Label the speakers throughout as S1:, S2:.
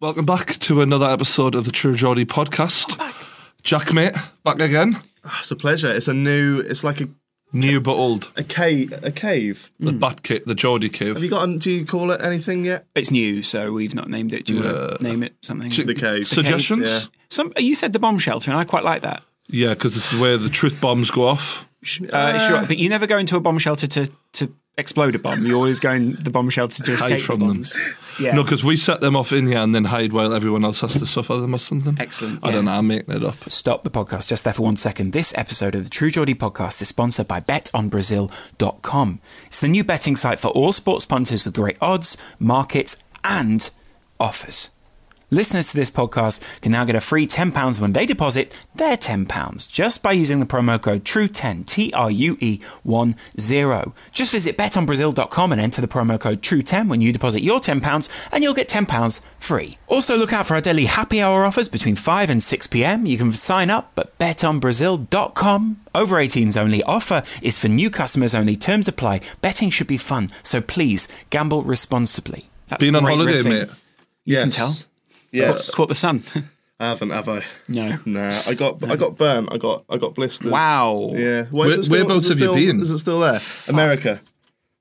S1: Welcome back to another episode of the True Geordie podcast. Jack, mate, back again.
S2: It's a pleasure. It's a new. It's like a
S1: New but old.
S2: a cave. A cave.
S1: The Bat Cave, the Geordie Cave.
S2: Hmm. Have you got? an- Do you call it anything yet?
S3: It's new, so we've not named it. Do you want to name it something?
S2: The cave.
S1: Suggestions?
S2: Yeah.
S3: Some you said the bomb shelter, and I quite like that.
S1: Yeah, because it's where the truth bombs go off.
S3: Sh- Uh, sure, but you never go into a bomb shelter to to explode a bomb. You always go in the bomb shelter to escape the
S1: from them.
S3: bombs. Yeah.
S1: No, because we set them off in here and then hide while everyone else has to suffer them or something.
S3: Excellent,
S1: I don't
S3: yeah.
S1: know, I'm making it up.
S4: Stop the podcast just there for one second. This episode of the True Geordie podcast is sponsored by betonbrazil.com. It's the new betting site for all sports punters with great odds, markets, and offers. Listeners to this podcast can now get a free £10 when they deposit their £10 just by using the promo code TRUE10, T R U E 1 0. Just visit betonbrazil.com and enter the promo code TRUE10 when you deposit your £10 and you'll get £10 free. Also, look out for our daily happy hour offers between 5 and 6 pm. You can sign up at betonbrazil.com. Over 18s only offer is for new customers only. Terms apply. Betting should be fun, so please gamble responsibly.
S3: That's
S1: Being on
S3: great
S1: holiday, mate.
S3: riffing.
S2: You
S3: can tell.
S2: Yes.
S3: Caught the sun.
S2: I haven't, have I?
S3: No.
S2: Nah. I got. I got burnt. I got. I got blisters.
S3: Wow.
S2: Yeah. Why,
S1: Where- whereabouts
S2: is
S1: have
S2: it
S1: you
S2: still-
S1: been?
S2: Is it still there? America.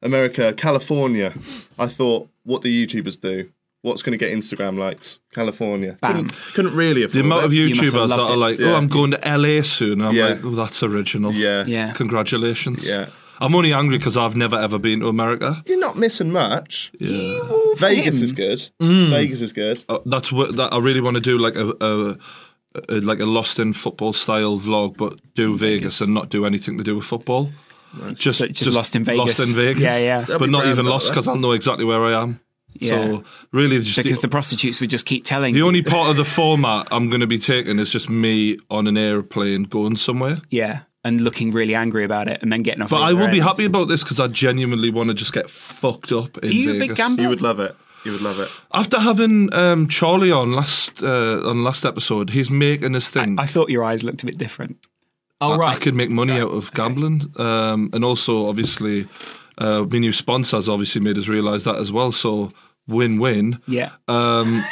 S2: America. California. I thought, what do YouTubers do? What's going to get Instagram likes? California.
S3: Bam.
S2: Couldn't, couldn't really afford
S1: The amount
S2: it.
S1: of
S3: must have
S1: YouTubers that
S3: loved
S1: are
S3: it.
S1: like, oh,
S2: Yeah.
S1: I'm going to LA soon. And I'm
S2: Yeah.
S1: like, oh, that's original.
S2: Yeah.
S3: Yeah.
S1: Congratulations.
S2: Yeah.
S1: I'm only angry because I've never ever been to America.
S2: You're not missing much.
S1: Yeah. Mm.
S2: Vegas is good. Vegas is good.
S1: Uh, that's what that I really want to do, like a, a, a like a lost in football style vlog, but do Vegas, and not do anything to do with football. Just,
S3: So just lost in Vegas.
S1: Lost in Vegas.
S3: Yeah, yeah.
S2: That'd
S1: But
S2: be
S1: not
S2: grand
S1: even
S2: out
S1: lost
S2: there.
S1: because I know exactly where I am.
S3: Yeah.
S1: So really, just
S3: Because
S1: the,
S3: the prostitutes would just keep telling
S1: the
S3: you.
S1: only part of the format I'm going to be taking is just me on an airplane going somewhere.
S3: Yeah. And looking really angry about it and then getting off.
S1: But
S3: at
S1: I
S3: the
S1: will
S3: other
S1: be
S3: end.
S1: happy about this because I genuinely want to just get fucked up in
S3: Are you a
S1: Vegas.
S3: big gambler?
S2: You would love it. You would love it.
S1: After having um, Charlie on last uh, on last episode, he's making his thing.
S3: I thought your eyes looked a bit different.
S1: I- I could make money out of gambling. Um, and also, obviously, uh, my new sponsors obviously made us realise that as well. So, win win.
S3: Yeah.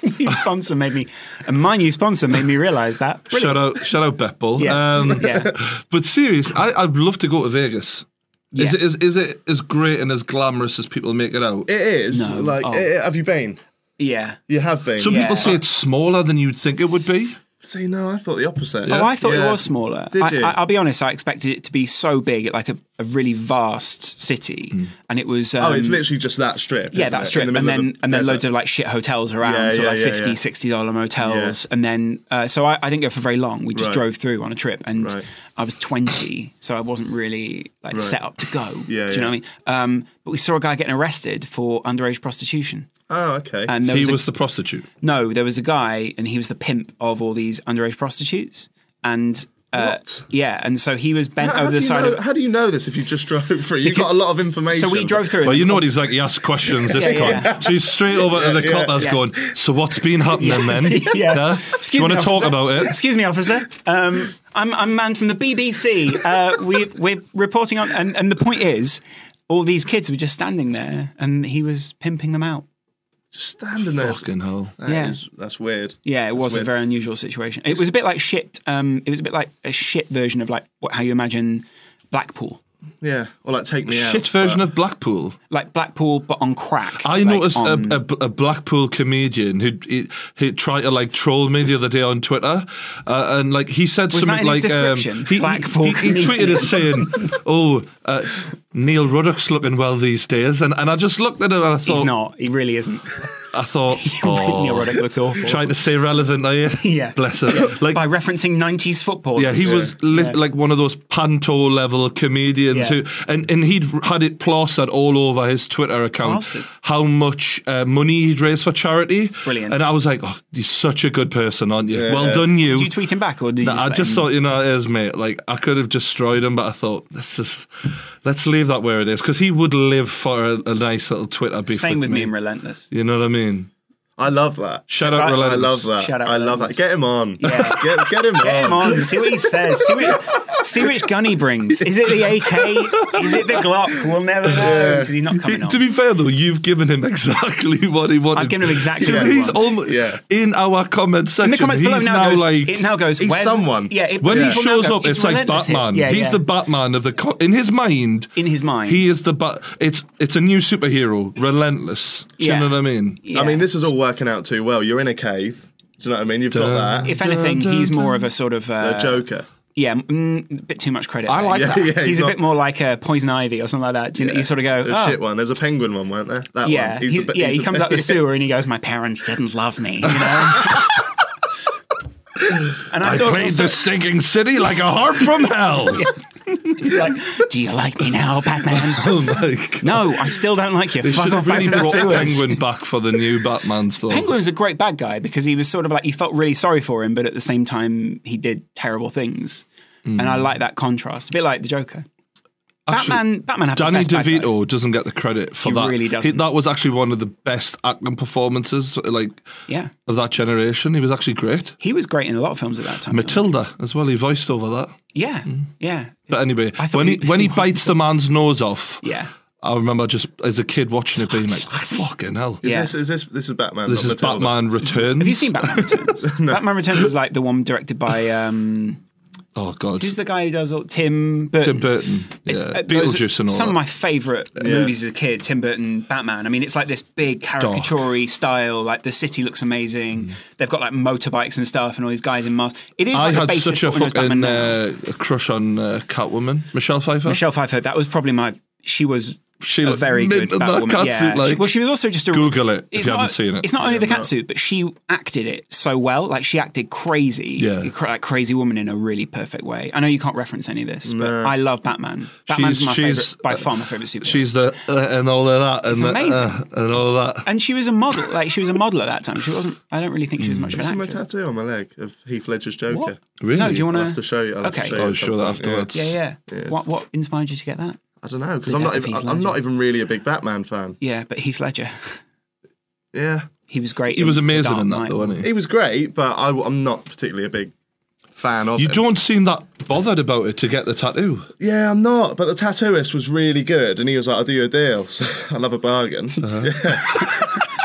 S1: Um,
S3: new sponsor made me, and my new sponsor made me realise that.
S1: shout
S3: Brilliant.
S1: out, shout out, Betbull.
S3: Yeah.
S1: Um,
S3: Yeah.
S1: But serious, I, I'd love to go to Vegas. Is,
S3: Yeah.
S1: it, is, is it as great and as glamorous as people make it out?
S2: It is.
S3: No.
S2: Like,
S3: Oh.
S2: eh, have you been?
S3: Yeah.
S2: You have been.
S1: Some
S3: Yeah.
S1: people say it's smaller than you'd think it would be.
S2: See, no, I thought the opposite.
S3: Oh, I thought
S2: Yeah.
S3: it was smaller.
S2: Did
S3: I,
S2: you?
S3: I, I'll be honest. I expected it to be so big, like a, a really vast city, and it was. Um,
S2: Oh, it's literally just that strip. isn't
S3: yeah,
S2: it?
S3: that strip,
S2: In the
S3: and
S2: middle
S3: then
S2: the
S3: and then
S2: desert.
S3: loads of like shit hotels around,
S2: Yeah,
S3: so
S2: yeah,
S3: like
S2: yeah,
S3: fifty,
S2: yeah.
S3: sixty dollar motels, and then uh, so I, I didn't go for very long. We just
S2: Right.
S3: drove through on a trip, and
S2: Right.
S3: I was twenty, so I wasn't really like set up to go.
S2: Yeah,
S3: do
S2: yeah.
S3: you know what I mean? Um, but we saw a guy getting arrested for underage prostitution,
S2: Oh, okay.
S3: and there
S1: He
S3: was, a
S1: was the prostitute.
S3: No, there was a guy, and he was the pimp of all these underage prostitutes, and uh,
S2: What?
S3: yeah, and so he was bent
S2: how, how
S3: over
S2: do
S3: the
S2: you
S3: side
S2: know,
S3: of.
S2: how do you know this if you just drove through? You got a lot of information.
S3: So we drove through.
S1: Well,
S3: and-
S1: you know what he's like. He asks questions. This
S3: Yeah,
S1: cunt.
S3: yeah.
S1: So he's straight over to the cop that's
S3: yeah.
S1: going. So what's been happening then?
S3: Yeah.
S1: Do you want to talk
S3: officer.
S1: about it?
S3: Excuse me, officer. Um, I'm I'm a man from the BBC. Uh, we we're reporting on, and, and the point is, all these kids were just standing there, and he was pimping them out.
S2: Just standing there.
S1: Fucking hell.
S2: That
S3: Yeah.
S2: is- that's weird.
S3: Yeah, it was
S2: weird.
S3: a very unusual situation. It was a bit like shit. Um, it was a bit like a shit version of like what, how you imagine Blackpool,
S2: Yeah. Or like take me out.
S1: Shit version of Blackpool.
S3: like Blackpool but on crack.
S1: I
S3: like, um,
S1: noticed
S3: on-
S1: a, a, a Blackpool comedian who he, he tried to like troll me the other day on Twitter, uh, and like he said
S3: Was
S1: something
S3: that in
S1: like
S3: his
S1: um,
S3: description?
S1: he,
S3: Blackpool
S1: he, he, tweeted
S3: comedian.
S1: us saying, "Oh, uh, Neil Ruddock's looking well these days," and, and I just looked at him and I
S3: He's
S1: thought,
S3: not. He really isn't.
S1: I thought,
S3: Oh. Neil
S1: "Oh,
S3: Roddick looks awful.
S1: trying to stay relevant, are you?
S3: Yeah.
S1: bless him. Like
S3: By referencing 90s football.
S1: Yeah, he was li- like one of those panto level comedians
S3: Yeah.
S1: who, and, and he'd had it plastered all over his Twitter account
S3: Plastered?
S1: how much uh, money he'd raised for charity.
S3: Brilliant.
S1: And I was like, oh, you're such a good person, aren't you?
S2: Yeah.
S1: Well done, you.
S3: Did you tweet him back or did you
S1: Nah, I
S3: let
S1: just
S3: him-
S1: thought, you know, it is, mate. Like, I could have destroyed him, but I thought, let's just let's leave that where it is because he would live for a, a nice little Twitter beef.
S3: Same
S1: with
S3: with me and Relentless.
S1: You know what I mean?
S2: I love that.
S1: Shout out
S3: I
S1: Relentless.
S2: I love that.
S3: Shout out
S2: I love that.
S3: Relentless.
S2: Get him on.
S3: Yeah.
S2: Get, get him on.
S3: Get him on. See what he says. See, what, see which gun he brings. Is it the AK? Is it the Glock? We'll never know because he's not coming on.
S1: To be fair though, you've given him exactly what he wanted.
S3: I've given him exactly
S1: Because
S3: what he
S1: he's
S3: wants.
S1: almost
S2: Yeah.
S1: in our comment section.
S3: in the comments
S1: he's
S3: below now, goes,
S1: like
S3: it now goes.
S2: He's
S3: where's-
S2: someone.
S3: Yeah, it,
S1: when he
S3: people now
S1: shows
S3: go,
S1: up, it's, like
S3: relentless here.
S1: Batman.
S3: Yeah,
S1: he's
S3: yeah.
S1: the Batman of the co- in his mind.
S3: in his mind.
S1: he is the but it's it's a new superhero, relentless. Do
S3: Yeah.
S1: you know what I mean?
S3: Yeah.
S2: I mean, this is all working out too well. You're in a cave. Do you know what I mean? You've got that.
S3: If anything,
S1: Dun, dun,
S3: he's more
S1: dun.
S3: of a sort of uh,
S2: a Joker.
S3: Yeah, mm, a bit too much credit.
S4: I
S3: there.
S4: like
S2: Yeah, that. yeah,
S3: he's
S2: he's
S3: a
S2: not-
S3: bit more like a poison ivy or something like that. Do You, know, you sort of go,
S2: The
S3: oh,
S2: shit one. There's a penguin one, weren't there? That
S3: yeah,
S2: one. He's
S3: he's-
S2: the be-
S3: yeah.
S2: he's
S3: He
S2: the
S3: comes
S2: be-
S3: out the sewer and he goes, "My parents didn't love me," you know. and I,
S1: I
S3: sort of
S1: played
S3: also-
S1: the stinking city like a harp from hell.
S3: he's like, "Do you like me now, Batman?"
S1: Oh my god.
S3: no, I still don't like you.
S1: They
S3: Fuck
S1: should have
S3: off back
S1: really
S3: to the
S1: brought
S3: sewers.
S1: Penguin back for the new Batman stuff.
S3: Penguin was a great bad guy because he was sort of like you felt really sorry for him, but at the same time he did terrible things, and I like that contrast. A bit like the Joker.
S1: Actually,
S3: Batman, Batman. Had
S1: Danny
S3: the best bad guys.
S1: DeVito doesn't get the credit for
S3: He
S1: that.
S3: really doesn't.
S1: that was actually one of the best acting performances, like
S3: Yeah,
S1: of that generation. He was actually great.
S3: he was great in a lot of films at that time.
S1: Matilda as well. He voiced over that.
S3: Yeah, yeah.
S1: Mm. But anyway,
S3: I thought
S1: when he,
S3: he-
S1: when he bites the man's nose off,
S3: Yeah.
S1: I remember just as a kid watching it being like, "Fucking hell!"
S3: Yeah.
S2: This, is this, this is Batman.
S1: This
S2: not
S1: is
S2: Matilda.
S1: Batman Returns.
S3: Have you seen Batman Returns? Batman Returns is like the one directed by um,
S1: Oh god,
S3: who's the guy who does all Tim Burton.
S1: Tim Burton, yeah,
S3: It's- uh, those are
S1: Beetlejuice and all
S3: some
S1: that.
S3: of my favorite movies as a kid. Tim Burton, Batman. I mean, it's like this big caricature style. Like the city looks amazing. They've got like motorbikes and stuff, and all these guys in masks. It is.
S1: Mm. I
S3: like the
S1: had
S3: basis
S1: such a
S3: for almost Batman
S1: fucking
S3: now.
S1: uh, crush on uh, Catwoman, Michelle Pfeiffer.
S3: Michelle Pfeiffer. That was probably my. She was
S1: She
S3: a
S1: looked
S3: very
S1: mint
S3: good
S1: in that
S3: Batwoman.
S1: catsuit,
S3: yeah. She-
S1: like-
S3: well, she was also just a
S1: Google it if
S3: it's
S1: you
S3: not-
S1: haven't seen it.
S3: It's not only the catsuit, but she acted it so well. Like she acted crazy,
S1: Yeah.
S3: cra- like crazy woman in a really perfect way. I know you can't reference any of this, but I love Batman. Batman's
S1: She's-
S3: my
S1: she's- uh,
S3: favorite, by far my favorite superhero.
S1: She's the uh, and all of that, and the,
S3: amazing.
S1: uh, and all of that.
S3: and she was a model. Like she was a model at that time. She wasn't. I don't really think
S1: Mm.
S3: she was much of
S2: See
S3: an
S2: my
S3: actress.
S2: tattoo on my leg of Heath Ledger's Joker.
S3: What?
S1: Really?
S3: No, do you
S2: I'll
S3: want
S2: have to show you. I'll have to
S3: Okay.
S2: show you
S1: Oh,
S2: at some
S1: sure. That
S2: point, yeah.
S1: afterwards.
S3: Yeah, yeah. What What inspired you to get that?
S2: I don't know because
S3: The
S2: I'm not
S3: death of
S2: even
S3: Heath
S2: I'm not
S3: Ledger.
S2: even really a big Batman fan.
S3: Yeah, but Heath Ledger.
S2: Yeah,
S3: He was great.
S1: He was amazing in that, though, wasn't he?
S2: he was great, but I, am not particularly a big fan of.
S1: You
S2: him.
S1: don't seem that bothered about it to get the tattoo.
S2: Yeah, I'm not. But the tattooist was really good, and he was like, "I'll do you a deal." So I love a bargain.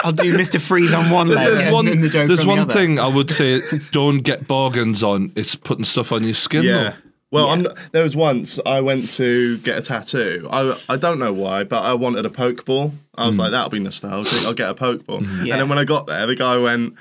S3: I'll do Mister Freeze on one leg.
S1: There's
S3: and
S1: one,
S3: then the Joker
S1: there's
S3: on the
S1: one
S3: other.
S1: thing I would say: don't get bargains on. It's putting stuff on your skin.
S2: Yeah.
S1: though.
S2: Well, I'm not, there was once I went to get a tattoo. I, I don't know why, but I wanted a pokeball. I
S1: Hmm.
S2: was like, that'll be nostalgic. I'll get a pokeball.
S3: Yeah.
S2: And then when I got there, the guy went,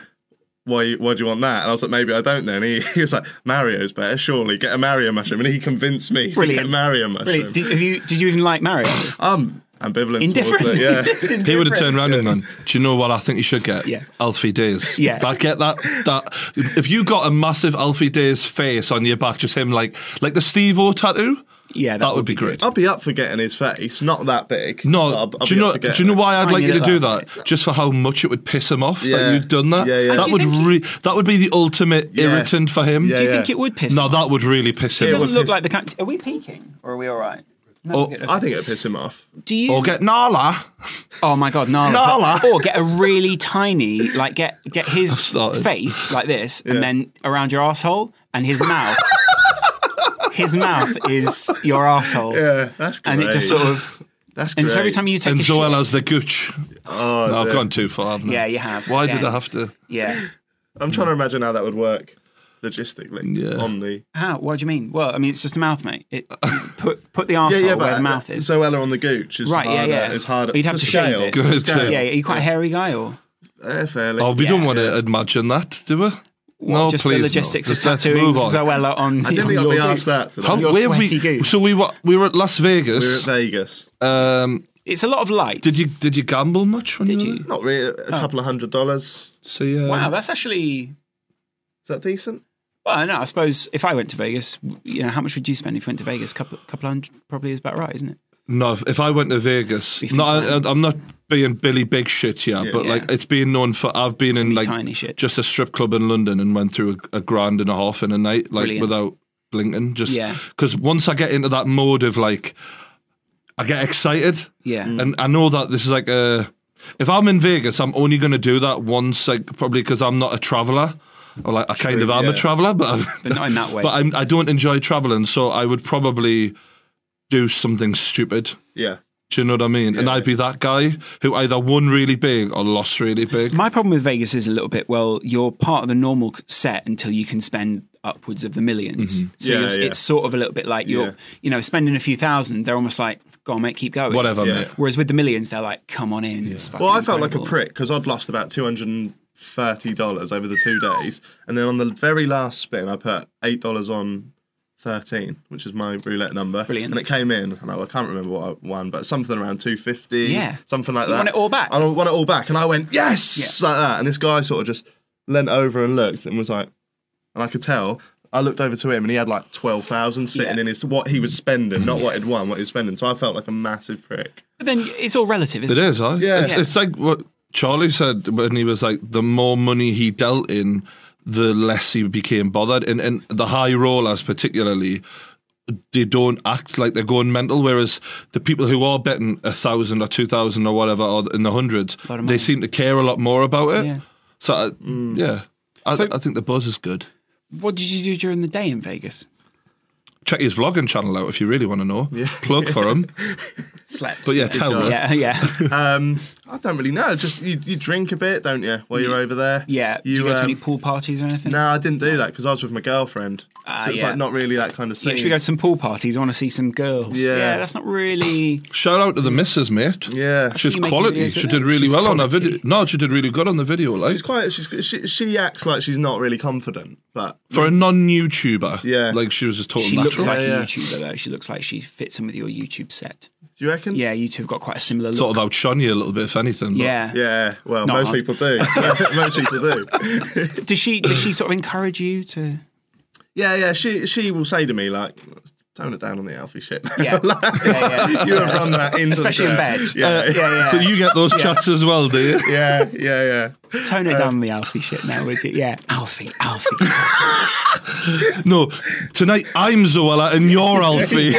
S2: why, why do you want that? And I was like, maybe I don't then. He, he was like, Mario's better, surely. Get a Mario mushroom. And he convinced me to
S3: Brilliant.
S2: get a Mario mushroom.
S3: Really, did, have you, did you even like Mario?
S2: I'm ambivalent
S3: Indifferent.
S2: towards it,
S3: It's
S2: yeah.
S3: indifferent.
S1: He would have turned around and gone, "Do you know what I think you should get?
S3: Yeah.
S1: Alfie Days.
S3: Yeah.
S1: that get that that. If you got a massive Alfie Days face on your back, just him like like the Steve O tattoo.
S3: Yeah,
S1: that, would be great.
S2: I'll be up for getting his face. Not that big.
S1: No,
S2: but I'll- I'll
S1: do you
S2: be up
S1: know?
S2: for
S1: Do
S2: getting
S1: you know
S2: it.
S1: why I'd
S3: Tiny
S1: like you to
S3: little
S1: do that? Just for how much it would piss him off that
S2: Yeah.
S1: you'd done that.
S2: Yeah, yeah.
S1: That
S2: Do
S3: you
S1: would
S3: think
S1: re- that would be the ultimate
S2: Yeah.
S1: irritant for him.
S2: Yeah,
S3: Do you
S2: yeah.
S3: think it would piss?
S1: No,
S3: him
S1: that would really piss
S3: It
S1: him.
S3: doesn't
S1: off.
S2: would
S3: look
S2: piss-
S3: like the kind. Are we peaking or are we all right? No,
S1: Oh,
S3: we're good.
S2: I think it would piss him off.
S3: do you?
S1: Or get Nala.
S3: oh my god, Nala!
S1: Nala.
S3: Or get a really tiny, like get get his
S1: started.
S3: face like this, and then around your asshole and his mouth. his mouth is your asshole,
S2: Yeah, that's great.
S3: and it just sort of.
S2: That's great.
S3: And so every time you take
S1: And
S3: a shit,
S1: Zoella's the gooch.
S2: Oh,
S1: No, I've
S2: dear.
S1: gone too far, haven't I?
S3: Yeah, you have.
S1: Why
S3: Yeah.
S1: did I have to?
S3: yeah.
S2: I'm trying to imagine how that would work logistically
S1: Yeah.
S2: on the
S3: How? What do you mean? Well, I mean, it's just a mouth, mate. It, put put the asshole where the mouth is.
S2: Zoella on the gooch is
S3: Right, yeah,
S2: harder.
S3: yeah.
S2: It's harder.
S3: But you'd have to shave
S2: scale.
S3: it.
S1: Good.
S2: To scale.
S3: yeah, yeah, you quite a hairy guy, or
S2: Eh, fairly.
S1: Oh, we don't
S3: Yeah.
S1: want to imagine that, do we? no,
S3: just
S1: please.
S3: the
S1: no.
S3: logistics
S1: Just
S3: of
S1: let's
S3: tattooing
S1: move on.
S3: Zoella on.
S2: I didn't think I'd be asked that. Today.
S1: How-
S3: your
S1: where
S3: sweaty
S1: we,
S3: gooch.
S1: So we were we were at Las
S2: We were at
S1: Vegas.
S2: Vegas.
S1: um,
S3: It's a lot of light.
S1: did you did you gamble much when
S3: Did
S1: you? were
S3: you?
S1: there?
S2: Not really.
S3: Oh.
S2: A couple of hundred dollars.
S1: See, um,
S3: Wow, that's actually.
S2: Is that decent?
S3: Well, no, I suppose if I went to Vegas, you know, how much would you spend if you went to Vegas? Couple, couple hundred probably is about right, isn't it?
S1: No, if, if I went to Vegas,
S3: Beefy
S1: no, I,
S3: Brown.
S1: I'm not being Billy Big shit here, but
S3: Yeah.
S1: like it's being known for. I've been in
S3: Really
S1: like
S3: tiny shit.
S1: just a strip club in London and went through a, a grand and a half in a night, like
S3: Brilliant.
S1: without blinking. Just
S3: Yeah.
S1: because once I get into that mode of like, I get excited,
S3: Yeah.
S1: and I know that this is like a. If I'm in Vegas, I'm only going to do that once, like probably because I'm not a traveler. Or like I kind of am a
S2: yeah.
S1: traveler, but I'm,
S3: But not in that way.
S1: but I'm, I don't enjoy traveling, so I would probably do something stupid.
S2: Yeah.
S1: Do you know what I mean? And I'd be that guy who either won really big or lost really big.
S3: My problem with Vegas is a little bit, well, you're part of the normal c- set until you can spend upwards of the 1000000s So
S2: Mm-hmm. Yeah,
S3: you're, s-
S2: yeah.
S3: it's sort of a little bit like you're,
S2: Yeah.
S3: you know, spending a few thousand, they're almost like, go on, mate, keep going.
S1: Whatever,
S2: Yeah.
S1: mate.
S3: Whereas with the millions, they're like, come on in. it's fucking
S2: Well, I felt like
S3: incredible.
S2: a prick because I'd lost about two hundred and thirty dollars over the two days, and then on the very last spin, I put eight dollars on thirteen, which is my roulette number.
S3: Brilliant.
S2: And it came in, and I, I can't remember what I won, but something around two fifty.
S3: Yeah.
S2: Something like
S3: You
S2: that.
S3: won it all back?
S2: I won it all back, and I went yes like that, and this guy sort of just leant over and looked and was like, and I could tell. I looked over to him and he had like 12,000 sitting
S3: Yeah.
S2: in his what he was spending, not what he'd won, what he was spending. So I felt like a massive prick.
S3: But then it's all relative, isn't
S1: It
S3: it?
S1: is, huh?
S2: Yeah.
S1: It's, it's like what Charlie said when he was like, the more money he dealt in, the less he became bothered. And, and the high rollers, particularly, they don't act like they're going mental. Whereas the people who are betting a thousand or two thousand or whatever, or in the hundreds,
S3: lot of
S1: they
S3: money.
S1: seem to care a lot more about it.
S3: Yeah.
S1: So, I,
S2: Mm.
S1: yeah. I,
S3: So-
S1: I think the buzz is good.
S3: What did you do during the day in Vegas?
S1: Check his vlogging channel out if you really want to know. Plug for him.
S3: Slept.
S1: But yeah, tell
S2: uh,
S1: her.
S3: yeah, yeah.
S2: Um, I don't really know. Just you, you drink a bit, don't you, while you're over there?
S3: Yeah. Did you,
S2: You,
S3: go to
S2: um,
S3: any pool parties or anything?
S2: No, I didn't do that because I was with my girlfriend.
S3: Ah,
S2: so it's
S3: yeah.
S2: like not really that kind of
S3: Yeah,
S2: scene.
S3: should we go to some pool parties? I want to see some girls.
S2: Yeah.
S3: that's not really.
S1: Shout out to the missus, mate.
S2: yeah.
S1: She's
S3: She making
S1: quality.
S3: videos
S1: She
S3: with
S1: did
S3: it?
S1: really
S3: She's
S1: well on her
S3: quality.
S1: video. No, she did really good on the video. Like
S2: She's quite. She's, she she acts like she's not really confident, but
S1: for a non-YouTuber,
S2: Yeah.
S1: like she was just total
S3: She looks
S1: natural.
S3: like
S2: Yeah,
S3: a
S2: yeah.
S3: YouTuber though. She looks like she fits in with your YouTube set.
S2: do you reckon?
S3: Yeah, you two have got quite a similar look.
S1: sort of outshone you a little bit, if anything. but-
S3: yeah.
S2: Yeah. Well,
S3: No,
S2: most
S3: I-
S2: people do. most people do.
S3: Does she? Does she sort of encourage you to?
S2: Yeah, yeah. She she will say to me like, "Tone it down on the Alfie shit."
S3: Yeah. yeah, yeah.
S2: you have run that into the
S3: Especially in
S2: ground.
S3: bed. Uh,
S2: Yeah.
S3: yeah,
S1: So you get those chats as well, do you?
S2: yeah, yeah, yeah.
S3: Tone it down the Alfie shit now, would you? Yeah, Alfie, Alfie.
S1: No, tonight I'm Zoella and you're Alfie.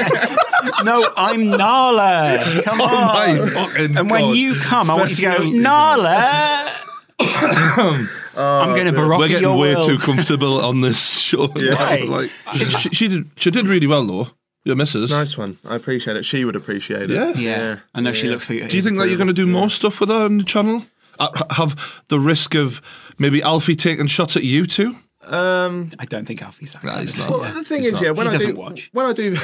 S3: no, I'm Nala. Come
S1: Oh
S3: on.
S1: my fucking
S3: And when
S1: God.
S3: you come, I want you to
S2: That's
S3: go,
S2: so- Oh,
S3: Nala. I'm going to baroque
S1: We're getting
S3: your
S1: way
S3: world.
S1: too comfortable on this show.
S2: Yeah.
S1: like she, she- she did. She did really well though. Your missus.
S2: Nice one. I appreciate it. She would appreciate it.
S1: Yeah.
S3: Yeah.
S2: Yeah.
S3: I know she looks for you.
S1: Do you think that you're going to do more stuff with her on the channel? Uh, h- Have the risk of maybe Alfie taking shots at you two?
S2: Um,
S3: I don't think Alfie's that.
S1: Nah,
S3: kind
S1: he's not.
S3: of-
S2: well, the thing is, yeah, when
S3: He
S2: I
S3: doesn't
S2: do,
S3: watch.
S2: when I do,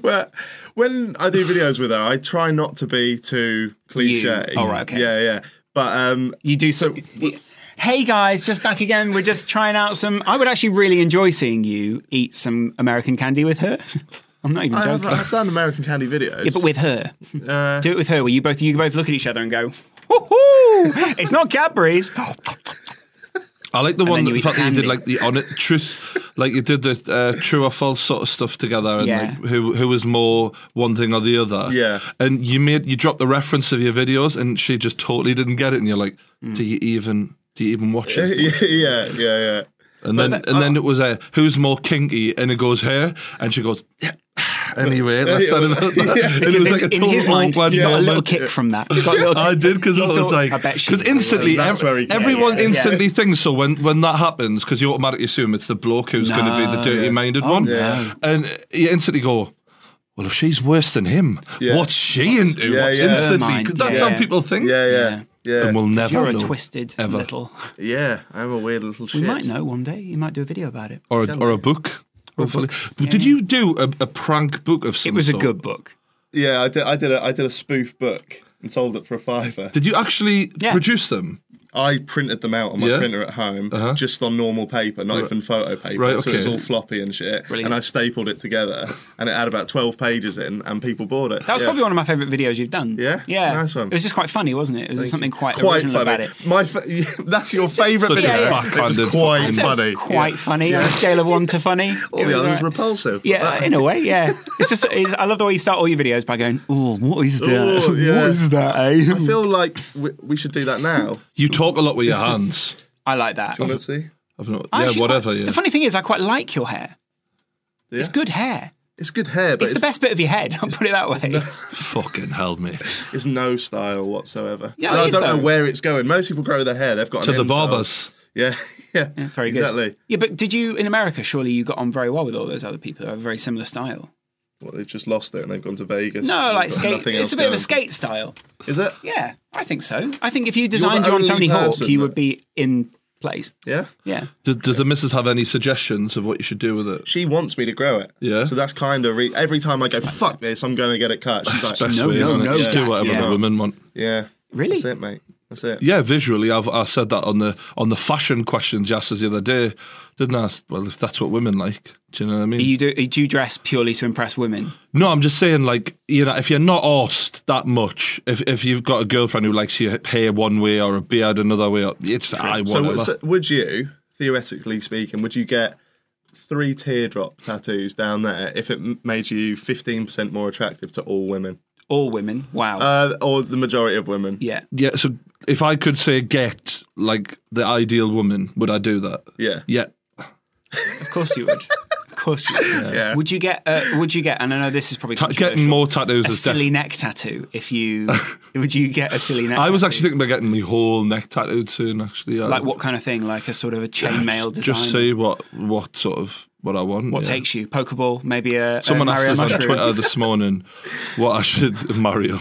S2: well, when I do videos with her, I try not to be too cliche.
S3: You. Oh, right, okay.
S2: Yeah, yeah. But um,
S3: You do so. Hey guys, just back again. We're just trying out some. I would actually really enjoy seeing you eat some American candy with her. I'm not even
S2: I have,
S3: joking.
S2: I've done American Candy videos.
S3: Yeah, but with her,
S2: uh,
S3: do it with her, where you both you both look at each other and go, "Woohoo! It's not Cadbury's."
S1: I like the one
S3: then
S1: that
S3: you
S1: the
S3: eat
S1: fact that you did
S3: candy.
S1: like the on it truth, like you did the uh, true or false sort of stuff together, and
S3: Yeah.
S1: like who who was more one thing or the other.
S2: Yeah.
S1: and you made you dropped the reference of your videos, and she just totally didn't get it, and you're like,
S3: Mm.
S1: do you even do you even watch it?
S2: yeah, yeah, yeah, yeah.
S1: And then and then it was uh, who's more kinky, and it goes her, and she goes. Yeah. Anyway, let's not about that. And it
S3: Because
S1: was
S3: in,
S1: like a
S3: in
S1: total
S3: his mind,
S1: awkward
S3: you got a little
S1: moment.
S3: kick from that. You got a little
S1: I
S3: kick.
S1: did because
S3: You
S1: I was
S3: thought,
S1: like,
S3: I bet she
S1: because
S3: will.
S1: instantly
S2: That's
S1: ev-
S2: very- yeah,
S1: everyone
S2: yeah, yeah.
S1: instantly thinks so when when that happens because you automatically assume it's the bloke who's going to be the
S3: No.
S1: dirty minded
S3: Oh,
S1: one,
S3: no.
S1: and you instantly go. Well, if she's worse than him,
S2: Yeah.
S1: what's she into?
S2: yeah,
S1: what's
S2: yeah.
S1: instantly?
S3: Mind,
S1: 'cause that's
S3: yeah.
S1: how people think.
S2: Yeah, yeah, yeah.
S1: And we'll never
S3: You're a
S1: know.
S3: twisted
S1: ever.
S3: little.
S2: yeah, I'm a weird little shit.
S3: We might know one day. You might do a video about it.
S1: or a, or a book. Hopefully, did you do a, a prank book of some
S3: It was a
S1: sort?
S3: good book.
S2: Yeah, I did. I did a, I did a spoof book and sold it for a fiver.
S1: Did you actually
S3: Yeah.
S1: produce them?
S2: I printed them out on my
S1: Yeah. Uh-huh.
S2: printer at home, just on normal paper, not even photo paper.
S1: Right,
S2: So it was
S1: okay.
S2: all floppy and shit.
S3: Brilliant.
S2: And I stapled it together, and it had about twelve pages in, and people bought it.
S3: That was
S2: Yeah.
S3: probably one of my favourite videos you've done.
S2: Yeah?
S3: Yeah.
S2: Nice one.
S3: It was just quite funny, wasn't it? It was just something quite,
S2: quite
S3: original
S2: funny.
S3: about it.
S2: My fa- that's your favourite
S1: Such
S2: video.
S3: yeah,
S1: a
S3: yeah.
S2: It was
S1: backhanded.
S2: quite
S3: It was
S2: funny. Oh,
S3: quite funny on a scale of one to funny.
S2: All
S3: It was
S2: the others
S3: alright.
S2: repulsive. but
S3: Yeah,
S2: that-
S3: in a way, yeah. It's just, it's, I love the way you start all your videos by going, oh, what is that?
S2: Ooh, yeah.
S3: What is that, eh?
S2: I feel like we, we should do that now.
S1: You talk a lot with your hands.
S3: I like that.
S1: Uh-huh.
S2: Let's see.
S1: I've not,
S3: I
S1: yeah,
S3: actually
S1: whatever.
S3: quite-
S1: yeah.
S3: The funny thing is, I quite like your hair. It's
S2: Yeah?
S3: good hair.
S2: It's good hair, but
S3: It's the best bit of your head. I'll put it that way.
S1: Fucking hell, mate.
S2: It's no style whatsoever.
S3: Yeah,
S2: and
S3: it
S2: I
S3: is,
S2: don't
S3: though.
S2: know where it's going. Most people grow their hair. They've got
S1: To
S2: an
S1: the
S2: end goal.
S1: barbers.
S2: Yeah, yeah,
S3: Very good.
S2: Exactly.
S3: Yeah, but did you in America? Surely you got on very well with all those other people who have a very similar style.
S2: Well, they've just lost it and they've gone to Vegas.
S3: No,
S2: They've
S3: like
S2: got
S3: skate.
S2: nothing
S3: It's
S2: else
S3: a bit of a
S2: going.
S3: skate style.
S2: Is it?
S3: Yeah, I think so. I think if you designed
S2: the
S3: your own
S2: only
S3: Tony Hawk,
S2: person
S3: you
S2: that-
S3: would be in place.
S2: Yeah.
S3: Yeah.
S1: Does, does the missus have any suggestions of what you should do with it?
S2: She wants me to grow it.
S1: Yeah.
S2: So that's kind of re- every time I go, fuck this, I'm going to get it cut. She's like,
S1: Best
S3: No,
S1: way,
S3: no,
S1: isn't it?
S3: no,
S1: Just do
S3: Jack,
S1: whatever
S3: yeah.
S1: the women want.
S2: yeah.
S3: Really?
S2: That's it, mate. That's it.
S1: Yeah, visually, I've I said that on the on the fashion questions you asked us the other day, didn't I? Well, if that's what women like, do you know what I mean?
S3: You do. Do you dress purely to impress women?
S1: No, I'm just saying, like, you know, if you're not arsed that much, if if you've got a girlfriend who likes your hair one way or a beard another way, it's I
S2: So,
S1: whatever.
S2: w- so would you, theoretically speaking, would you get three teardrop tattoos down there if it m- made you 15% more attractive to all women?
S3: All women. Wow.
S2: Uh, or the majority of women?
S3: yeah.
S1: yeah, so if I could say get like the ideal woman, would I do that?
S2: Yeah.
S1: Yeah.
S3: Of course you would. of course you would.
S2: Yeah.
S3: Would you get? Uh, would you get? And I know this is probably
S1: Ta- getting
S3: controversial,
S1: more tattoos
S3: a
S1: is definitely.
S3: silly neck tattoo. If you would you get a silly neck?
S1: I was
S3: tattoo?
S1: actually thinking about getting my whole neck tattooed soon. Actually,
S3: like what kind of thing? Like a sort of a chainmail design.
S1: Just see what what sort of what I want.
S3: what
S1: yeah.
S3: takes you? Pokeball, maybe a
S1: Someone
S3: a
S1: asked
S3: Mario
S1: us on
S3: mushroom.
S1: Twitter this morning what I should Mario.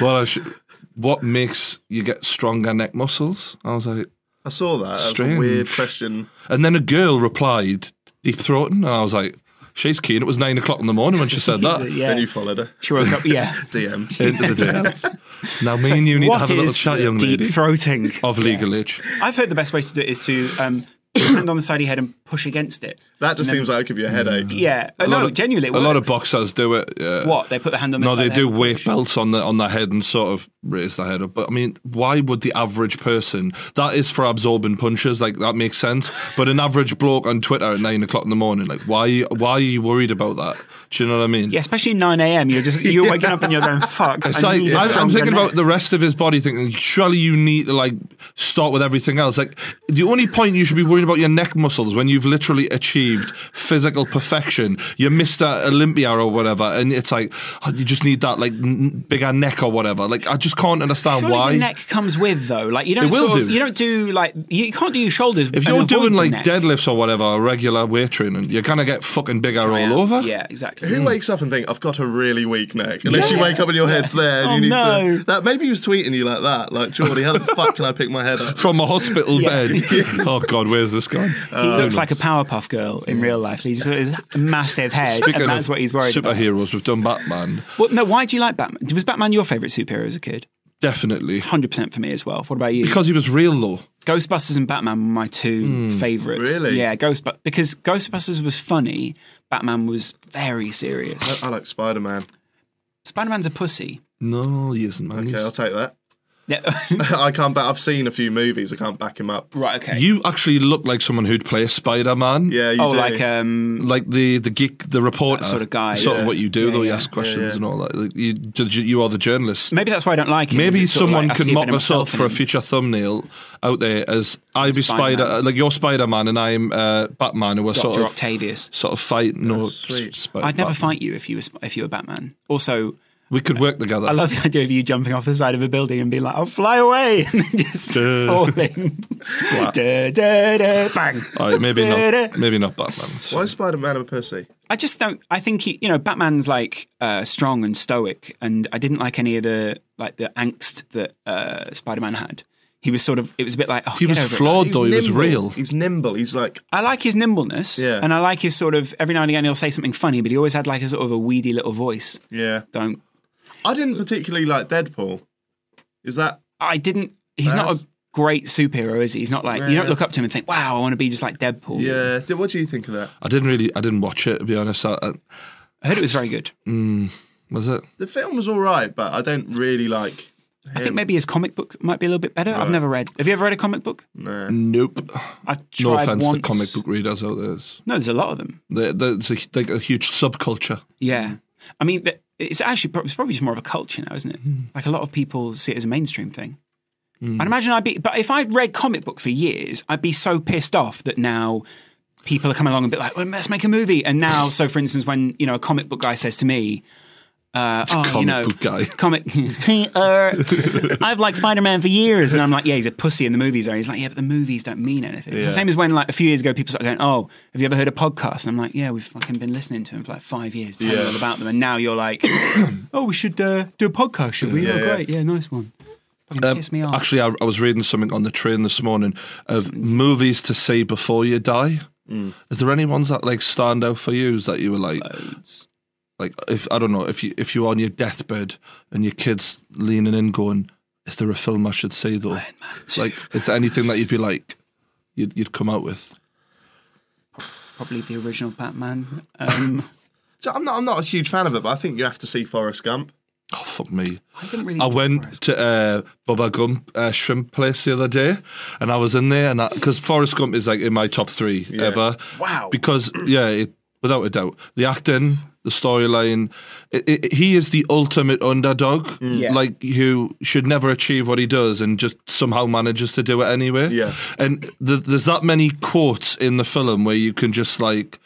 S1: what I should, what makes you get stronger neck muscles? I was like,
S2: I saw that. That's a
S1: Strange.
S2: weird question.
S1: and then a girl replied, deep throating, and I was like, she's keen. It was nine o'clock in the morning when she said that.
S3: Yeah.
S2: Then you followed her.
S3: She woke up. Yeah.
S2: DM.
S1: Into the day. Now, me and you need to
S3: What
S1: have a little
S3: is
S1: chat, young
S3: deep
S1: lady,
S3: throating?
S1: of legal age.
S3: I've heard the best way to do it is to um, hand on the side of your head and push against it.
S2: That just seems like it could be a headache.
S3: Yeah. Uh, no,
S1: of,
S3: genuinely.
S1: a
S3: it
S1: lot of
S3: works.
S1: boxers do it. Yeah.
S3: What they put the hand on. The
S1: No,
S3: side
S1: they
S3: of their
S1: do
S3: head.
S1: weight belts on the on their head and sort of raise their head up. But I mean, why would the average person? That is for absorbing punches. Like that makes sense. But an average bloke on Twitter at nine o'clock in the morning, like why? Why are you worried about that? Do you know what I mean?
S3: Yeah, especially 9 a.m. You're just you're waking up and you're going fuck.
S1: It's
S3: I
S1: like
S3: need a
S1: I'm, I'm
S3: stronger
S1: thinking
S3: neck.
S1: about the rest of his body, thinking surely you need to like start with everything else. Like the only point you should be worrying about your neck muscles when you've literally achieved physical perfection. You're Mister Olympia or whatever, and it's like oh, you just need that like n- bigger neck or whatever. Like I just can't understand
S3: Surely
S1: why.
S3: the neck comes with though. Like you don't
S1: It will
S3: sort of-
S1: do.
S3: you don't do like you can't do your shoulders.
S1: if
S3: and
S1: you're
S3: avoid
S1: doing
S3: the
S1: like
S3: neck.
S1: deadlifts or whatever, or regular weight training, you're gonna get fucking bigger
S3: Yeah.
S1: all over.
S3: Yeah, exactly.
S2: Who wakes up and think I've got a really weak neck? Unless you wake up and your head's there and
S3: Oh,
S2: you need
S3: no.
S2: to. That maybe he was tweeting you like that, like Geordie, how the fuck can I pick my head up?
S1: From a hospital
S3: Yeah.
S1: bed. Oh God, where's this gone?
S3: He looks like a Powerpuff Girl in real life. He's got his massive head, and that's
S1: of
S3: what he's worried about.
S1: Superheroes, we've done Batman.
S3: Well, no, why do you like Batman? Was Batman your favourite superhero as a kid?
S1: Definitely.
S3: 100% for me as well. What about you?
S1: Because he was real though.
S3: Ghostbusters and Batman were my two
S1: Hmm.
S3: favourites.
S2: Really?
S3: Yeah, Ghostbusters. Because Ghostbusters was funny, Batman was very serious.
S2: I, I like Spider Man.
S3: Spider Man's a pussy.
S1: No, he isn't, man.
S2: Okay,
S1: He's-
S2: I'll take that.
S3: Yeah.
S2: I can't back. I've seen a few movies. I can't back him up.
S3: right, okay.
S1: You actually look like someone who'd play Spider Man.
S2: Yeah, you
S3: oh,
S2: do.
S3: like, um,
S1: Like the, the geek, the reporter
S3: That sort of guy,
S1: Sort
S3: yeah.
S1: of what you do,
S3: Yeah,
S1: though. You
S3: yeah.
S1: ask questions and all that. Like, you, did you, you are the journalist.
S3: maybe that's why I don't like it.
S1: Maybe
S3: is it's sort of
S1: someone
S3: like, I
S1: could
S3: see a bit
S1: mock
S3: of
S1: us up
S3: myself in
S1: for a
S3: him.
S1: future thumbnail out there as I be Spider,
S3: Spider-Man.
S1: like you're Spider Man and I'm uh, Batman, who are sort
S3: Dr.
S1: of
S3: Octavius.
S1: sort of fight. No,
S2: sweet.
S1: Spider-
S3: I'd never fight you if you were Sp- if you were Batman. Also,
S1: We could work together.
S3: I love the idea of you jumping off the side of a building and being like, "I'll fly away," and then just falling, Da, da, da, bang.
S1: all right, Oh, maybe
S3: Da, da.
S1: not. Maybe not Batman.
S2: Why is Spider Man a pussy?
S3: I just don't. I think he, you know, Batman's like uh, strong and stoic, and I didn't like any of the like the angst that uh, Spider-Man had. He was sort of. It was a bit like oh,
S1: He
S3: get
S1: was
S3: over it,
S1: flawed,
S3: man.
S1: though. He was
S2: nimble.
S1: real.
S2: He's nimble. He's like
S3: I like his nimbleness,
S2: Yeah.
S3: and I like his sort of every now and again he'll say something funny, but he always had like a sort of a weedy little voice.
S2: yeah.
S3: Don't
S2: I didn't particularly like Deadpool. Is that
S3: I didn't. He's not a
S2: That's-
S3: great superhero, is he? He's not like you don't
S2: Yeah.
S3: look up to him and think, "Wow, I want to be just like Deadpool."
S2: yeah? Did, what do you think of that?
S1: I didn't really. I didn't watch it to be honest. I, I,
S3: I heard it was very good.
S1: was it?
S2: The film was all right, but I don't really like.
S3: I think maybe his comic book might be a little bit better. I've never read. Have you ever read a comic book?
S2: Nah.
S1: Nope.
S3: I
S1: No
S3: tried
S1: offense
S3: once.
S1: to comic book readers out there. It's-
S3: No, there's a lot of them.
S1: there- There's a, like a huge subculture. Mm-hmm.
S3: Yeah, I mean, th- it's actually prob- it's probably just more of a culture now, isn't
S1: Mm-hmm.
S3: it? Like a lot of people see it as a mainstream thing. I'd imagine I'd be, but if I'd read comic book for years, I'd be so pissed off that now people are coming along and be like, well, let's make a movie. And now, so for instance, when you know a comic book guy says to me, uh, oh, you
S1: comic
S3: know,
S1: book guy.
S3: comic, "Hey, uh, I've liked Spider Man for years, and I'm like, yeah, he's a pussy in the movies. Are he's like, yeah, but the movies don't mean anything. It's the
S1: Yeah.
S3: same as when like a few years ago people started going, oh, have you ever heard of podcasts? And I'm like, yeah, we've fucking been listening to them for like five years, telling
S2: Yeah.
S3: all about them, and now you're like, oh, we should uh, do a podcast, should we?
S2: Yeah,
S3: oh,
S2: yeah.
S3: great, yeah, nice one. Fucking
S1: Um,
S3: piss me off.
S1: Actually, I, I was reading something on the train this morning of movies to see before you die. Is there any ones that like stand out for you that you were like, like if I don't know if you if you're on your deathbed and your kids leaning in going, is there a film I should see though? Like, is there anything that you'd be like, you'd you'd come out with?
S3: Probably the original Batman. Um,
S2: So I'm not. I'm not a huge fan of it, but I think you have to see Forrest Gump.
S1: Oh fuck me!
S3: I didn't really.
S1: I
S3: do
S1: went
S3: Forrest.
S1: to uh, Bubba Gump uh, shrimp place the other day, and I was in there, and because Forrest Gump is like in my top three ever.
S3: Wow.
S1: Because yeah, it, without a doubt, the acting, the storyline, it, it, he is the ultimate underdog,
S3: Yeah.
S1: like who should never achieve what he does and just somehow manages to do it anyway.
S2: Yeah.
S1: And th- there's that many quotes in the film where you can just like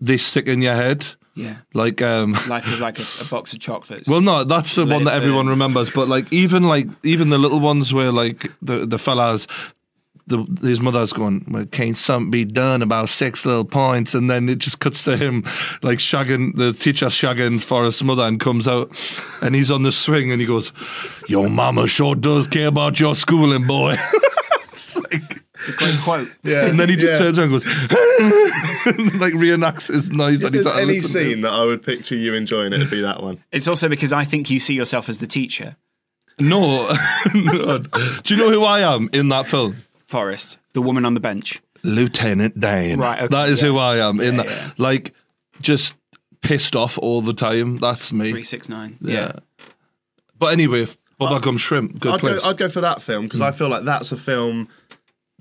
S1: they stick in your head,
S3: Yeah.
S1: like um.
S3: Life is like a, a box of chocolates.
S1: Well, no, that's the
S3: Let
S1: one
S3: it
S1: that everyone
S3: burn.
S1: remembers. But like, even like, even the little ones where like the the fellas, the his mother's going, well, "Can't something be done about six little points?" And then it just cuts to him like shagging the teacher shagging Forrest's mother, and comes out, and he's on the swing, and he goes, "Your mama sure does care about your schooling, boy." It's like-
S3: great quote.
S2: Yeah.
S1: and then he just
S2: yeah.
S1: turns around and goes, like reenacts his noise
S2: If
S1: that he's
S2: there's
S1: had to
S2: any
S1: listen to.
S2: scene that I would picture you enjoying, it'd be that one.
S3: It's also because I think you see yourself as the teacher,
S1: No. no. Do you know who I am in that film?
S3: Forrest, the woman on the bench.
S1: Lieutenant Dan.
S3: Right, okay,
S1: that is who I am in that.
S3: yeah.
S1: Like, just pissed off all the time. That's me.
S3: Three Uh, six nine.
S1: yeah. But anyway, Boba Gum Shrimp, good
S2: I'd go,
S1: place.
S2: I'd go for that film because I feel like that's a film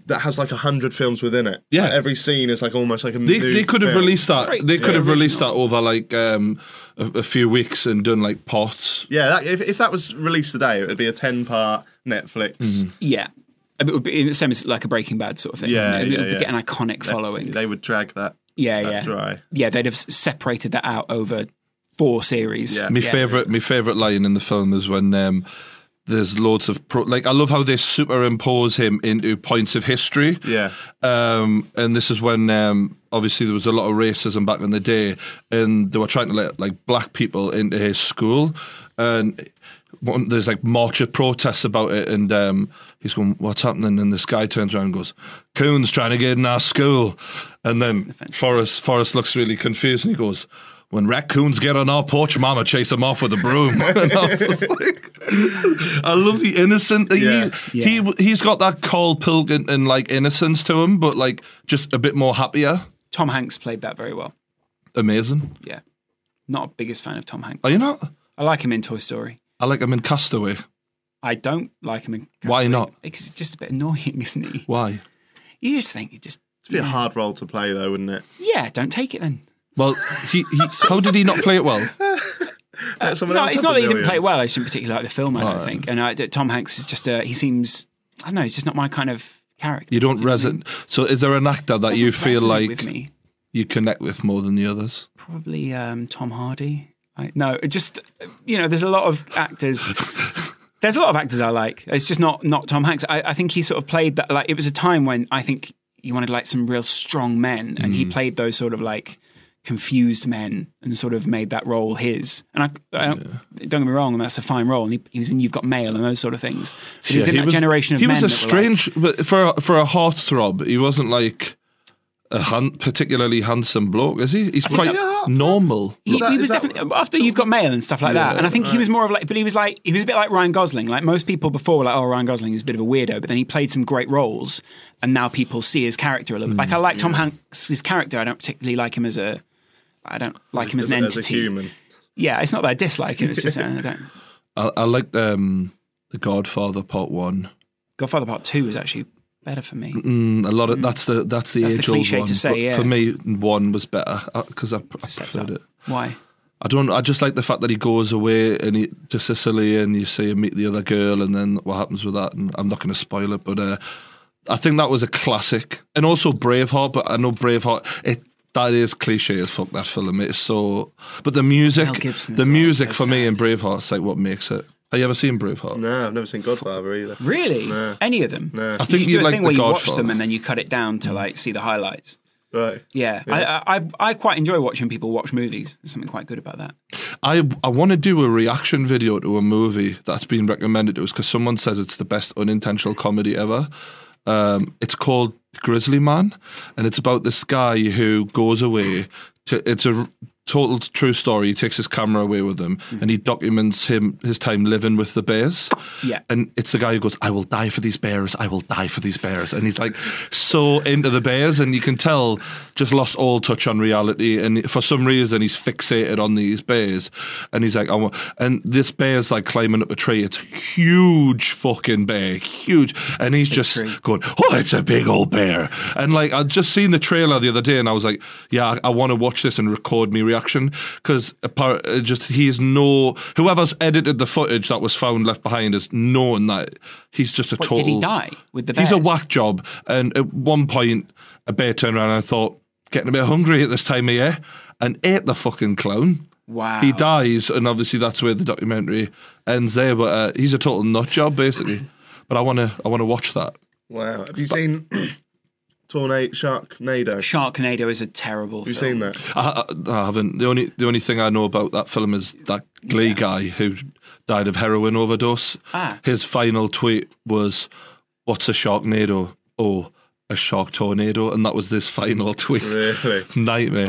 S2: that has like a hundred films within it.
S1: Yeah.
S2: Like, every scene is like almost like a.
S1: they,
S2: new
S1: they could have
S2: film.
S1: released that.
S3: great.
S1: They could
S3: Yeah.
S1: have released that
S3: Original.
S1: over like um, a, a few weeks and done like parts.
S2: Yeah, that, if, if that was released today, it would be a ten-part Netflix.
S3: yeah. It would be in the same as like a Breaking Bad sort of thing.
S2: Yeah,
S3: it would
S2: yeah, yeah.
S3: get an iconic following.
S2: They would drag that.
S3: yeah,
S2: that
S3: yeah,
S2: dry.
S3: yeah. They'd have s- separated that out over four series.
S2: Yeah.
S1: My
S3: Yeah.
S1: favorite, my favorite line in the film is when um, there's loads of pro- like. I love how they superimpose him into points of history.
S2: Yeah.
S1: um, and this is when um, obviously there was a lot of racism back in the day, and they were trying to let like black people into his school, and one, there's like march of protests about it, and um, he's going, "What's happening?" And this guy turns around and goes, "Coon's trying to get in our school," and then Forrest Forrest looks really confused, and he goes. When raccoons get on our porch, Mama chase them off with a broom. And I, was just like, I love the innocent. that
S2: Yeah.
S1: He,
S3: Yeah.
S1: he he's got that Carl Pilgrim and like innocence to him, but like just a bit more happier.
S3: Tom Hanks played that very well.
S1: Amazing.
S3: Yeah, not a biggest fan of Tom Hanks.
S1: Are you not?
S3: I like him in Toy Story.
S1: I like him in Castaway.
S3: I don't like him in.
S1: Why not?
S3: Because he's just a bit annoying, isn't he?
S1: Why?
S3: You just think it just.
S2: It'd be a hard role to play, though, wouldn't it?
S3: Yeah, don't take it then.
S1: Well, he, he how did he not play it well?
S2: Let someone
S3: Uh, No,
S2: else
S3: it's
S2: have
S3: not
S2: the
S3: that he didn't play it
S2: millions.
S3: well. I just didn't particularly like the film. I don't
S1: Right.
S3: think. And I, Tom Hanks is just a. He seems. I don't know. He's just not my kind of character.
S1: You don't
S3: know what I mean?
S1: resonate. So, is there an actor that you
S3: Doesn't
S1: feel
S3: resonate
S1: like
S3: with me?
S1: you connect with more than the others?
S3: Probably um, Tom Hardy. I, no, it just you know, there's a lot of actors. there's a lot of actors I like. It's just not not Tom Hanks. I, I think he sort of played that. Like it was a time when I think you wanted like some real strong men, and
S1: Mm.
S3: he played those sort of like confused men and sort of made that role his. And I, I don't, don't get me wrong, that's a fine role. And he, he was in You've Got Mail and those sort of things. But he's in
S1: he
S3: that
S1: was-
S3: generation of
S1: He
S3: men.
S1: was a
S3: that were like-
S1: strange, but for a, for a heartthrob, he wasn't like a han- particularly handsome bloke, is he? He's quite
S2: that-
S1: normal.
S3: He,
S2: that-
S3: he
S2: is
S3: was
S2: that-
S3: definitely after you've got mail and stuff like that, and I think he was more of like, but he was like, he was a bit like Ryan Gosling. Like most people before, were like, oh, Ryan Gosling is a bit of a weirdo, but then he played some great roles, and now people see his character a little. bit. Like I
S2: Hmm,
S3: like Tom Hanks' character. I don't particularly like him as a, I don't like him as,
S2: As a-
S3: an
S2: as a
S3: entity.
S2: human.
S3: Yeah, it's not that I dislike him. It's just uh, I don't.
S1: I, I like um, the Godfather Part One.
S3: Godfather Part Two is actually better for me.
S1: Mm, a lot of that's the that's the
S3: Hmm. That's the
S1: age old
S3: cliche
S1: one.
S3: to say,
S1: but
S3: yeah.
S1: For me, one was better because I, pr- I
S3: It sets up.
S1: preferred it.
S3: Why?
S1: I don't. I just like the fact that he goes away and he to Sicily and you see him meet the other girl and then what happens with that. And I'm not going to spoil it, but uh, I think that was a classic, and also Braveheart. But I know Braveheart. It that is cliche as fuck. That film. It's so. But the
S4: Mel
S1: music,
S4: Gibson
S1: the
S4: as well,
S1: music
S4: so
S1: for me
S4: sad.
S1: in Braveheart's like what makes it. Have you ever seen Braveheart?
S2: No, I've never seen Godfather either.
S3: Really?
S2: No.
S3: Any of them?
S2: No.
S1: I think
S3: you should
S1: you
S3: do a
S1: like
S3: thing
S1: The
S3: where you watch
S1: Godfather.
S3: them and then you cut it down to like see the highlights.
S2: Right.
S3: Yeah, I, I I quite enjoy watching people watch movies. There's something quite good about that.
S1: I I want to do a reaction video to a movie that's been recommended to us because someone says it's the best unintentional comedy ever. Um, it's called Grizzly Man, and it's about this guy who goes away. To, it's a r- total true story. He takes his camera away with him, and he documents him his time living with the bears.
S3: Yeah.
S1: and it's the guy who goes, "I will die for these bears. I will die for these bears," and he's like so into the bears, and you can tell just lost all touch on reality. And for some reason, he's fixated on these bears, and he's like, "I want." And this bear's like climbing up a tree. It's huge, fucking bear, huge, and he's just
S3: tree.
S1: going, "Oh, it's a big old bear!" And like I'd just seen the trailer the other day, and I was like, "Yeah, I, I want to watch this and record me reaction because just he's no whoever's edited the footage that was found left behind is knowing that he's just a
S3: What,
S1: total.
S3: did he die with the
S1: He's a
S3: bears?
S1: whack job, and at one point, a bear turned around and I thought, "Getting a bit hungry at this time of year," and ate the fucking clown.
S3: Wow.
S1: He dies, and obviously that's where the documentary ends there. But uh, he's a total nut job, basically. But I want to, I want to watch that.
S2: Wow. Have you seen Tornado Sharknado? Have
S3: Sharknado is a terrible.
S2: you
S3: film.
S2: seen that?
S1: I, I I haven't. The only the only thing I know about that film is that Glee guy who died of heroin overdose.
S3: Ah.
S1: His final tweet was, "What's a sharknado? Oh, a shark tornado," and that was this final tweet.
S2: Really?
S1: Nightmare.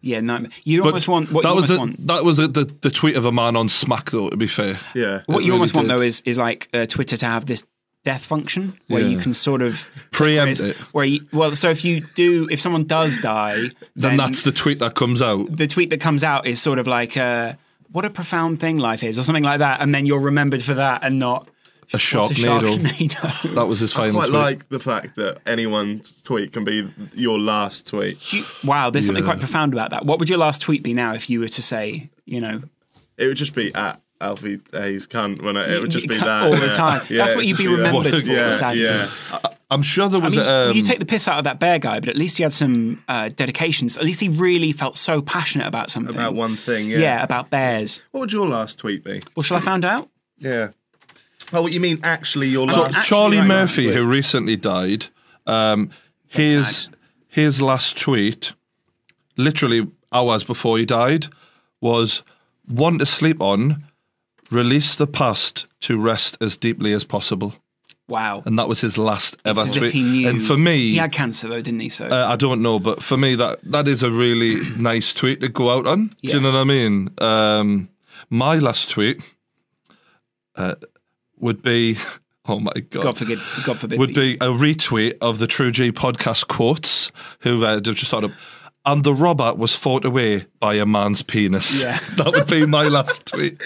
S3: Yeah, nightmare. Oh. You
S1: But
S3: almost want what
S1: that
S3: you
S1: was
S3: almost
S1: the,
S3: want.
S1: that was the, the, the tweet of a man on Smack though. To be fair,
S2: Yeah.
S3: What you
S1: really
S3: almost want
S1: did.
S3: though is is like uh, Twitter to have this death function where you
S1: Yeah.
S3: can sort of
S1: Preempt
S3: where
S1: it.
S3: it's- Where you, well, so if you do, if someone does die, then,
S1: then that's the tweet that comes out.
S3: the tweet that comes out is sort of like uh, what a profound thing life is, or something like that, and then you're remembered for that and not
S1: A
S3: what's a
S1: sharknado.
S3: Sharknado.
S1: That was his
S2: I
S1: final
S2: quite
S1: tweet.
S2: like the fact that anyone's tweet can be your last tweet.
S3: You- wow, there's something
S1: Yeah.
S3: quite profound about that. What would your last tweet be now if you were to say, you know,
S2: It would just be at Alfie Hayes cunt when it, it would just be
S3: Cunt
S2: that
S3: all the
S2: yeah.
S3: time.
S2: Yeah,
S3: That's
S2: it
S3: what
S2: would
S3: you'd
S2: just
S3: be
S2: that.
S3: remembered for,
S2: Yeah,
S3: sadly.
S2: yeah.
S1: I'm sure there was.
S3: I mean,
S1: um,
S3: you take the piss out of that bear guy, but at least he had some uh, dedications. At least he really felt so passionate about something.
S2: About one thing. Yeah.
S3: yeah. about bears.
S2: What would your last tweet be?
S3: Well, shall I find out?
S2: Yeah. Oh, what you mean actually your
S1: So
S2: last?
S3: actually
S1: Charlie
S3: right now,
S1: Murphy, who recently died, um, his
S3: sad.
S1: his last tweet, literally hours before he died, was "One to sleep on, release the past to rest as deeply as possible,"
S3: Wow.
S1: and that was his last ever
S3: It's as
S1: tweet.
S3: if he knew.
S1: And for me,
S3: he had cancer though, didn't he? So
S1: uh, I don't know, but for me, that that is a really nice tweet to go out on. Do
S3: Yeah.
S1: you know what I mean? Um, my last tweet uh, would be, oh my
S3: God forbid. God forbid.
S1: would
S3: that you-
S1: be a retweet of the True G podcast quotes, who uh, they've just started. And the robber was fought away by a man's penis.
S3: Yeah.
S1: that would be my last tweet.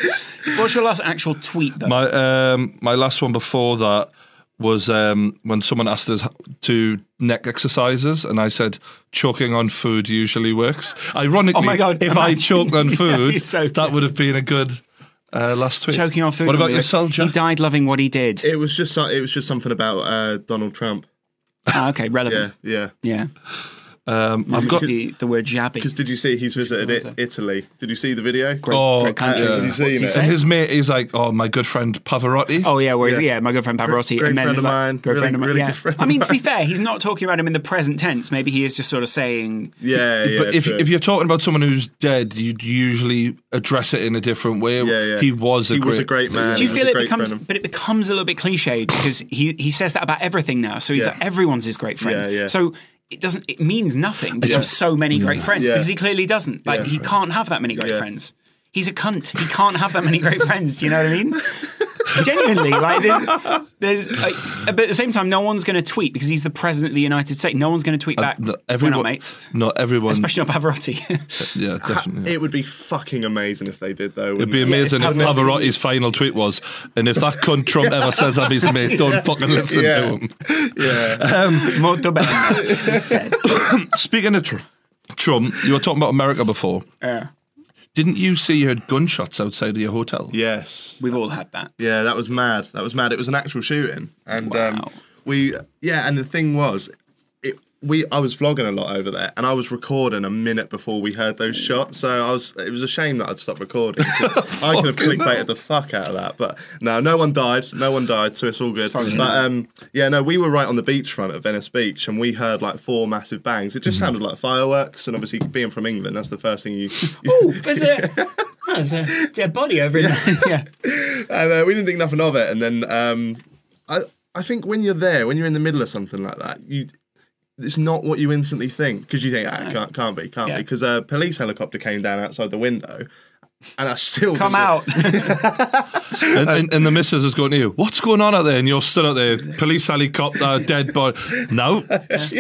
S3: What's your last actual tweet though?
S1: My um, my last one before that was um, when someone asked us to neck exercises, and I said choking on food usually works. Ironically,
S3: Oh my God,
S1: if I
S3: imagine.
S1: choked on
S3: Yeah,
S1: food,
S3: it's so
S1: that would have been a good uh, last tweet.
S3: Choking on food.
S1: What about
S3: Like,
S1: yourself,
S3: He
S1: Jack?
S3: died loving what he did.
S2: It was just so- it was just something about uh, Donald Trump.
S3: Ah, okay,
S2: Yeah,
S3: relevant.
S2: yeah.
S3: Yeah.
S1: Um, I've
S3: Could
S1: got.
S3: be the word jabby.
S2: Because did you see he's visited it, Italy? Did you see the video?
S3: Great,
S1: Oh,
S3: great country.
S1: yeah.
S2: Have you
S3: What's
S2: seen
S3: he
S2: it?
S3: say?
S1: And his mate is like, oh, my good friend Pavarotti.
S3: Oh yeah, where yeah.
S2: Yeah.
S3: yeah, my good friend Pavarotti.
S2: Great
S3: and then
S2: friend
S3: it's
S2: of
S3: like,
S2: mine.
S3: Good
S2: Really-
S3: friend of mine.
S2: really
S3: yeah.
S2: good friend
S3: I mean, to
S2: of
S3: be fair, he's not talking about him in the present tense. Maybe he is just sort of saying,
S2: Yeah, yeah.
S1: but if,
S2: true.
S1: if you're talking about someone who's dead, you'd usually address it in a different way.
S2: Yeah, yeah.
S1: He was a
S2: he
S1: great.
S2: was a great man.
S3: Do you
S2: He was
S3: feel
S2: a
S3: it
S2: great
S3: becomes,
S2: friend of-
S3: but it becomes a little bit cliched because he he says that about everything now. So he's
S2: Yeah.
S3: like everyone's his great friend.
S2: Yeah, yeah.
S3: So it doesn't. It means nothing to
S1: Yeah.
S3: have so many great friends
S2: Yeah.
S3: because he clearly doesn't. Like
S2: Yeah.
S3: he can't have that many great
S2: Yeah.
S3: friends. He's a cunt. He can't have that many great friends. Do you know what I mean? Genuinely, like there's, there's, like, but at the same time, no one's going to tweet because he's the president of the United States. No one's going to tweet back.
S1: No,
S3: We're
S1: everyone,
S3: not mates,
S1: Not everyone.
S3: especially not Pavarotti.
S1: yeah, definitely.
S2: It would be fucking amazing if they did though.
S1: It'd be amazing if
S3: Pavarotti-
S1: Pavarotti's final tweet was, and if that cunt Trump ever says I'm his mate, don't fucking listen to
S2: Yeah.
S1: him.
S2: Yeah.
S1: Um,
S3: Molto bene.
S1: Speaking of Tr- Trump, you were talking about America before.
S3: Yeah.
S1: Didn't you see you heard gunshots outside of your hotel?
S2: yes.
S3: We've all had that.
S2: Yeah, that was mad. That was mad. It was an actual shooting, and
S3: Wow.
S2: um, we yeah, and the thing was, it we I was vlogging a lot over there, and I was recording a minute before we heard those shots. So I was it was a shame that I'd stopped recording. 'cause I could have clickbaited the fuck out of that, but no, no one died, no one died, so it's all good. But um, yeah, no, we were right on the beachfront at Venice Beach, and we heard like four massive bangs. It just sounded like fireworks, and obviously being from England, that's the first thing you.
S5: Ooh, there's a,
S3: Oh,
S5: there's a dead body over in there.
S3: yeah.
S2: and uh, we didn't think nothing of it. And then um, I I think when you're there, when you're in the middle of something like that, you it's not what you instantly think because you think ah, can't can't be can't be
S3: Yeah.
S2: because a police helicopter came down outside the window, and I still
S3: Come
S2: was like,
S3: out.
S1: And,
S3: Uh,
S1: and, and the missus is going to you, what's going on out there? And you're stood out there, police helicopter, dead body. No, just-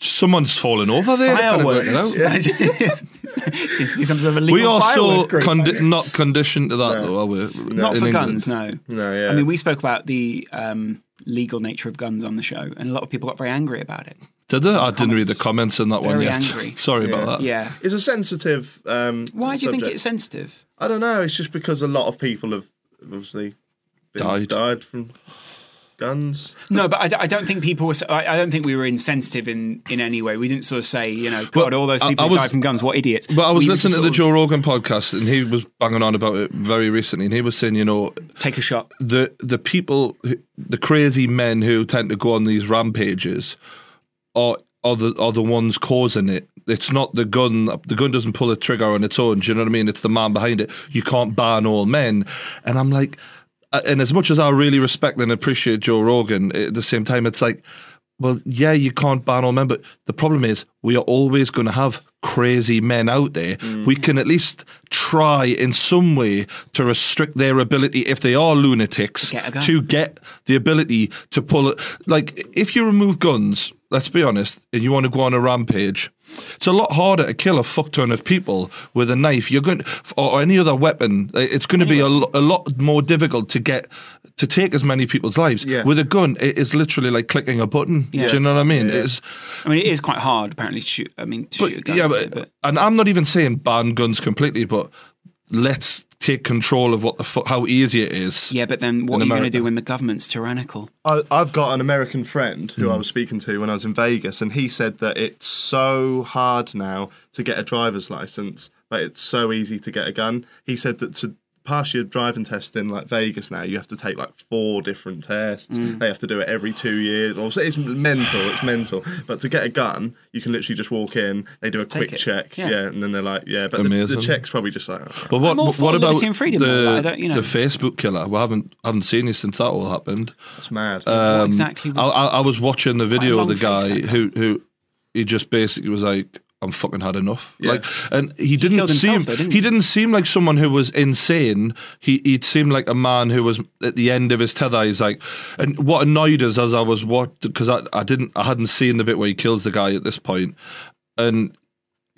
S1: someone's fallen over there. They can't work it out.
S3: Fireworks. Seems to be some sort of illegal
S1: We are so
S3: firework group.
S1: condi- not conditioned to that, though, are we?
S3: Not
S1: In
S3: for
S1: England.
S3: guns, no.
S2: No, yeah.
S3: I mean, we spoke about the um, legal nature of guns on the show, and a lot of people got very angry about it.
S1: Did they? I didn't read the comments in that one
S3: Very
S1: yet.
S3: angry.
S1: Sorry about that.
S3: Yeah.
S2: It's a sensitive. Um,
S3: Why do you think
S2: subject.
S3: it's sensitive?
S2: I don't know. It's just because a lot of people have obviously been,
S1: Died.
S2: died. from guns.
S3: No, but I, d- I don't think people were. s- I I don't think we were insensitive in, in any way. We didn't sort of say, you know, God,
S1: Well,
S3: all those
S1: I-
S3: people
S1: I
S3: who
S1: was-
S3: died from guns, what idiots.
S1: But I was
S3: We were
S1: listening to
S3: just
S1: the
S3: sort
S1: Joe Rogan podcast, and he was banging on about it very recently, and he was saying, you know,
S3: of Take a shot.
S1: the the people, who- the crazy men who tend to go on these rampages, are are the are the ones causing it. It's not the gun. The gun doesn't pull the trigger on its own. Do you know what I mean? It's the man behind it. You can't ban all men. And I'm like, uh, and as much as I really respect and appreciate Joe Rogan, at the same time, it's like. Well, yeah, you can't ban all men, but the problem is we are always going to have crazy men out there.
S3: Mm.
S1: We can at least try in some way to restrict their ability, if they are lunatics,
S3: Get a gun.
S1: to get the ability to pull it. Like, if you remove guns, let's be honest, and you want to go on a rampage, it's a lot harder to kill a fuck ton of people with a knife. You're going, or, or any other weapon. It's going to be a, lo- a lot more difficult to get to take as many people's lives
S2: Yeah.
S1: with a gun. It is literally like clicking a button.
S3: Yeah.
S1: Do you know what I mean? It's
S3: I mean, it is quite hard, apparently, to shoot. I mean, to shoot a
S1: but,
S3: gun.
S1: yeah,
S3: isn't
S1: but,
S3: it? but
S1: and I'm not even saying ban guns completely, but let's take control of what the fu- how easy it is.
S3: Yeah, but then what
S1: In
S3: are you going to
S1: America.
S3: do when the government's tyrannical?
S2: I, I've got an American friend who
S3: Hmm.
S2: I was speaking to when I was in Vegas, and he said that it's so hard now to get a driver's license, but it's so easy to get a gun. He said that to pass your driving test in like Vegas now, you have to take like four different tests.
S3: Hmm.
S2: They have to do it every two years. Or so it's mental. It's mental. But to get a gun, you can literally just walk in. They do a quick
S3: it.
S2: check,
S3: Yeah.
S2: yeah. and then they're like, yeah. But the, the
S1: Amazing.
S2: check's probably just like. "Oh,
S1: But what,
S3: I'm all
S1: what,
S3: for
S1: about
S3: liberty and freedom,
S1: the,
S3: though, but I don't- you know.
S1: the Facebook killer? We haven't haven't seen you since that all happened.
S2: That's mad.
S3: What exactly
S1: I,
S3: was.
S1: I, I was watching the video of the
S3: long face,
S1: guy
S3: that guy.
S1: who who he just basically was like, "I'm fucking had enough."
S2: Yeah.
S1: Like, and he didn't
S3: killed
S1: seem
S3: himself, though, didn't
S1: he
S3: he?
S1: didn't seem like someone who was insane. He he seemed like a man who was at the end of his tether. He's like, and what annoyed us as I was what because I, I didn't I hadn't seen the bit where he kills the guy at this point, and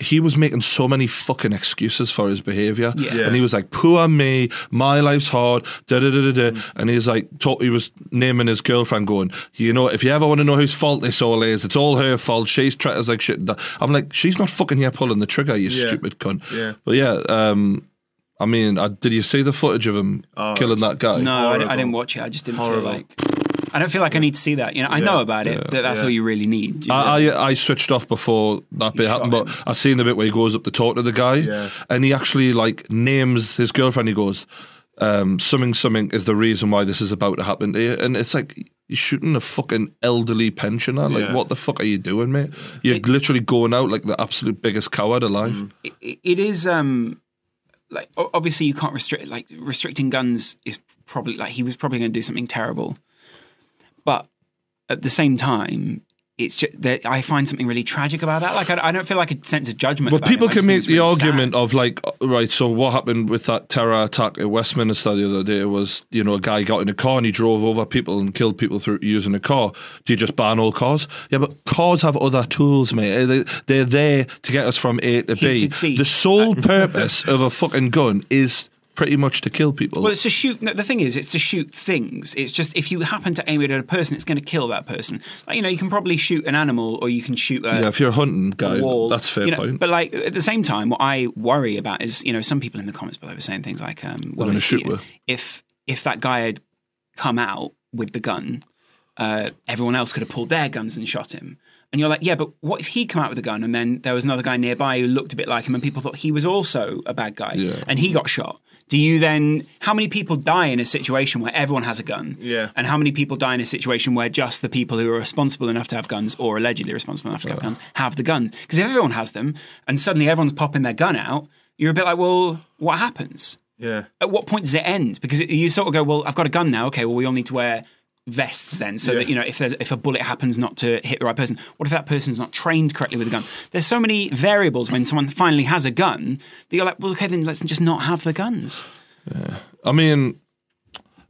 S1: he was making so many fucking excuses for his behavior.
S3: Yeah.
S1: And he was like, poor me, my life's hard, da da da da da.
S2: Mm.
S1: And he's like, talk, he was naming his girlfriend, going, you know, if you ever want to know whose fault this all is, it's all her fault. She's treated us like shit. I'm like, she's not fucking here pulling the trigger, you
S2: Yeah.
S1: stupid cunt.
S2: Yeah.
S1: But yeah, um, I mean, I, did you see the footage of him
S2: Oh,
S1: killing
S2: it's-
S1: that guy?
S3: no, I, I didn't
S2: Horrible.
S3: watch it. I just didn't
S2: Horrible.
S3: feel like. I don't feel like I need to see that. You know, I know about it. That that's
S2: Yeah.
S3: all you really need. you know?
S1: I, I I switched off before that bit happened, but I seen the bit where he goes up to talk to the guy,
S2: Yeah.
S1: and he actually like names his girlfriend. He goes, um, "Something, something is the reason why this is about to happen to you," and it's like. You're shooting a fucking elderly pensioner. Like,
S2: Yeah.
S1: what the fuck are you doing, mate? You're literally going out like the absolute biggest coward alive.
S2: Mm.
S3: it, it is um like o- obviously you can't restrict like restricting guns is probably like he was probably going to do something terrible but at the same time it's just that I find something really tragic about that like I, I don't feel like a sense of judgment
S1: But
S3: about
S1: people
S3: him. I
S1: can
S3: just think
S1: make
S3: it's
S1: the
S3: really
S1: argument
S3: sad.
S1: of like, uh, right, so what happened with that terror attack at Westminster the other day was, you know, a guy got in a car and he drove over people and killed people through using a car. Do you just ban all cars? Yeah, but cars have other tools, mate. Uh, they- They're there to get us from A to B.
S3: Heated seats. Uh,
S1: The sole purpose of a fucking gun is pretty much to kill people.
S3: well, it's to shoot. no, The thing is, it's to shoot things. It's just if you happen to aim it at a person, it's going to kill that person. Like, you know, you can probably shoot an animal, or you can shoot a,
S1: yeah, if you're a hunting
S3: a
S1: guy,
S3: wall.
S1: that's a fair
S3: you know,
S1: point.
S3: But like at the same time, what I worry about is you know some people in the comments below were saying things like, um, "Well,
S1: gonna
S3: if,
S1: shoot
S3: he-
S1: with.
S3: if if that guy had come out with the gun." uh, everyone else could have pulled their guns and shot him. And you're like, yeah, but what if he come out with a gun and then there was another guy nearby who looked a bit like him and people thought he was also a bad guy
S1: Yeah.
S3: and he got shot? Do you then, how many people die in a situation where everyone has a gun?
S2: Yeah.
S3: And how many people die in a situation where just the people who are responsible enough to have guns or allegedly responsible enough to have guns have the guns? Because if everyone has them and suddenly everyone's popping their gun out, you're a bit like, well, what happens?
S2: Yeah.
S3: at what point does it end? Because it, you sort of go, well, I've got a gun now. Okay, well, we all need to wear vests then, so that you know if there's if a bullet happens not to hit the right person, what if that person's not trained correctly with a gun? There's so many variables when someone finally has a gun that you're like, well, okay, then let's just not have the guns.
S1: I mean,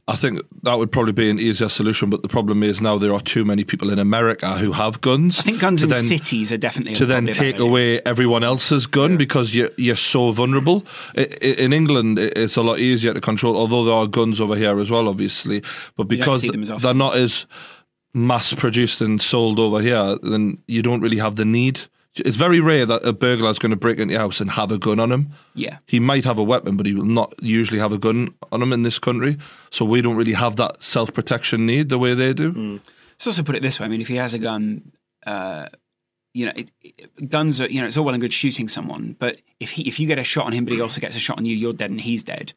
S1: I think that would probably be an easier solution, but the problem is now there are too many people in America who have guns.
S3: I think guns
S1: to
S3: in
S1: then-
S3: cities are definitely
S1: to then
S3: probably a bad
S1: take
S3: idea.
S1: away everyone else's gun because you're, you're so vulnerable. I, I- in England, i- it's a lot easier to control, although there are guns over here as well, obviously. But because
S3: see them as often.
S1: they're not as mass produced and sold over here, then you don't really have the need. It's very rare that a burglar's going to break into your house and have a gun on him.
S3: Yeah.
S1: He might have a weapon, but he will not usually have a gun on him in this country. So we don't really have that self protection need the way they do.
S3: Hmm. Let's also put it this way. I mean, if he has a gun, uh, you know, it, it- guns are, you know, it's all well and good shooting someone, but if he, if you get a shot on him, but he also gets a shot on you, you're dead and he's dead.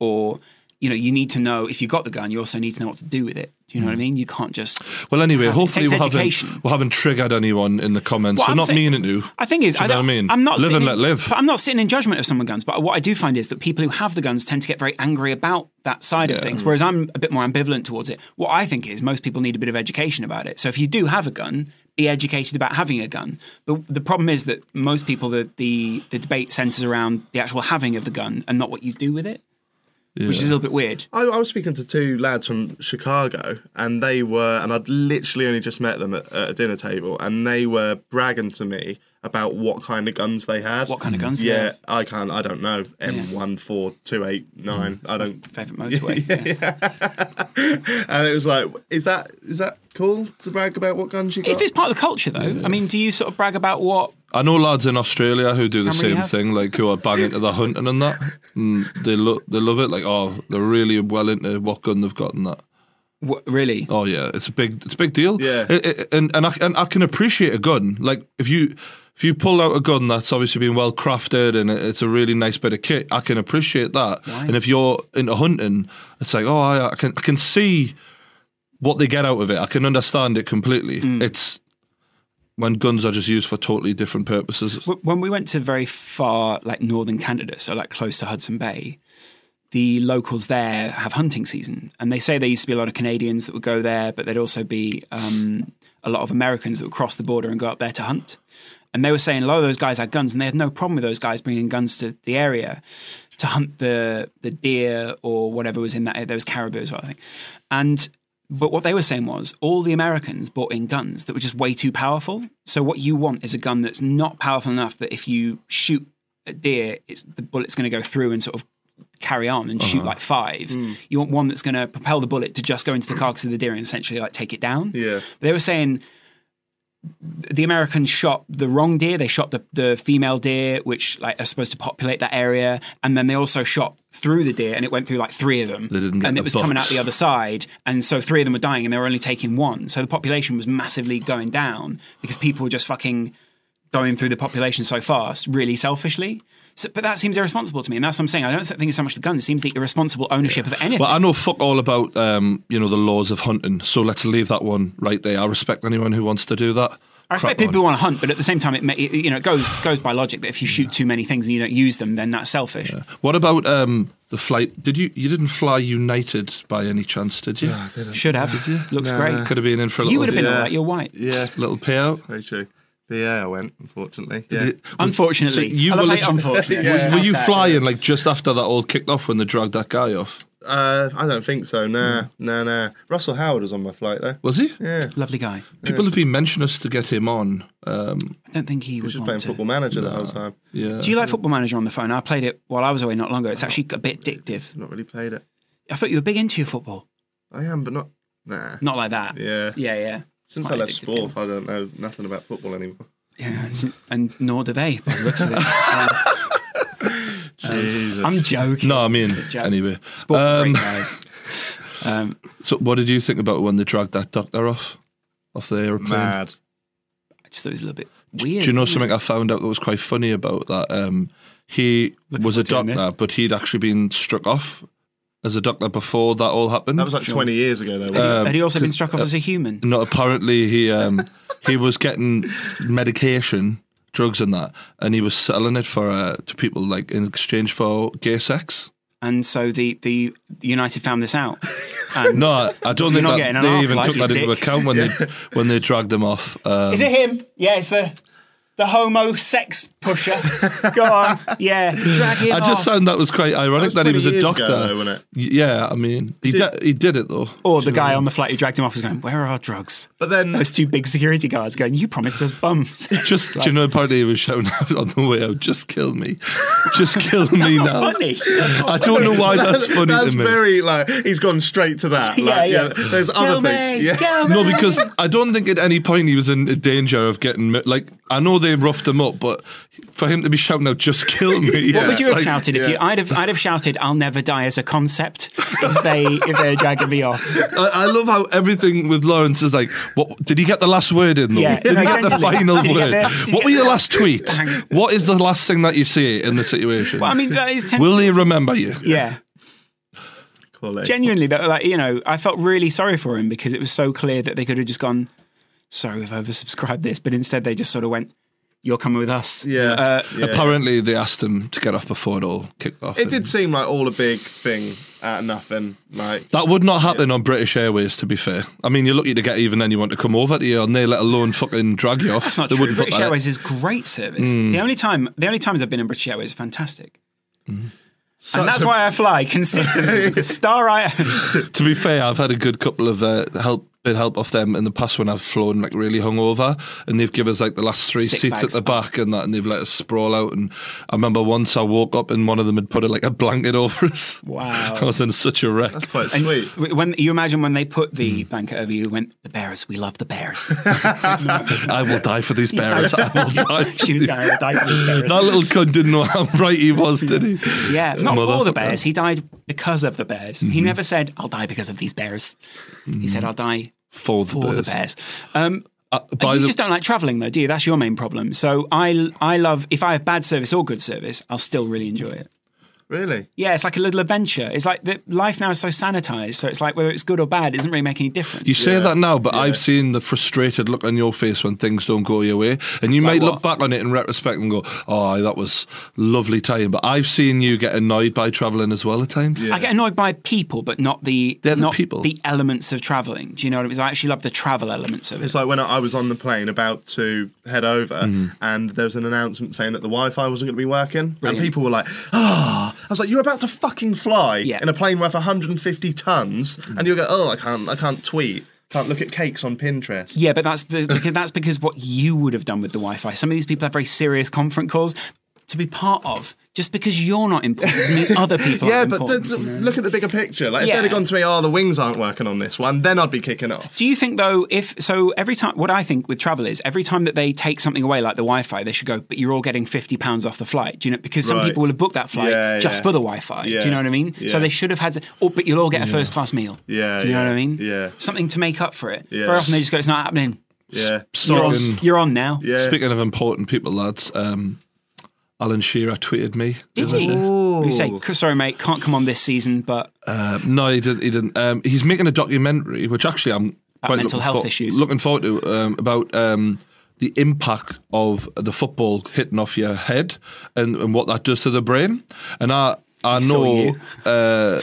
S3: Or, you know, you need to know if you got the gun, you also need to know what to do with it. Do you
S1: Hmm.
S3: know what I mean? You can't just.
S1: Well, anyway,
S3: It
S1: hopefully
S3: takes
S1: we
S3: education.
S1: haven't, we haven't triggered anyone in the comments.
S3: Well,
S1: We're
S3: I'm
S1: not
S3: saying-
S1: meaning to.
S3: I think is
S1: Do you know what I mean?
S3: I'm not
S1: Live
S3: sitting
S1: and
S3: in-
S1: let live.
S3: But I'm not sitting in judgment of someone's guns. But what I do find is that people who have the guns tend to get very angry about that side of things, whereas I'm a bit more ambivalent towards it. What I think is most people need a bit of education about it. So if you do have a gun, be educated about having a gun. But the problem is that most people the the, the debate centers around the actual having of the gun and not what you do with it, which is a little bit weird.
S2: I, I was speaking to two lads from Chicago, and they were, and I'd literally only just met them at, at a dinner table, and they were bragging to me about what kind of guns they had.
S3: What kind of guns?
S2: Yeah, I can't. I don't know. M one four two eight nine. I don't.
S3: Mm. favorite motorway. yeah.
S2: And it was like, is that is that cool to brag about what guns you got?
S3: If it's part of the culture, though, I mean, do you sort of brag about what
S1: I know lads in Australia who do the
S3: How many you
S1: same
S3: have?
S1: thing, like who are bang into the hunting and that. And they look, they love it. Like, oh, they're really well into what gun they've got and that.
S3: what really?
S1: Oh yeah, it's a big, it's a big deal.
S2: Yeah.
S1: I- I- and and I, and I can appreciate a gun. Like if you if you pull out a gun that's obviously been well crafted and it- it's a really nice bit of kit, I can appreciate that. And if you're into hunting, it's like oh, I, I can I can see what they get out of it. I can understand it completely.
S3: Mm.
S1: It's when guns are just used for totally different purposes.
S3: W- when we went to very far, like northern Canada, so like close to Hudson Bay, the locals there have hunting season, and they say there used to be a lot of Canadians that would go there, but there'd also be um, a lot of Americans that would cross the border and go up there to hunt. And they were saying a lot of those guys had guns, and they had no problem with those guys bringing guns to the area to hunt the the deer or whatever was in that. area. There was caribou as well, I think. And but what they were saying was all the Americans bought in guns that were just way too powerful. So what you want is a gun that's not powerful enough that if you shoot a deer, it's the bullet's going to go through and sort of carry on and
S1: Uh-huh.
S3: shoot like five.
S1: Hmm.
S3: You want one that's going to propel the bullet to just go into the carcass of the deer and essentially like take it down.
S2: Yeah.
S3: They were saying the Americans shot the wrong deer. They shot the, the female deer, which like are supposed to populate that area, and then they also shot through the deer, and it went through like three of them.
S1: They didn't get
S3: and
S1: the
S3: it was coming out
S1: bucks.
S3: the other side, and so three of them were dying, and they were only taking one. So the population was massively going down because people were just fucking going through the population so fast, really selfishly. So, but that seems irresponsible to me, and that's what I'm saying. I don't think it's so much the gun; it seems the irresponsible ownership of anything.
S1: Well, I know fuck all about um, you know the laws of hunting, so let's leave that one right there. I respect anyone who wants to do that.
S3: I
S1: Crack
S3: respect people who
S1: on.
S3: want to hunt, but at the same time, it, may, it you know it goes goes by logic that if you shoot too many things and you don't use them, then that's selfish.
S1: What about um, the flight? Did you you didn't fly United by any chance? Did you?
S3: Should have. Looks great.
S1: Could have been in for a little,
S3: You would have been all
S2: Yeah.
S3: right. You're white.
S2: yeah,
S1: little payout.
S2: very true. But yeah, I went unfortunately. Yeah.
S1: Did-
S3: Unfortunately,
S1: So you
S3: I love
S1: were
S3: how you-
S1: literally-
S3: unfortunately.
S1: Were you flying like just after that all kicked off when they dragged that guy off?
S2: Uh, I don't think so.
S3: Hmm.
S2: Nah, nah, nah. Russell Howard was on my flight though.
S1: Was he?
S2: Yeah,
S3: Lovely guy.
S1: People have been mentioning us to get him on. Um,
S3: I don't think he was
S2: just playing football manager the whole time.
S1: yeah.
S3: Do you like Football Manager on the phone? I played it while I was away not long ago. It's actually a bit addictive.
S2: Not really played it.
S3: I thought you were big into your football.
S2: I am, but not. Nah.
S3: Not like that.
S2: Yeah.
S3: Yeah, yeah. It's
S2: Since I
S3: quite
S2: left
S3: addictive,
S2: sport, I don't know nothing about football anymore.
S3: Yeah, Yeah, and, s- and nor do they. By the looks of it. Um,
S2: Jesus.
S3: I'm joking.
S1: no, I mean
S3: joke.
S1: anyway.
S3: Sport for
S1: Um,
S3: great guys. Um,
S1: So, what did you think about when they dragged that doctor off off the airplane?
S2: Mad.
S3: I just thought it was a little bit weird.
S1: Do you know something I found out that was quite funny about that? Um, he was a
S3: forward to doing
S1: doctor, but he'd actually been struck off as a doctor before that all happened.
S2: That was like 20 years ago, though. wasn't it?
S1: Um,
S3: Had he also been struck off as a human?
S1: No, apparently he um, he was getting medication, drugs, and that, and he was selling it for uh, to people like in exchange for gay sex.
S3: And so the, the United found this out. And
S1: No, I, I don't
S3: You're
S1: think
S3: not
S1: that
S3: getting an
S1: they
S3: off,
S1: even
S3: like,
S1: took
S3: you
S1: that into
S3: dick.
S1: account when they when they dragged him off. Um,
S5: Is it him? Yeah, it's the the homo sex pusher. Go on.
S3: yeah, drag him
S1: I just
S3: off.
S1: found that was quite ironic
S2: was
S1: that, he
S2: 20
S1: was a
S2: years ago,
S1: doctor.
S2: though, wasn't it?
S1: Y- Yeah, I mean, he did, he did it though.
S3: Or the guy on the flight who dragged him off was going, Where are our drugs?
S2: But then
S3: Those two big security guards going, You promised us bums.
S1: Just do you know, apparently he was shouting out on the way out, "Just kill me, just kill me
S3: It's
S1: now."
S3: not funny.
S1: I don't know why that's funny
S2: That's
S1: to me.
S2: very like he's gone straight to that.
S5: Yeah,
S2: Like,
S5: yeah.
S2: There's other things. Yeah.
S1: No, because I don't think at any point he was in danger of getting like. I know they roughed him up, but for him to be shouting out, "Just kill me!"
S3: What would you have
S1: it's like-
S3: shouted if you? I'd have, I'd have shouted, "I'll never die" as a concept if they if they're dragging me off.
S1: I, I love how everything with Lawrence is like. What did he get the last word in? Though?
S3: Yeah,
S1: did he get the
S3: exactly.
S1: final
S3: Did he get
S1: word?
S3: the-
S1: what
S3: did he
S1: were
S3: get
S1: your
S3: the-
S1: last tweet? what is the last thing that you say in the situation?
S3: Well, I mean, that is
S1: Will
S3: tempting.
S1: he remember you?
S3: Yeah,
S2: Cool, eh?
S3: genuinely, that like you know, I felt really sorry for him because it was so clear that they could have just gone. Sorry, we've oversubscribed this, but instead they just sort of went, "You're coming with us."
S2: Yeah.
S3: Uh,
S2: yeah.
S1: Apparently, they asked him to get off before it all kicked off.
S2: It
S1: and-
S2: did seem like all a big thing out of nothing. Like
S1: That would not happen on British Airways, to be fair. I mean, you're lucky to get even anyone to come over to you on there, let alone fucking drag you off.
S3: That's not
S1: they
S3: true.
S1: wouldn't put
S3: British
S1: that- Hmm.
S3: Airways is great service. The only time the only times I've been in British Airways are fantastic,
S2: such
S3: and that's
S2: a-
S3: why I fly consistently. with the star I
S1: To be fair, I've had a good couple of uh, help bit help off them in the past when I've flown like really hungover, and they've given us like the last three
S3: Sick
S1: seats
S3: bag
S1: at the back and that, and they've let us sprawl out. And I remember once I woke up and one of them had put a, like a blanket over us.
S3: Wow.
S1: I was in such a wreck.
S2: That's quite sweet.
S3: when you imagine when they put
S1: Mm.
S3: the blanket over you, went the bears. We love the bears.
S1: I will die for these bears. I will die. for
S3: she was
S1: these-
S3: going to die for these bears.
S1: That little cunt didn't know how right he was, did he?
S3: Yeah, not for the
S1: Motherfucker.
S3: bears. He died because of the bears. He
S1: Mm-hmm.
S3: never said, "I'll die because of these bears." He said, "I'll die
S1: For the
S3: for
S1: Mm-hmm. bears.
S3: the bears." Um,
S1: Uh, by
S3: you
S1: the
S3: just don't like traveling, though, do you? That's your main problem. So I, I love if I have bad service or good service, I'll still really enjoy it.
S2: Really?
S3: Yeah, it's like a little adventure. It's like the, life now is so sanitized, so it's like whether it's good or bad, it doesn't really make any difference.
S1: You say that now, but I've seen the frustrated look on your face when things don't go your way, and you might look back on it in retrospect and go, "Oh, that was lovely time." But I've seen you get annoyed by traveling as well at times.
S3: I get annoyed by people, but not the
S1: They're the
S3: not
S1: people.
S3: the elements of traveling. Do you know what I mean? I actually love the travel elements of it.
S2: It's like when I I was on the plane about to head over, and there was an announcement saying that the Wi-Fi wasn't going to be working, and people were like, "Ah!" I was like, "You're about to fucking fly
S3: Yeah.
S2: in a plane worth 150 tons, and you go, oh, I can't, I can't tweet, can't look at cakes on Pinterest."
S3: Yeah, but that's the, because that's because what you would have done with the Wi-Fi. Some of these people have very serious conference calls to be part of. Just because you're not important doesn't mean other people.
S2: Yeah,
S3: aren't
S2: but
S3: important,
S2: th- th-
S3: you know?
S2: look at the bigger picture. Like, if
S3: Yeah.
S2: they'd have gone to me, oh, the wings aren't working on this one, then I'd be kicking off.
S3: Do you think though, if so, every time what I think with travel is every time that they take something away, like the Wi-Fi, they should go. But you're all getting fifty pounds off the flight, do you know? Because some
S2: Right.
S3: people will have booked that flight
S2: Yeah,
S3: just
S2: yeah.
S3: for the Wi-Fi. Do
S2: Yeah.
S3: you know what I mean?
S2: Yeah.
S3: So they should have had. to- oh, but you'll all get a first class meal.
S2: Yeah,
S3: Do you know
S2: yeah,
S3: what I mean?
S2: yeah.
S3: Something to make up for it.
S2: Yeah.
S3: Very often they just go, "It's not happening.
S2: Yeah,
S1: Sorry.
S2: Ross.
S1: Mm.
S3: You're on now."
S2: Yeah.
S1: Speaking of important people, lads, um, Alan Shearer tweeted me.
S3: Did
S1: the other
S3: he?
S1: day.
S3: You say, "Sorry, mate, can't come on this season," but
S1: Uh, no, he didn't. He didn't. Um, he's making a documentary, which actually I'm quite
S3: mental
S1: looking
S3: health
S1: for-
S3: issues.
S1: Looking forward to um, about um, the impact of the football hitting off your head and, and what that does to the brain. And I I
S3: saw
S1: know.
S3: you.
S1: Uh,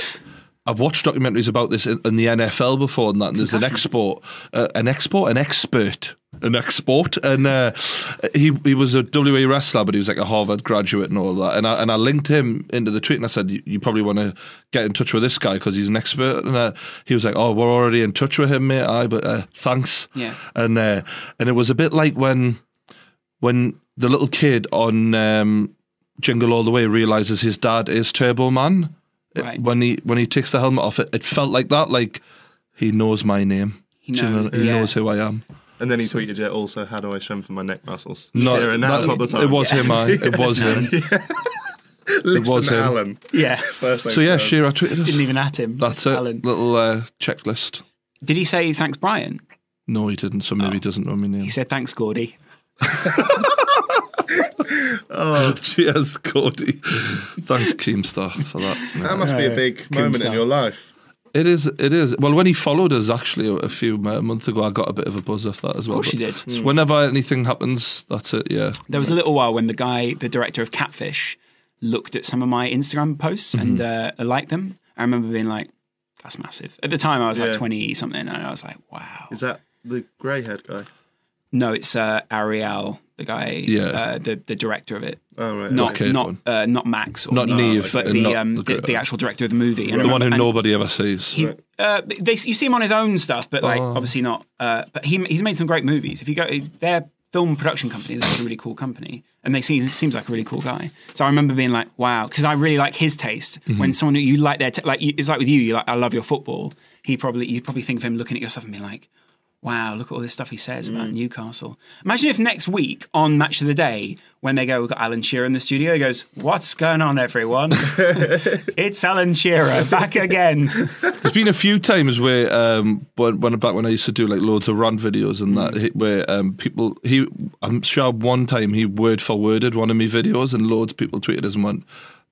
S1: I've watched documentaries about this in, in the NFL before, and that and there's an export, uh, an export, an expert, an export, and uh, he he was a WA wrestler, but he was like a Harvard graduate and all that. And I and I linked him into the tweet, and I said, "You, you probably want to get in touch with this guy because he's an expert." And uh, he was like, "Oh, we're already in touch with him, mate. I but uh, thanks."
S3: Yeah.
S1: And uh, and it was a bit like when when the little kid on um, Jingle All the Way realizes his dad is Turbo Man. it-
S3: Right.
S1: when he when he takes the helmet off, it, it felt like that. Like he knows my name. He,
S3: knows-
S1: he
S3: yeah.
S1: knows who I am.
S2: And then he tweeted it also, how do I strengthen my neck muscles?
S1: No,
S2: Here and now's
S1: that-
S2: not the time.
S1: It was him. I. It was him. It was
S2: Listen,
S1: him.
S2: Alan.
S3: Yeah.
S2: First name
S1: So yeah,
S2: first.
S1: Shearer tweeted us.
S3: Didn't even at him.
S1: That's it.
S3: Alan.
S1: Little uh, checklist.
S3: Did he say thanks, Brian?
S1: No, he didn't. So
S3: Oh.
S1: maybe he doesn't know my name.
S3: He said thanks, Gordy.
S2: Oh,
S1: Cheers, Cody. Thanks, Keemstar, for that.
S2: That must be a big moment in
S3: Kimstar.
S2: your life.
S1: It is. It is. Well, when he followed us actually a- a few m- months ago, I got a bit of a buzz off that as well.
S3: Of course
S1: But
S3: you did. Hmm.
S1: it's Whenever anything happens, that's it. Yeah.
S3: There was a little while when the guy, the director of Catfish, looked at some of my Instagram posts and uh,
S1: Mm-hmm.
S3: liked them. I remember being like, that's massive. At the time, I was like
S2: Yeah.
S3: 20 something, and I was like, wow.
S2: Is that the grey haired guy?
S3: no, it's uh, Ariel, the guy,
S1: Yeah.
S3: uh, the, the director of it.
S2: Oh, right.
S3: Not
S1: okay,
S3: not
S1: one.
S3: uh, not Max or
S1: Not Neve
S3: but
S1: and
S3: the,
S1: not
S3: um,
S1: the
S3: the,
S1: gr-
S3: the actual director of the movie. And I
S1: The one who
S3: remember- and-
S1: nobody ever sees.
S3: he uh, they, you see him on his own stuff, but
S1: Oh.
S3: like obviously not. Uh, but he he's made some great movies. If you go, their film production company is like a really cool company, and they seem seems like a really cool guy. So I remember being like, wow, because I really like his taste. When someone who you like their t- like you, it's like with you, you are like I love your football. He probably you probably think of him looking at yourself and being like. Wow, look at all this stuff he says
S2: Mm.
S3: about Newcastle. Imagine if next week on Match of the Day, when they go, we've got Alan Shearer in the studio, he goes, What's going on, everyone? it's Alan Shearer back again.
S1: There's been a few times where, um, when, when back when I used to do like loads of rant videos and that, he- where um, people, he, I'm sure one time he word for worded one of my videos, and loads of people tweeted us and went,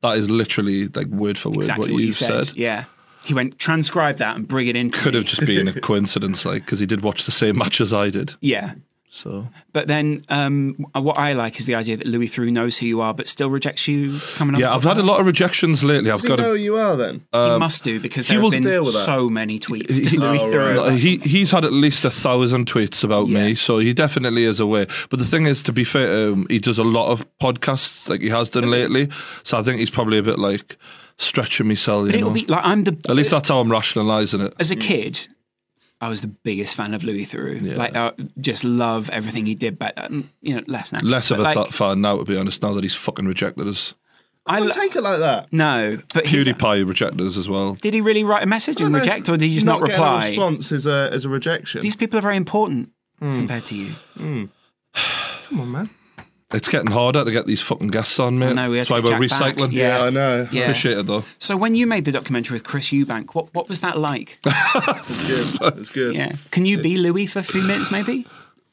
S1: "That is literally like word for word
S3: exactly
S1: what, you said."
S3: Yeah. He went, transcribe that and bring it into.
S1: Could
S3: me."
S1: have just been a coincidence, like because he did watch the same match as I did.
S3: Yeah.
S1: So
S3: But then um, what I like is the idea that Louis Through knows who you are, but still rejects you coming on.
S1: yeah,
S3: the
S1: I've had a
S3: podcast.
S1: lot of rejections lately. I've
S2: Does he
S1: got
S2: know
S1: a, Uh,
S2: who you are then?
S3: he must do because
S1: he
S3: there
S1: will
S3: have been
S2: deal with that.
S3: so many tweets to Louis
S2: Oh,
S3: Theroux.
S1: Like, he he's had at least a thousand tweets about
S3: Yeah.
S1: me, so he definitely is aware. But the thing is, to be fair, um, he does a lot of podcasts, like he has done lately. So I think he's probably a bit like stretching myself. You
S3: It'll
S1: know?
S3: be like I'm the
S1: at least that's how I'm rationalising it.
S3: as a kid. I was the biggest fan of Louis Theroux. Like, I just love everything he did. But you know, less now.
S1: Less of
S3: But,
S1: a
S3: like,
S1: thought fan now, to be honest. Now that he's fucking rejected us,
S3: I
S2: Don't
S3: lo-
S2: take it like that.
S3: no, but he's,
S1: PewDiePie rejected us as well.
S3: did he really write a message and reject, or did he just not,
S2: getting
S3: reply?
S2: A response Hmm. is a is a rejection.
S3: These people are very important compared to you.
S2: Come on, man.
S1: It's getting harder to get these fucking guests on, mate.
S3: know, we had
S1: that's why
S3: to
S1: we're
S3: get Jack back.
S1: Uh, recycling.
S3: Yeah.
S2: I know.
S3: Yeah.
S1: Appreciate it though.
S3: So when you made the documentary with Chris Eubank, what, what was that like?
S2: It's good. It's good.
S3: Yeah. Can you be Louis for a few minutes maybe?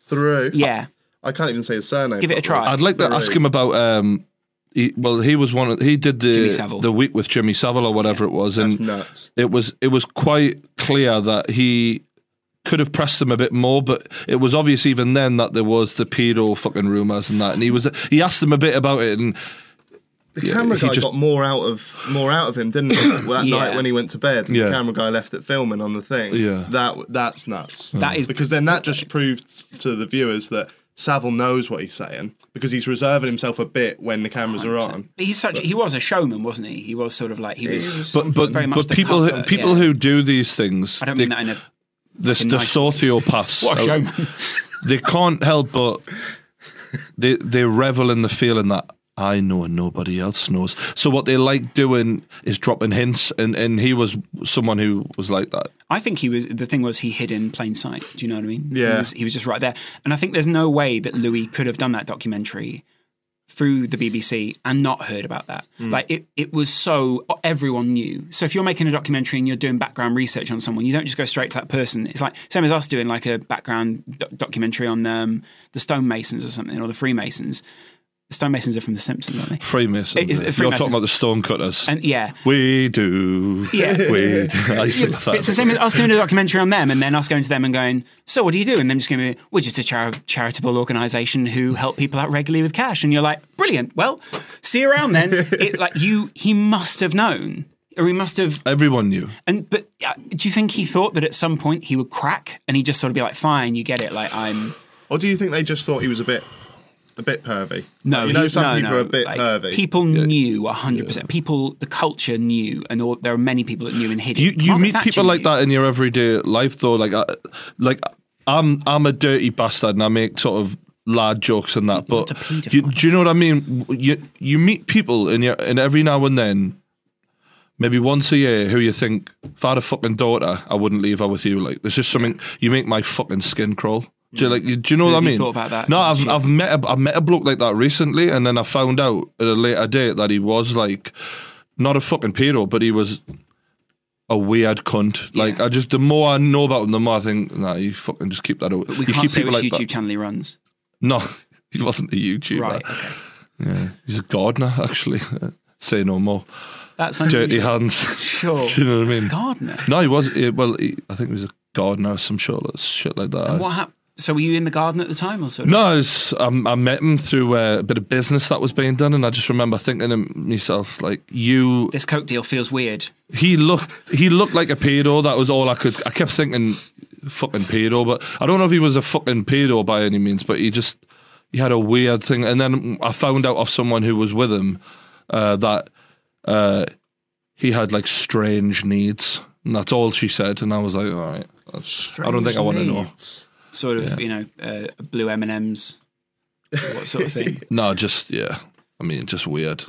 S2: Through.
S3: Yeah.
S2: I can't even say his surname.
S3: Give it a
S2: properly.
S3: try.
S1: I'd like to
S2: Three.
S1: ask him about. Um, he, well, he was one. Of, he did
S3: Jimmy
S1: the
S3: Savile.
S1: the week with Jimmy Savile or whatever it was, and
S2: That's nuts.
S1: it was it was quite clear that he could have pressed them a bit more, but it was obvious even then that there was the pedo fucking rumors and that, and he was he asked them a bit about it, and
S2: The
S1: Yeah,
S2: camera
S1: he
S2: guy
S1: just-
S2: got more out of more out of him, didn't he? That
S3: Yeah.
S2: night when he went to bed,
S1: Yeah.
S2: the camera guy left it filming on the thing.
S1: Yeah. Mm.
S2: that that's nuts.
S3: That is-
S2: because then that just proved to the viewers that Savile knows what he's saying because he's reserving himself a bit when the cameras are on.
S3: But he's such he was a showman, wasn't he? He was sort of like he was
S1: but but,
S3: very much
S1: but
S3: the
S1: people who
S3: comfort,
S1: people
S3: yeah.
S1: who do these things,
S3: I don't
S1: they,
S3: mean that in a
S1: this
S3: in
S1: the
S3: nice
S1: sociopaths,
S3: What a
S1: are-
S3: showman.
S1: they can't help but they they revel in the feeling that I know and nobody else knows. So what they like doing is dropping hints, and and he was someone who was like that.
S3: I think he was the thing was he hid in plain sight. Do you know what I mean? He
S2: Yeah.
S3: was, he was just right there. And I think there's no way that Louis could have done that documentary through the BBC and not heard about that. Like it it was so everyone knew. So if you're making a documentary and you're doing background research on someone, you don't just go straight to that person. It's like same as us doing like a background doc- documentary on um, the stonemasons or something or the freemasons. The stonemasons are from the Simpsons, aren't they?
S1: Freemasons.
S3: It is- uh,
S1: You're
S3: Freemasons.
S1: talking about the stonecutters.
S3: And yeah.
S1: we do.
S3: Yeah.
S1: We do. I used to love
S3: But
S1: that.
S3: it's the same as us doing a documentary on them and then us going to them and going, So what do you do? And them just going to be, We're just a chari- charitable organisation who help people out regularly with cash. And you're like, Brilliant. Well, see you around then. it, like you, he must have known. Or he must have,
S1: Everyone knew.
S3: and but uh, do you think he thought that at some point he would crack and he'd just sort of be like, "Fine, you get it." Like I'm
S2: Or do you think they just thought he was a bit a bit pervy?
S3: no,
S2: you know
S3: he-
S2: some
S3: no,
S2: people
S3: no,
S2: are a bit
S3: like,
S2: pervy.
S3: People knew hundred percent. People, the culture knew, and all, there are many people that knew and hid. it.
S1: You you
S3: Margaret
S1: meet
S3: Thatcher
S1: people like
S3: knew.
S1: that in your everyday life though. Like I, like I'm I'm a dirty bastard and I make sort of lad jokes and that. But
S3: pedophile.
S1: you, do you know what I mean? You you meet people in your and every now and then, maybe once a year, who you think if I had a fucking daughter, I wouldn't leave her with you. Like there's just something you make my fucking skin crawl. Do you like? you- Do you know what I
S3: Have you
S1: mean?
S3: thought about that?
S1: No, I've I've met a, I met a bloke like that recently, and then I found out at a later date that he was like not a fucking pedo, but he was a weird cunt. Like I just the more I know about him, the more I think nah, you fucking just keep that out.
S3: We
S1: you
S3: can't
S1: keep
S3: say
S1: people
S3: which
S1: like
S3: YouTube
S1: that.
S3: channel he runs.
S1: No, he wasn't a YouTuber.
S3: Right. Okay.
S1: Yeah, he's a gardener actually. Say no more.
S3: That's
S1: Dirty
S3: unusual.
S1: hands.
S3: Sure.
S1: Do you know what I mean?
S3: Gardener.
S1: No, he was. He, well, he, I think he was a gardener or some shit like, shit like that.
S3: What happened? So were you in the garden at the time, or so?
S1: No, I, was, um, I met him through uh, a bit of business that was being done, and I just remember thinking to myself, like, you.
S3: This coke deal feels weird.
S1: He looked. He looked like a pedo. That was all I could. I kept thinking, fucking pedo. But I don't know if he was a fucking pedo by any means. But he just. He had a weird thing, and then I found out of someone who was with him uh, that uh, he had like strange needs, and that's all she said. And I was like, all right, that's, I don't think I want to know.
S3: Sort of, you know, uh, blue M and M's, what sort of thing.
S1: No, just yeah. I mean, just weird.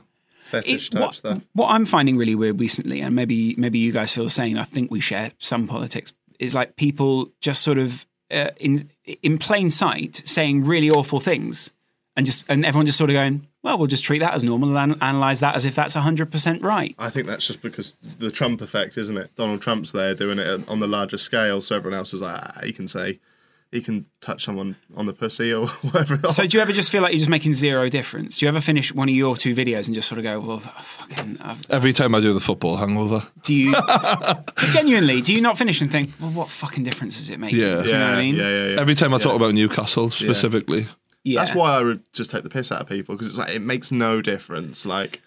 S2: Fetish
S3: It-
S2: type
S3: what,
S2: stuff.
S3: what I'm finding really weird recently, and maybe maybe you guys feel the same. I think we share some politics. Is like people just sort of uh, in in plain sight saying really awful things, and just and everyone just sort of going, well, we'll just treat that as normal and an- analyze that as if that's hundred percent right.
S2: I think that's just because the Trump effect, isn't it? Donald Trump's there doing it on the larger scale, so everyone else is like, ah, he can say, he can touch someone on the pussy or whatever.
S3: So do you ever just feel like you're just making zero difference? Do you ever finish one of your two videos and just sort of go, well, fucking, I've,
S1: Every time I do the football hangover,
S3: do you genuinely do you not finish and think, well, what fucking difference does it make?
S1: Yeah.
S3: do
S2: yeah,
S3: you know what I mean?
S2: yeah, yeah, yeah.
S1: every time I talk about Newcastle specifically,
S3: Yeah.
S2: That's why I would just take the piss out of people because it's like it makes no difference. Like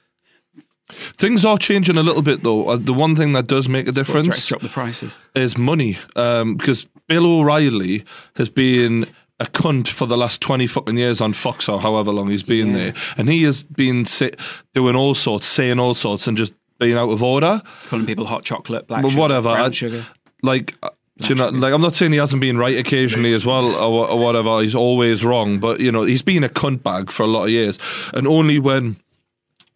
S1: things are changing a little bit though. Uh, The one thing that does make a
S3: Sports directs
S1: difference
S3: drop the prices.
S1: is money, um, because Bill O'Reilly has been a cunt for the last twenty fucking years on Fox or however long he's been there, and he has been si- doing all sorts, saying all sorts, and just being out of order.
S3: calling people hot chocolate, black
S1: But
S3: sugar,
S1: whatever. I-
S3: brown sugar.
S1: Like, uh, do you know, like I'm not saying he hasn't been right occasionally as well or, wha- or whatever. He's always wrong, but you know he's been a cunt bag for a lot of years, and only when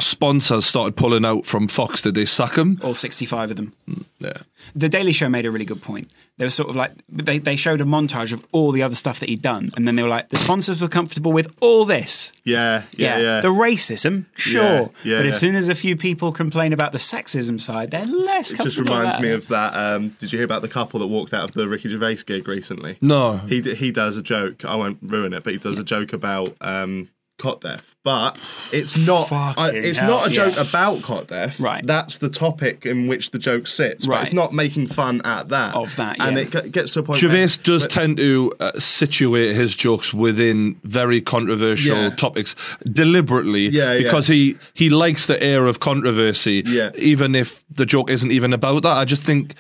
S1: sponsors started pulling out from Fox did they sack him.
S3: All 65 of them.
S2: Mm,
S1: Yeah.
S3: The Daily Show made a really good point. They were sort of like, they, they showed a montage of all the other stuff that he'd done. And then they were like, the sponsors were comfortable with all this.
S2: yeah, yeah, yeah.
S3: The racism, sure.
S2: yeah,
S3: but as
S2: yeah.
S3: soon as a few people complain about the sexism side, they're less
S2: it just
S3: comfortable
S2: reminds
S3: about
S2: me
S3: it.
S2: of that. Um, did you hear about the couple that walked out of the Ricky Gervais gig recently?
S1: No,
S2: He d- he does a joke. I won't ruin it, but he does a joke about um, cot death. But it's not I, it's
S3: hell,
S2: not a
S3: yeah.
S2: joke about cot death.
S3: Right.
S2: That's the topic in which the joke sits. But
S3: Right.
S2: it's not making fun at that.
S3: Of that,
S2: and
S3: yeah.
S2: it g- gets to a point. where-
S1: Gervais does tend to uh, situate his jokes within very controversial
S2: Yeah.
S1: topics deliberately
S2: Yeah, yeah.
S1: because he he likes the air of controversy
S2: Yeah.
S1: even if the joke isn't even about that I just think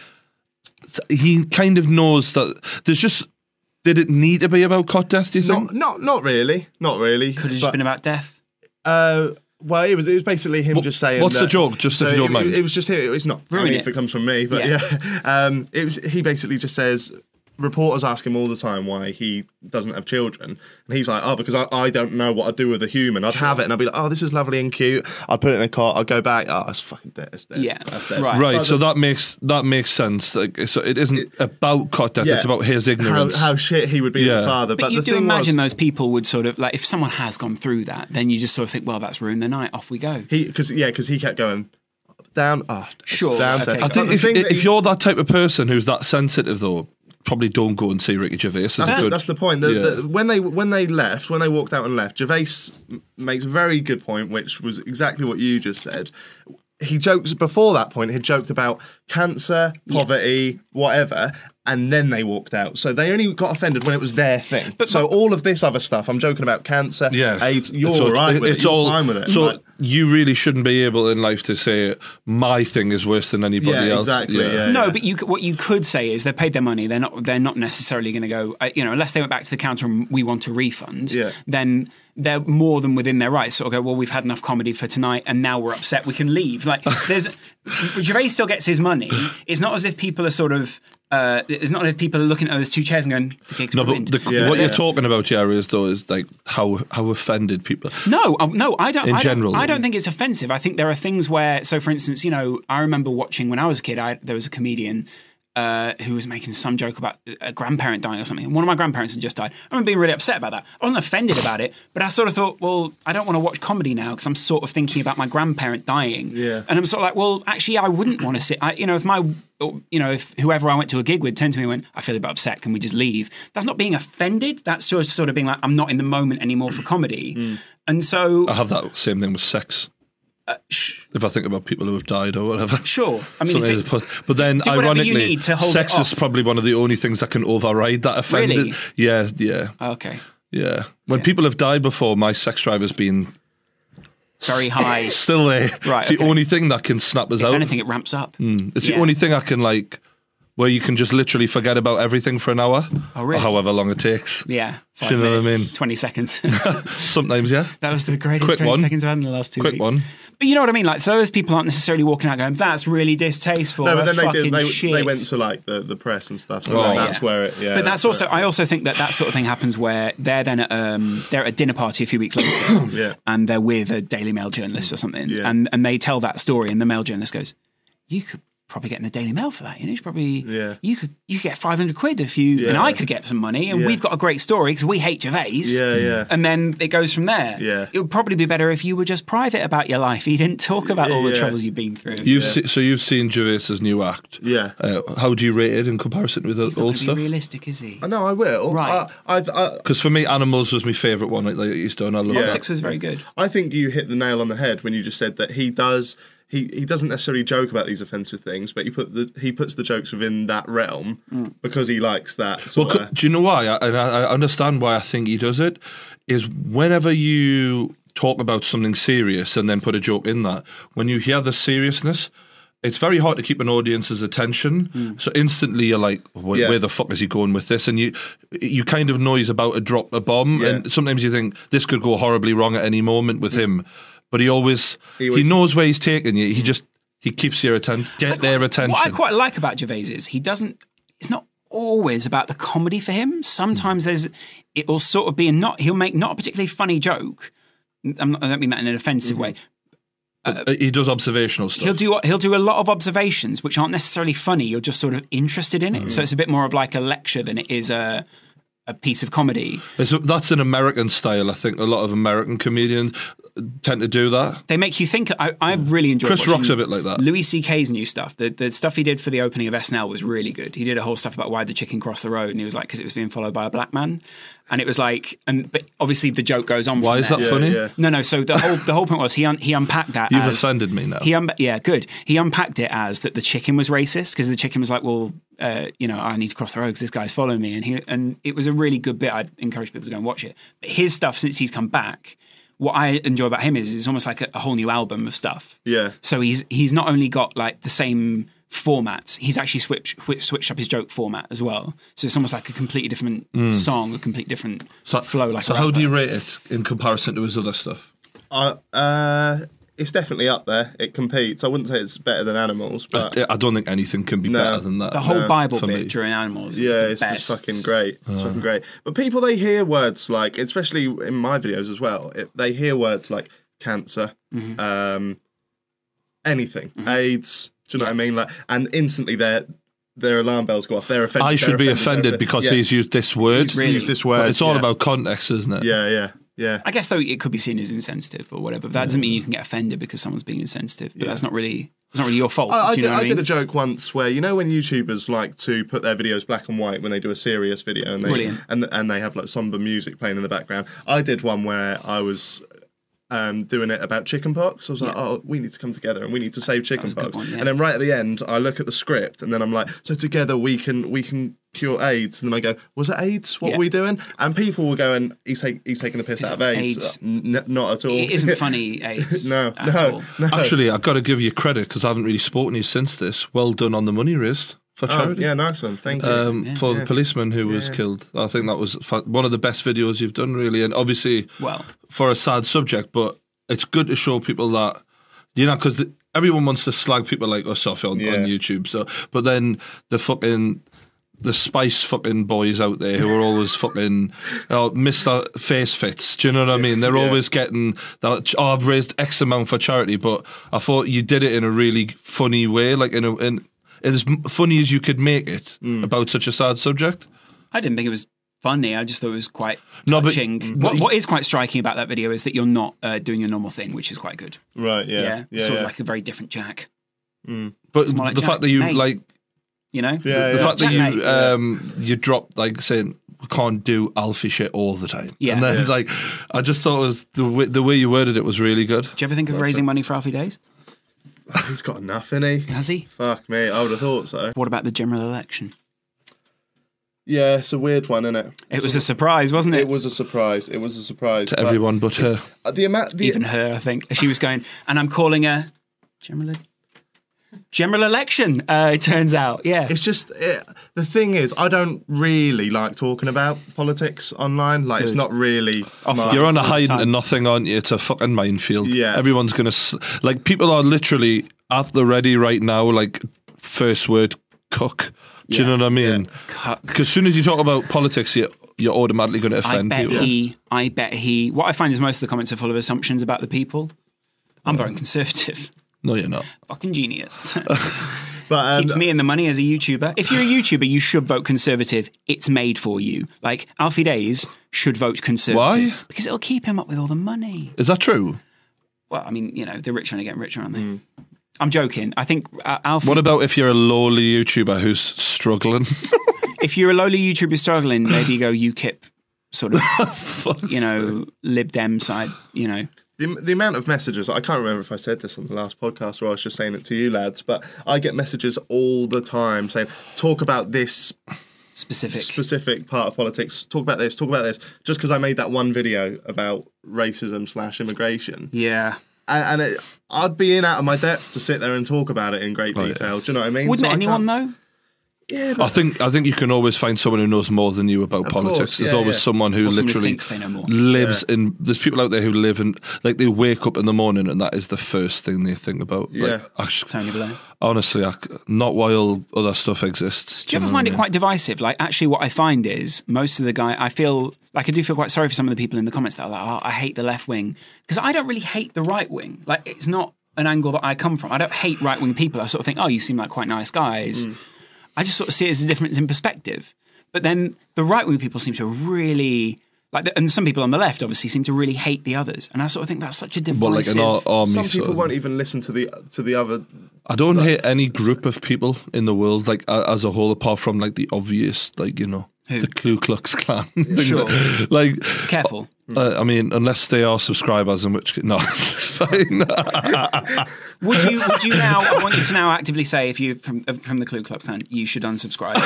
S1: th- he kind of knows that there's just did it need to be about cot death do you think
S2: not, not not really, not really.
S3: Could have just
S2: But-
S3: been about death.
S2: Uh, well, it was it was basically him just saying.
S1: what's the
S2: that-
S1: joke, just if
S2: So
S1: you don't
S2: it,
S1: mind?
S2: It was just him. It's not
S3: Ruin
S2: I mean,
S3: it.
S2: if it comes from me, but
S3: Yeah.
S2: yeah. Um, it was he basically just says reporters ask him all the time why he doesn't have children, and he's like, oh, because I, I don't know what I'd do with a human. I'd have it, and I'd be like, oh, this is lovely and cute. I'd put it in a cot. I'd go back. Oh, it's fucking dead. It's dead.
S3: Yeah.
S2: That's dead.
S3: Right.
S1: right so that makes that makes sense like so it isn't about cot death
S2: Yeah.
S1: it's about his
S2: How-
S1: ignorance
S2: How, shit he would be as
S1: Yeah.
S2: a father.
S3: But,
S2: But,
S3: you
S2: the
S3: do
S2: thing was,
S3: imagine those people would sort of, like, if someone has gone through that, then you just sort of think, well, that's ruined the night. Off we go.
S2: he because yeah, because he kept going down. Oh,
S3: Sure,
S2: Down.
S3: okay.
S2: down.
S1: I
S3: But
S1: think
S2: the
S1: if,
S2: thing
S1: if
S2: that he-
S1: you're that type of person who's that sensitive though probably don't go and see Ricky Gervais It's
S2: That's, the,
S1: good.
S2: that's the point. The-
S1: Yeah.
S2: the- when they when they left, when they walked out and left, Gervais m- makes a very good point, which was exactly what you just said. He jokes before that point. He joked about cancer, poverty, whatever, and then they walked out. So they only got offended when it was their thing. so all of this other stuff, I'm joking about cancer,
S1: yeah.
S2: AIDS. You're
S1: So
S2: all right with it.
S1: it's
S2: You're
S1: all-
S2: fine with it.
S1: So
S2: Like,
S1: you really shouldn't be able in life to say my thing is worse than anybody
S2: yeah,
S1: else.
S2: exactly. Yeah.
S3: No,
S2: yeah.
S3: but you, c- what you could say is they paid their money. They're not. They're not necessarily going to go. Uh, you know, unless they went back to the counter and we want a refund.
S2: Yeah.
S3: Then they're more than within their rights. Sort of go. Well, we've had enough comedy for tonight, and now we're upset. We can leave. Like there's, Gervais still gets his money. It's not as if people are sort of. Uh, it's not as if people are looking at those two chairs and going. The gig's
S1: No,
S3: ruined.
S1: but the,
S2: Yeah,
S1: what
S2: yeah.
S1: you're talking about here is though is like how how offended people.
S3: No, um, no, I don't.
S1: In
S3: I don't-
S1: general.
S3: I don't think it's offensive. I think there are things where, so for instance, you know, I remember watching when I was a kid. I, there was a comedian uh, who was making some joke about a grandparent dying or something. One of my grandparents had just died. I remember being really upset about that. I wasn't offended about it, but I sort of thought, well, I don't want to watch comedy now because I'm sort of thinking about my grandparent dying.
S2: Yeah.
S3: And I'm sort of like, well, actually, I wouldn't want to sit. I, you know, if my, you know, if whoever I went to a gig with turned to me and went, I feel a bit upset, can we just leave? That's not being offended. That's just sort of being like, I'm not in the moment anymore for
S2: Mm.
S3: comedy. And so,
S2: Oh.
S3: uh,
S1: I have that same thing with sex.
S3: sh-
S1: If I think about people who have died or whatever.
S3: sure. I mean, if
S1: Something
S3: it-
S1: is pos- but then,
S3: do whatever you
S1: ironically,
S3: need to hold
S1: sex
S3: it
S1: is
S3: off.
S1: probably one of the only things that can override that offended.
S3: Really?
S1: Yeah, yeah,
S3: Oh, okay,
S1: yeah. When people have died before, my sex drive has been
S3: very high. if
S1: still there.
S3: Right,
S1: It's the
S3: okay.
S1: only thing that can snap us out.
S3: anything, it ramps up.
S2: Mm.
S1: It's
S3: Yeah.
S1: the only thing I can like where you can just literally forget about everything for an hour.
S3: Oh, really?
S1: Or however long it takes.
S3: Yeah.
S1: Do you know what I mean?
S3: 20 seconds.
S1: Sometimes, yeah.
S3: that was the greatest
S1: Quick
S3: 20
S1: one.
S3: seconds I've had in the last two
S1: Quick
S3: weeks.
S1: one.
S3: But you know what I mean? Like, so those people aren't necessarily walking out going, that's really distasteful.
S2: No, but then
S3: that's
S2: they
S3: fucking
S2: did. They,
S3: shit.
S2: they went to like the, the press and stuff. So
S1: Oh.
S2: then that's
S3: Yeah.
S2: where it. Yeah.
S3: but that's also, I also think that that sort of thing happens where they're then at, um, they're at a dinner party a few weeks later,
S2: Yeah.
S3: and they're with a Daily Mail journalist or something,
S2: Yeah.
S3: and and they tell that story, and the Mail journalist goes, "You could probably get in the Daily Mail for that. You know, you should probably,
S2: Yeah.
S3: you could you could get five hundred quid if you and
S2: Yeah.
S3: I could get some money, and
S2: Yeah.
S3: we've got a great story because we hate Gervais.
S2: Yeah, yeah.
S3: And then it goes from there.
S2: Yeah.
S3: it would probably be better if you were just private about your life. You didn't talk about all the
S2: Yeah.
S3: troubles you've been through.
S1: You've se- so you've seen Gervais's new act.
S2: Yeah.
S1: Uh, how do you rate it in comparison with
S3: He's
S1: the
S3: not
S1: old
S3: going to
S1: stuff?
S3: be realistic, is he?
S2: I know I will.
S3: Right.
S2: I, I, I,
S1: Because for me, Animals was my favourite one that he's done. I love
S2: Yeah.
S3: Politics was very good.
S2: I think you hit the nail on the head when you just said that he does. He, he doesn't necessarily joke about these offensive things, but he put the he puts the jokes within that realm because he likes that
S1: Well,
S2: sort
S1: c-
S2: of.
S1: do you know why? I, and I, I understand why I think he does it. Is whenever you talk about something serious and then put a joke in that, when you hear the seriousness, it's very hard to keep an audience's attention. So instantly you're like, where,
S2: Yeah.
S1: where the fuck is he going with this? And you you kind of know he's about to drop a bomb.
S2: Yeah.
S1: And sometimes you think this could go horribly wrong at any moment with him. But he always he,
S2: always-
S1: knows where he's taking you. He just he keeps your attention, get their attention.
S3: What I quite like about Gervais is he doesn't. It's not always about the comedy for him. Sometimes there's it will sort of be a not. He'll make not a particularly funny joke. I'm not, I don't mean that in an offensive
S2: Mm.
S3: way.
S1: Uh, he does observational stuff.
S3: He'll do he'll do a lot of observations which aren't necessarily funny. You're just sort of interested in it. So it's a bit more of like a lecture than it is a a piece of comedy.
S1: It's that's an American style. I think a lot of American comedians tend to do that.
S3: They make you think. I, I've really enjoyed.
S1: Chris
S3: watching
S1: Rock's a bit like that.
S3: Louis C.K.'s new stuff. The the stuff he did for the opening of SNL was really good. He did a whole stuff about why the chicken crossed the road, and he was like, because it was being followed by a black man, and it was like, and but obviously the joke goes on.
S1: Why
S3: from
S1: is that
S3: there.
S1: funny?
S2: yeah.
S3: No, no. So the whole the whole point was he un, he unpacked that.
S1: You've
S3: as,
S1: offended me now.
S3: He un, yeah, good. He unpacked it as that the chicken was racist because the chicken was like, well, uh, you know, I need to cross the road because this guy's following me, and he and it was a really good bit. I'd encourage people to go and watch it. But his stuff since he's come back, what I enjoy about him is it's almost like a, a whole new album of stuff.
S2: Yeah.
S3: So he's he's not only got like the same formats, he's actually switched switched up his joke format as well. So it's almost like a completely different
S1: Mm.
S3: song, a completely different flow. Like
S1: so
S3: a
S1: how do you
S3: rapper.
S1: rate it in comparison to his other stuff?
S2: I, uh, it's definitely up there. It competes. I wouldn't say it's better than animals, but
S1: I, I don't think anything can be
S2: Uh, No.
S1: better than that.
S3: the whole Bible
S1: for me.
S3: bit during animals? Is
S2: Uh, yeah,
S3: the
S2: it's
S3: best.
S2: just fucking great. It's fucking great. But people they hear words like, especially in my videos as well, it, they hear words like cancer,
S1: Mm-hmm.
S2: um, anything, AIDS. Do you know what I mean? Like, and instantly their their alarm bells go off. They're offended.
S1: I should
S2: they're
S1: be offended
S2: they're
S1: because
S2: yeah,
S1: he's used this word.
S3: really-
S2: used this
S1: But
S2: word.
S1: it's all
S2: yeah.
S1: about context, isn't it?
S2: Yeah, yeah, yeah.
S3: I guess though it could be seen as insensitive or whatever. But that doesn't mean you can get offended because someone's being insensitive. But that's not really it's not really your fault.
S2: I, I,
S3: do you
S2: did,
S3: know what
S2: I
S3: I mean?
S2: did a joke once where you know when YouTubers like to put their videos black and white when they do a serious video and they
S3: Brilliant.
S2: and, and they have like somber music playing in the background. I did one where I was um, doing it about chickenpox. I was like, oh, we need to come together and we need to save
S3: was a good
S2: chickenpox.
S3: one, yeah.
S2: And then right at the end, I look at the script and then I'm like, so together we can we can cure AIDS. And then I go, was it AIDS? What
S3: Yeah.
S2: were we doing? And people will go and he's, take, he's taking the piss out of AIDS. Uh,
S3: AIDS.
S2: N- not at all.
S3: it isn't funny, AIDS.
S2: no,
S3: at
S2: no,
S3: all.
S2: no.
S1: Actually, I've got to give you credit because I haven't really spoken to you since this. Well done on the money raised for
S2: Oh,
S1: charity.
S2: yeah, nice one. Thank you.
S1: Um, for the policeman who was killed, I think that was fa- one of the best videos you've done, really. And obviously,
S3: Well,
S1: for a sad subject, but it's good to show people that you know because everyone wants to slag people like us off on,
S2: Yeah.
S1: on YouTube. So, but then the fucking the spice fucking boys out there who are always fucking oh, Mister Face Fits. Do you know what I mean? They're always getting that. Oh, I've raised X amount for charity, but I thought you did it in a really funny way, like in a in. as m- funny as you could make it about such a sad subject.
S3: I didn't think it was funny. I just thought it was quite
S1: No, but-
S3: touching. what, what is quite striking about that video is that you're not uh, doing your normal thing, which is quite good.
S2: Right. Yeah.
S3: Yeah,
S2: Yeah. Yeah.
S3: sort
S2: yeah.
S3: of like a very different Jack.
S1: But
S3: more like
S1: the
S3: Jack,
S1: fact that you
S3: mate.
S1: like
S3: You know,
S2: Yeah,
S1: the
S2: yeah.
S1: fact that
S3: Checkmate.
S1: you um you drop like saying we can't do alfie shit all the time.
S3: Yeah.
S1: and then
S3: Yeah.
S1: like I just thought it was the way, the way you worded it was really good.
S3: Do you ever think of raising money for Alfie Days?
S2: He's got enough in he.
S3: Has he?
S2: Fuck me. I would have thought so.
S3: What about the general election?
S2: Yeah, it's a weird one, isn't it?
S3: It was a surprise, wasn't it?
S2: It was a surprise. It was a surprise
S1: To everyone but her.
S2: Uh, The amount. The,
S3: Even her, I think. She was going, and I'm calling her general, general election, uh, it turns out. Yeah.
S2: it's just it, the thing is, I don't really like talking about politics online. Like, it's not really. my-
S1: You're on a hiding and nothing, aren't you? It's a fucking minefield.
S2: Yeah.
S1: everyone's gonna s like people are literally at the ready right now. Like first word cook. Do you know what I mean? Because as soon as you talk about politics, you you're automatically going to
S3: I
S1: offend
S3: bet
S1: people.
S3: he, I bet he. What I find is most of the comments are full of assumptions about the people. I'm voting conservative.
S1: No, you're not.
S3: Fucking genius.
S2: But
S3: Keeps
S2: um,
S3: me in the money as a YouTuber. If you're a YouTuber, you should vote conservative. It's made for you. Like Alfie Days should vote conservative.
S1: Why?
S3: Because it'll keep him up with all the money.
S1: Is that true?
S3: Well, I mean, you know, the rich are getting richer, aren't they? I'm joking. I think uh, Alfie.
S1: Mm. What about if you're a lowly YouTuber who's struggling?
S3: if you're a lowly YouTuber struggling, maybe go UKIP, sort of, you know, Lib Dem side, you know.
S2: the, the amount of messages, I can't remember if I said this on the last podcast or I was just saying it to you lads, but I get messages all the time saying, talk about this
S3: Specific.
S2: specific part of politics, talk about this, talk about this, just because I made that one video about racism slash immigration.
S3: yeah.
S2: And, and it, I'd be in out of my depth to sit there and talk about it in great detail. Do you know what I mean?
S3: Wouldn't
S2: So I
S3: anyone
S2: can't-
S3: know?
S2: Yeah, but
S1: I think I think you can always find someone who knows more than you about
S2: course,
S1: politics. there's
S2: yeah,
S1: always
S2: yeah.
S1: someone who
S3: Or someone who
S1: literally
S3: thinks they know more.
S1: lives in. There's people out there who live in like they wake up in the morning and that is the first thing they think about.
S2: Yeah.
S1: Like, I sh-
S3: Tony Blair.
S1: honestly, I c not while other stuff exists.
S3: Do you ever find it quite divisive? Like, actually, what I find is most of the guy, I feel like I do feel quite sorry for some of the people in the comments that are like, oh, I hate the left wing. Because I don't really hate the right wing. Like, it's not an angle that I come from. I don't hate right wing people. I sort of think, oh, you seem like quite nice guys.
S1: Mm.
S3: I just sort of see it as a difference in perspective. But then the right wing people seem to really. Like the, and some people on the left obviously seem to really hate the others, and I sort of think that's such a divisive.
S1: But like an ar- army.
S2: some
S1: sort
S2: people
S1: of-
S2: won't even listen to the to the other.
S1: I don't hate any group of people in the world, like a- as a whole, apart from like the obvious, like you know, the Ku Klux Klan. thing that-
S3: Sure.
S1: like
S3: Careful.
S1: Uh, I mean, unless they are subscribers, in which ca- no, fine.
S3: Would you? Would you now? I want you to now actively say if you from from the Ku Klux Klan, you should unsubscribe.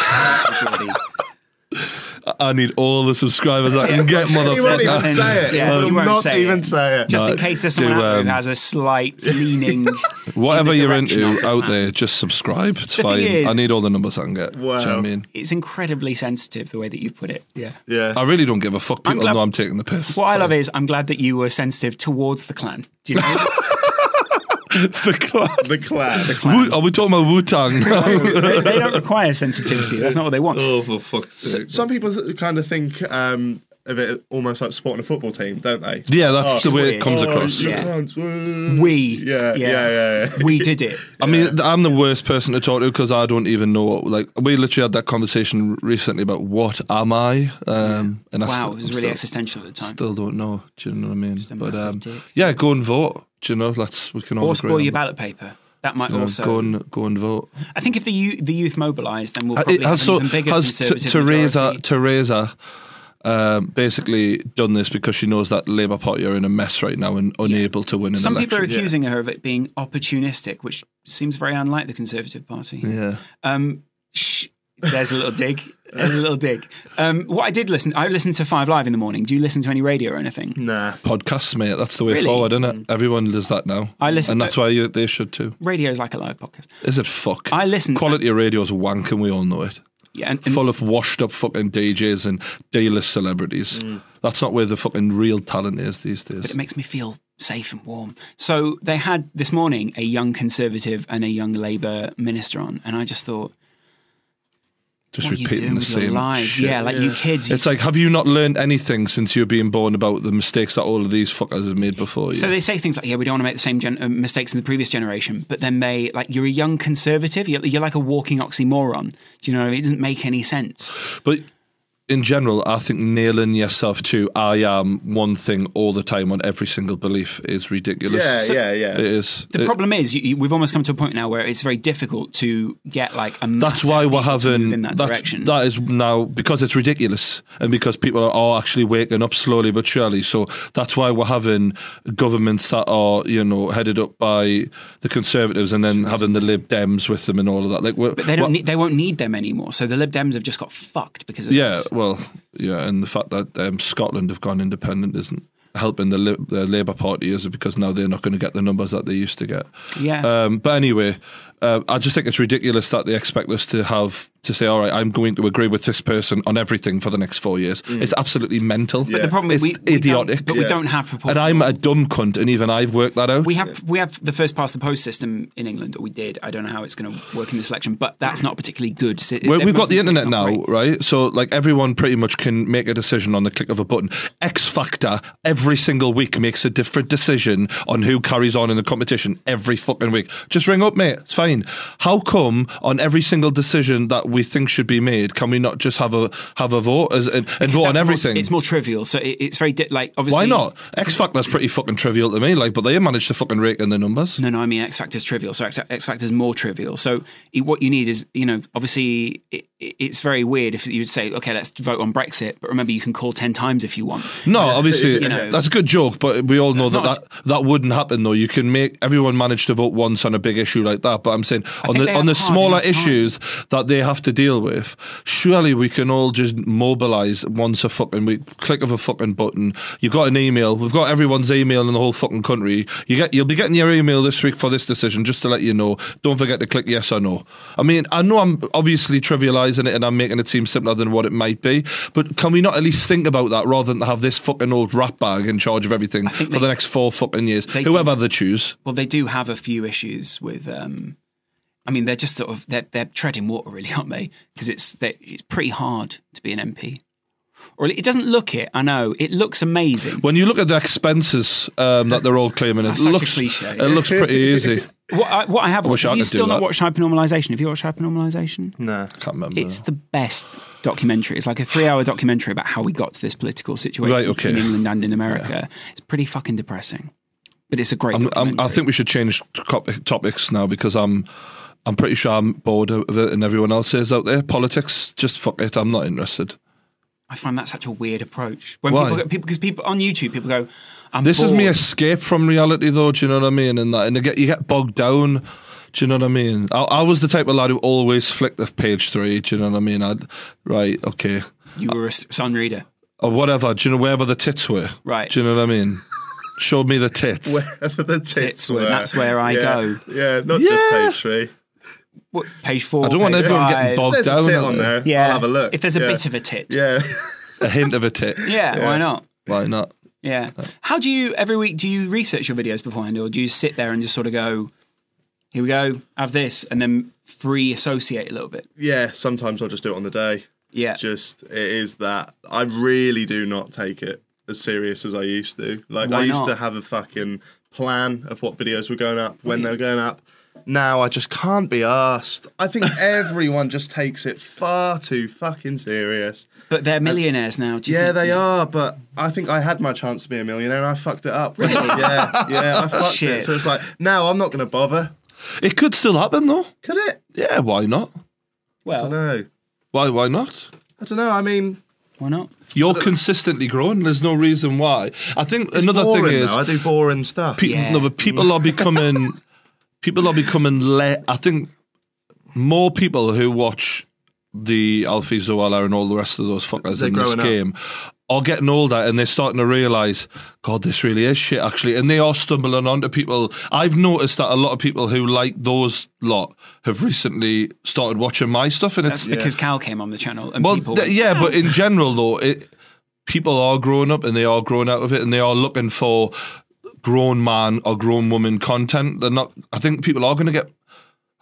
S1: I need all the subscribers I can get,
S2: He won't even
S1: motherfucker.
S2: say it.
S3: Yeah,
S2: he
S3: you
S2: will
S3: won't
S2: not
S3: say
S2: even
S3: it.
S2: say it.
S3: just
S1: No,
S3: in case there's someone
S1: Uh, do,
S3: out there who
S1: um,
S3: has a slight leaning.
S1: Whatever
S3: in the
S1: you're
S3: direction of
S1: into
S3: the
S1: out
S3: fan.
S1: there, just subscribe. It's
S3: The thing
S1: fine.
S3: is-
S1: I need all the numbers I can get. Do you know what I
S2: Wow.
S1: mean?
S3: It's incredibly sensitive the way that you put it. Yeah.
S2: Yeah.
S1: I really don't give a fuck. People
S3: glad-
S1: know I'm taking the piss.
S3: What I love is I'm glad that you were sensitive towards the clan. Do you know?
S1: the clan.
S2: the clan. The
S1: Wu- Are we talking about Wu Tang?
S3: they, they don't require sensitivity. That's not what they want.
S1: oh, for fuck's sake.
S2: Some people th- kind of think um, of it almost like supporting a football team, don't they?
S1: Yeah, that's the way
S3: weird.
S1: it comes
S2: Oh,
S1: across.
S2: you uh,
S3: Yeah.
S2: cunts, woo.
S3: We.
S2: Yeah, yeah, yeah, yeah.
S3: We did it.
S1: I mean, th- I'm the worst person to talk to because I don't even know. Like, we literally had that conversation recently about what am I? Um, and I
S3: Wow,
S1: still-
S3: it
S1: I'm
S3: was really
S1: still-
S3: existential at the time.
S1: Still don't know. Do you know what I mean? But
S3: massive
S1: um,
S3: dick.
S1: yeah, go and vote. Do you know? Let's we can all
S3: Or
S1: agree
S3: spoil
S1: on
S3: your
S1: that.
S3: ballot paper. That might
S1: You know,
S3: also.
S1: Um, Go and go and vote.
S3: I think if the youth, the youth mobilise, then we'll
S1: Uh,
S3: probably
S1: it has
S3: have
S1: so
S3: an even bigger
S1: has t-
S3: conservative
S1: Theresa
S3: majority.
S1: Theresa um, basically done this because she knows that Labour Party are in a mess right now and unable to win an
S3: Some people are
S1: election.
S3: accusing her of it being opportunistic, which seems very unlike the Conservative Party.
S1: yeah.
S3: Um, sh- there's a little dig. There's a little dig. Um, what I did listen, I listened to Five Live in the morning. Do you listen to any radio or anything?
S2: Nah.
S1: Podcasts, mate. That's the way
S3: Really? Mm.
S1: forward, isn't it? Everyone does that now.
S3: I listen-
S1: and that's why you, they should too.
S3: Radio is like a live podcast.
S1: Is it fuck?
S3: I listen-
S1: Quality of radio is wank, and we all know it.
S3: Yeah, and, and
S1: Full of washed up fucking DJs and D-list celebrities.
S3: Mm.
S1: That's not where the fucking real talent is these days.
S3: it makes me feel safe and warm. So they had this morning a young Conservative and a young Labour minister on, and I just thought
S1: Just
S3: what are you
S1: repeating
S3: doing
S1: the
S3: with your
S1: same
S3: lives?
S1: shit.
S3: Yeah, like you kids. You
S1: It's like,
S3: just-
S1: have you not learned anything since you were being born about the mistakes that all of these fuckers have made before you?
S3: So they say things like, "Yeah, we don't want to make the same gen- uh, mistakes in the previous generation," but then they like, "You're a young conservative. You're, you're like a walking oxymoron." Do you know? What I mean? It doesn't make any sense.
S1: But in general, I think nailing yourself to I am one thing all the time on every single belief is ridiculous.
S2: Yeah, yeah, yeah.
S1: It is.
S3: The
S1: It-
S3: problem is, you, you, we've almost come to a point now where it's very difficult to get like a.
S1: that's
S3: massive
S1: why we're
S3: people to
S1: having
S3: move in that
S1: that's-
S3: direction.
S1: that is now because it's ridiculous and because people are all actually waking up slowly but surely. So that's why we're having governments that are you know headed up by the conservatives and then having the Lib Dems with them and all of that. Like, but
S3: they don't. Need, they won't need them anymore. So the Lib Dems have just got fucked because of
S1: Yeah,
S3: this.
S1: well, yeah, and the fact that um, Scotland have gone independent isn't helping the, Lib- the Labour Party, is it? Because now they're not going to get the numbers that they used to get.
S3: Yeah.
S1: Um, but anyway, uh, I just think it's ridiculous that they expect us to have to say, "All right, I'm going to agree with this person on everything for the next four years." It's absolutely mental. But
S3: Mm. The problem
S1: it's
S3: is we, we don't-
S1: idiotic.
S3: but we don't have proportional.
S1: and I'm a dumb cunt, and even I've worked that out.
S3: We have we have the first past the post system in England, or we did. I don't know how it's going to work in this election, but that's not a particularly good. si-
S1: Well, we've got the
S3: everyone's
S1: internet now,
S3: saying it's not great.
S1: right? So, like, everyone pretty much can make a decision on the click of a button. X Factor every single week makes a different decision on who carries on in the competition every fucking week. Just ring up, mate. It's fine. How come on every single decision that we think should be made, can we not just have a have a vote as, and, and vote on
S3: That's more-
S1: everything?
S3: it's more trivial, so it, it's very di- like obviously.
S1: Why not? X Factor's pretty fucking trivial to me. Like, but they managed to fucking rake in the numbers.
S3: No, no, I mean X Factor's trivial. So X, X Factor's more trivial. So i what you need is, you know, obviously it, it- it's very weird if you'd say, okay, let's vote on Brexit, but remember you can call 10 times if you want.
S1: No, obviously
S3: You know.
S1: that's a good joke, but we all know that,
S3: not
S1: that that wouldn't happen though. You can make everyone manage to vote once on a big issue like that, but I'm saying on
S3: think
S1: the
S3: they
S1: on
S3: have
S1: the
S3: hard
S1: smaller
S3: enough time.
S1: issues that they have to deal with, surely we can all just mobilize once a fucking week, click of a fucking button. You got an email. We've got everyone's email in the whole fucking country. You get you'll be getting your email this week for this decision just to let you know. Don't forget to click yes or no. I mean, I know I'm obviously trivializing it and I'm making it seem simpler than what it might be, but can we not at least think about that rather than have this fucking old rat bag in charge of everything for
S3: think
S1: the
S3: they-
S1: next four fucking years,
S3: they
S1: whoever they choose?
S3: Well, they do have a few issues with. Um, I mean, they're just sort of they're, they're treading water, really, aren't they? Because it's they're- it's pretty hard to be an MP, or it doesn't look it. I know it looks amazing.
S1: When you look at the expenses um, that they're all claiming, it
S3: That's such a
S1: looks
S3: cliche.
S1: it looks pretty easy.
S3: What I, what I have
S1: wish
S3: watched,
S1: I
S3: have you
S1: could do
S3: still not
S1: that.
S3: watched Hypernormalization? Have you watched Hypernormalization?
S2: Nah.
S1: Can't remember.
S3: It's the best documentary. It's like a three-hour documentary about how we got to this political situation
S1: Right, okay.
S3: in England and in America. It's pretty fucking depressing, but it's a great.
S1: I'm, I'm,
S3: documentary.
S1: I think we should change topic, topics now because I'm I'm pretty sure I'm bored of it, and everyone else is out there. Politics, just fuck it. I'm not interested.
S3: I find that such a weird approach. When
S1: Why?
S3: people go- people because people, on YouTube, people go, "I'm
S1: This is me
S3: bored."
S1: escape from reality, though. Do you know what I mean? And that, and you get you get bogged down. Do you know what I mean? I, I was the type of lad who always flicked the page three. Do you know what I mean? I'd right, okay,
S3: You were a s- sun reader.
S1: or whatever. Do you know wherever the tits were?
S3: Right.
S1: Do you know what I mean? Showed me the tits.
S2: Wherever the tits,
S3: Tits were,
S2: were.
S3: that's where I
S2: yeah.
S3: go.
S2: Yeah, not
S1: Yeah.
S2: just page three.
S3: What, page four.
S1: I don't want
S3: page
S1: everyone getting
S3: five.
S1: bogged
S2: There's
S1: down.
S2: a tit
S1: out
S2: on there.
S3: Oh, Yeah,
S2: I'll have a look.
S3: If there's a
S2: Yeah.
S3: bit of a tit,
S2: Yeah.
S1: A hint of a tit.
S3: yeah, why not?
S1: Why not?
S3: Yeah. How do you every week? Do you research your videos beforehand, or do you sit there and just sort of go, "Here we go, have this," and then free associate a little bit?
S2: yeah, sometimes I'll just do it on the day.
S3: Yeah.
S2: Just, it is that. I really do not take it as serious as I used to. Like,
S3: Why
S2: I used
S3: not?
S2: to have a fucking plan of what videos were going up, when they were going up. Now I just can't be asked. I think everyone just takes it far too fucking serious.
S3: But they're millionaires now. Do you
S2: Uh, Yeah,
S3: think?
S2: they are, but I think I had my chance to be a millionaire and I fucked it up. Really? yeah, yeah, I fucked
S3: Shit.
S2: it. So it's like, now I'm not going to bother.
S1: It could still happen though.
S2: Could it?
S1: Yeah, why not?
S2: I don't
S3: Well,
S2: know.
S1: Why? Why not?
S2: I don't know. I mean,
S3: why not?
S1: You're consistently growing. There's no reason why. I think
S2: it's
S1: another
S2: boring,
S1: thing is
S2: though. I do boring stuff.
S1: pe-
S3: Yeah.
S1: no, but people are becoming people are becoming le- I think more people who watch the Alfie Zoala and all the rest of those fuckers
S2: They're
S1: in this
S2: growing up.
S1: game are getting older and they're starting to realise, God, this really is shit actually. And they are stumbling onto people. I've noticed that a lot of people who like those lot have recently started watching my stuff and it's
S3: That's because Cal came on the channel and
S1: well,
S3: people.
S1: th- yeah, but in general, though, it, people are growing up and they are growing out of it and they are looking for grown man or grown woman content. They're not. I think people are going to get.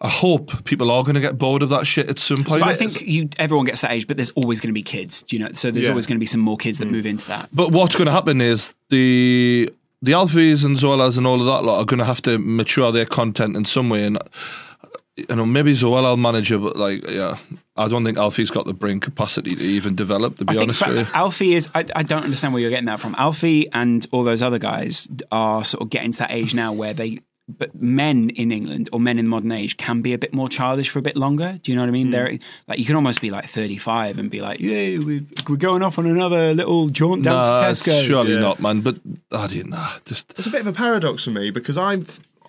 S1: I hope people are going to get bored of that shit at some point.
S3: But I think you everyone gets that age, but there's always going to be kids. Do you know? So there's
S2: Yeah.
S3: always going to be some more kids that move into that.
S1: But what's going Hmm. to happen is the the Alphies and Zoelas and all of that lot are going to have to mature their content in some way. And you know, maybe Zoella will manage it, but like, yeah, I don't think Alfie's got the brain capacity to even develop. To be
S3: I think
S1: honest with you,
S3: but Alfie is. I, I don't understand where you're getting that from. Alfie and all those other guys are sort of getting to that age now where they. But men in England or men in the modern age can be a bit more childish for a bit longer. Do you know what I
S1: Hmm.
S3: mean? They're like you can almost be like 35 and be like, "Yeah, we're, we're going off on another little jaunt down
S1: Nah,
S3: to
S1: it's
S3: Tesco."
S1: surely
S2: Yeah.
S1: not, man. But I don't know. Just
S2: It's a bit of a paradox for me because I'm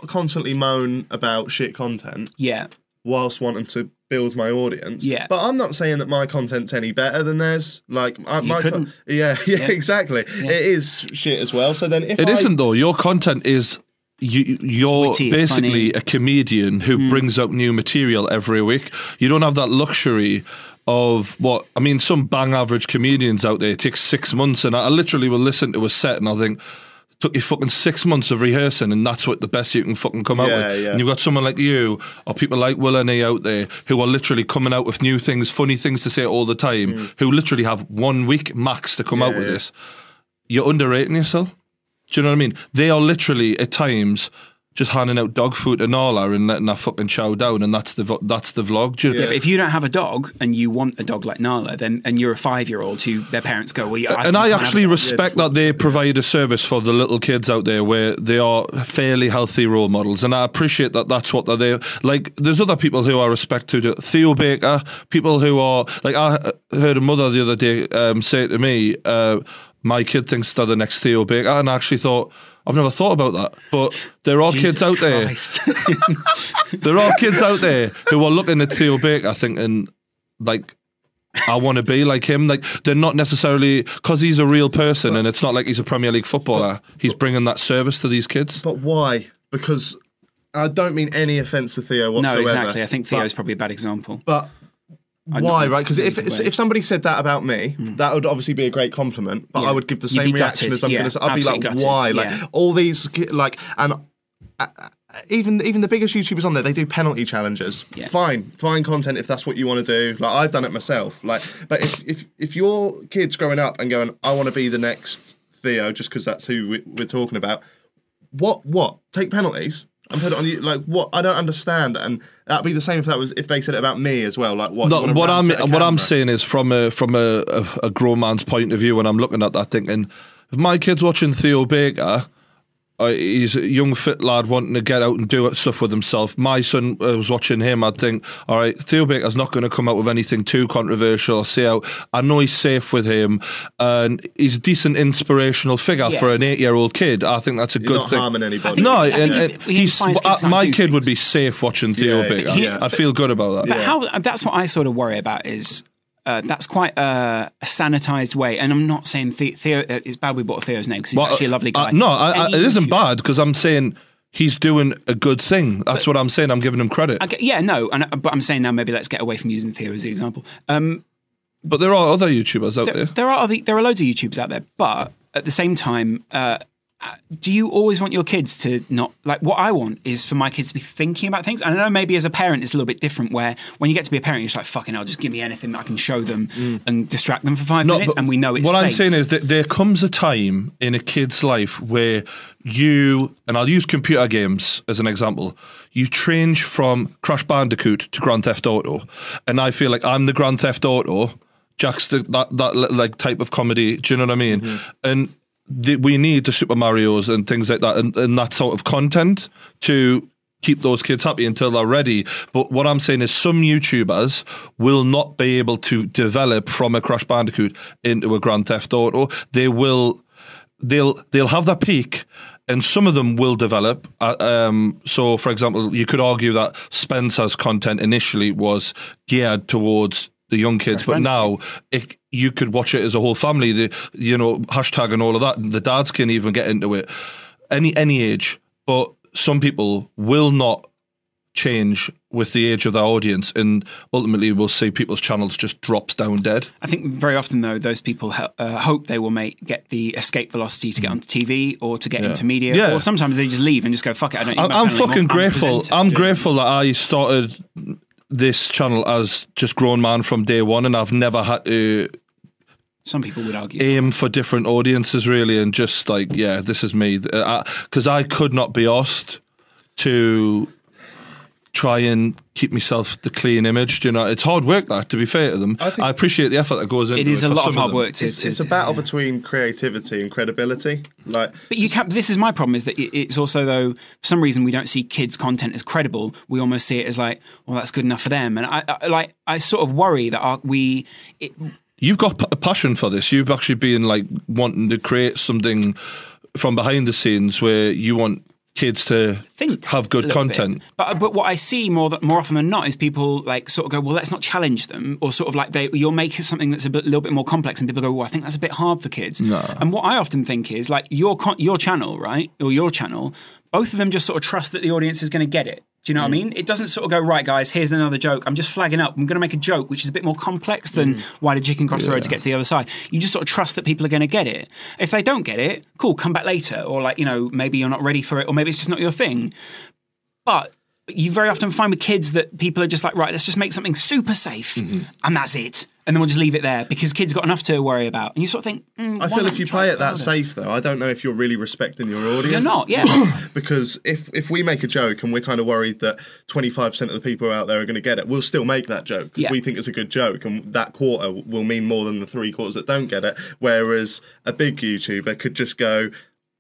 S2: constantly moan about shit content
S3: Yeah,
S2: whilst wanting to build my audience.
S3: Yeah.
S2: But I'm not saying that my content's any better than theirs. Like, I, my con-
S3: couldn't.
S2: yeah, yeah, exactly. It is shit as well. So then, if
S1: It
S2: I,
S1: not though. Your content is you, you're
S3: witty, it's Hmm.
S1: basically a comedian who brings up new material every week. You don't have that luxury of what I mean. Some bang average comedians out there it takes six months, and I, I literally will listen to a set and I think. Took you fucking six months of rehearsing, and that's what the best you can fucking come out
S2: Yeah,
S1: with.
S2: yeah.
S1: And you've got someone like you, or people like Will and E out there, who are literally coming out with new things, funny things to say all the time, who literally have one week max to come out with
S2: Hmm. yeah.
S1: this. You're underrating yourself. Do you know what I mean? They are literally at times just handing out dog food to Nala and letting that fucking chow down, and that's the vo- that's the vlog. Do you
S3: But if you don't have a dog and you want a dog like Nala, then and you're a five year old who their parents go, well, yeah,
S1: and I actually
S3: respect.
S1: respect that they provide a service for the little kids out there where they are fairly healthy role models. And I appreciate that that's what they're there. Like, there's other people who I respect who do. Theo Baker, people who are, like, I uh, heard a mother the other day um, say to me, uh, my kid thinks they're the next Theo Baker. And I actually thought, I've never thought about that. But there are kids out there. there are kids out there who are looking at Theo Baker thinking, like, I want to be like him. Like, they're not necessarily because he's a real person, and it's not like he's a Premier League footballer. he's bringing that service to these kids.
S2: But why? Because I don't mean any offence to Theo
S3: no,
S2: whatsoever.
S3: exactly. I think Theo's
S2: But,
S3: probably a bad example.
S2: but why, right? Because if if somebody said that about me, that would obviously be a great compliment. But
S3: Hmm. Yeah.
S2: I would give the
S3: You'd
S2: same
S3: be
S2: reaction
S3: gutted,
S2: as I'm
S3: yeah,
S2: going to say. I'd be like,
S3: absolutely gutted,
S2: why?
S3: yeah.
S2: Like all these ki- like and. uh, uh, Even even the biggest YouTubers on there, they do penalty challenges.
S3: Yeah.
S2: Fine, fine content if that's what you want to do. Like I've done it myself. Like, but if if if your kids growing up and going, I want to be the next Theo, just because that's who we, we're talking about. what what take penalties and put it on you like what I don't understand and that'd be the same if that was if they said it about me as well like what you
S1: No,
S2: wanna
S1: what
S2: rant
S1: I'm
S2: at a
S1: what I'm
S2: camera?
S1: saying is from a from a, a, a grown man's point of view when I'm looking at that thinking if my kid's watching Theo Baker uh, he's a young fit lad wanting to get out and do stuff with himself my son uh, was watching him I'd think all right Theo Baker's not going to come out with anything too controversial or say out I know he's safe with him and he's a decent inspirational figure for an eight year old kid I think that's a
S2: You're
S1: good
S2: not
S1: thing
S2: harming anybody
S1: no
S3: I think
S1: and, and
S3: we
S1: he's, uh,
S3: advise kids how to
S1: my
S3: do
S1: kid would
S3: things.
S1: be safe watching Theo
S2: Yeah,
S1: Baker
S2: he-
S1: I'd feel good about that
S3: But how uh, that's what I sort of worry about is uh, that's quite a, a sanitized way. And I'm not saying the- Theo, uh, it's bad we bought Theo's name because he's
S1: Well,
S3: actually a lovely
S1: uh,
S3: guy.
S1: no, I, I,
S3: And
S1: it
S3: he-
S1: isn't bad because I'm saying he's doing a good thing. That's what I'm saying. I'm giving him credit.
S3: I get- yeah, no, and, uh, but I'm saying now maybe let's get away from using Theo as the example. Um,
S1: but there are other YouTubers out
S3: there,
S1: there.
S3: there are other, there are loads of YouTubes out there, but at the same time, uh, do you always want your kids to not like what I want is for my kids to be thinking about things? And I know maybe as a parent it's a little bit different where when you get to be a parent, you're just like, fucking hell, just give me anything that I can show them and distract them for five minutes
S1: Mm. but
S3: and we know it's
S1: what I'm
S3: safe.
S1: saying is that there comes a time in a kid's life where you and I'll use computer games as an example. You change from Crash Bandicoot to Grand Theft Auto, and I feel like I'm the Grand Theft Auto. Jack's the, that that like type of comedy. Do you know what I mean?
S3: Mm-hmm.
S1: And the, we need the Super Mario's and things like that, and, and that sort of content to keep those kids happy until they're ready. But what I'm saying is some YouTubers will not be able to develop from a Crash Bandicoot into a Grand Theft Auto. They will they'll they'll have that peak and some of them will develop. Uh, um, so for example, you could argue that Spencer's content initially was geared towards the young kids, but now it, you could watch it as a whole family. The you know hashtag and all of that. The dads can even get into it any any age, but some people will not change with the age of their audience, and ultimately we'll see people's channels just drops down dead.
S3: I think very often though, those people ho- uh, hope they will make get the escape velocity to get onto TV or to get into media,
S1: Mm. Yeah.
S3: or sometimes they just leave and just go fuck it. I don't. need
S1: I'm,
S3: my
S1: I'm
S3: channel anymore.
S1: fucking
S3: a
S1: grateful.
S3: presenter."
S1: I'm grateful that I started this channel as just grown man from day one, and I've never had to
S3: Some people would argue.
S1: aim for different audiences really, and just like yeah, this is me because I, could not be asked to try and keep myself the clean image. Do You know, it's hard work that. To be fair to them, I,
S2: I think-
S1: appreciate the effort that goes into
S3: It is a
S1: for
S3: lot
S1: some
S3: of hard
S1: them.
S3: work. To,
S2: It's,
S3: to-
S2: it's a battle between creativity and credibility. Like,
S3: But you can't. This is my problem: is that it- it's also though for some reason we don't see kids' content as credible. We almost see it as like, well, that's good enough for them. And I, I like, I sort of worry that our, we. It,
S1: You've got p- a passion for this. You've actually been like wanting to create something from behind the scenes where you want kids to
S3: think
S1: have
S3: a
S1: good
S3: little
S1: content.
S3: bit. But but what I see more th- more often than not is people like sort of go, well, let's not challenge them, or sort of like they you'll make something that's a bit, little bit more complex, and people go, well, I think that's a bit hard for kids. And what I often think is like your con- your channel, right, or your channel, both of them just sort of trust that the audience is going to get it. Do you know what I mean? It doesn't sort of go right, guys. Here's another joke. I'm just flagging up. I'm going to make a joke which is a bit more complex than why did chicken cross the road to get to the other side. You just sort of trust that people are going to get it. If they don't get it, cool, come back later, or like you know maybe you're not ready for it, or maybe it's just not your thing. But you very often find with kids that people are just like, right, let's just make something super safe, and that's it. And then we'll just leave it there because kids got enough to worry about. And you sort of think, mm,
S2: I
S3: why
S2: feel
S3: not
S2: if you
S3: try
S2: play it that
S3: harder?
S2: safe, though, I don't know if you're really respecting your audience.
S3: you're not, yeah.
S2: because if if we make a joke and we're kind of worried that 25% of the people out there are going to get it we'll still make that joke 'cause
S3: Yeah.
S2: we think it's a good joke and that quarter will mean more than the three quarters that don't get it whereas a big youtuber could just go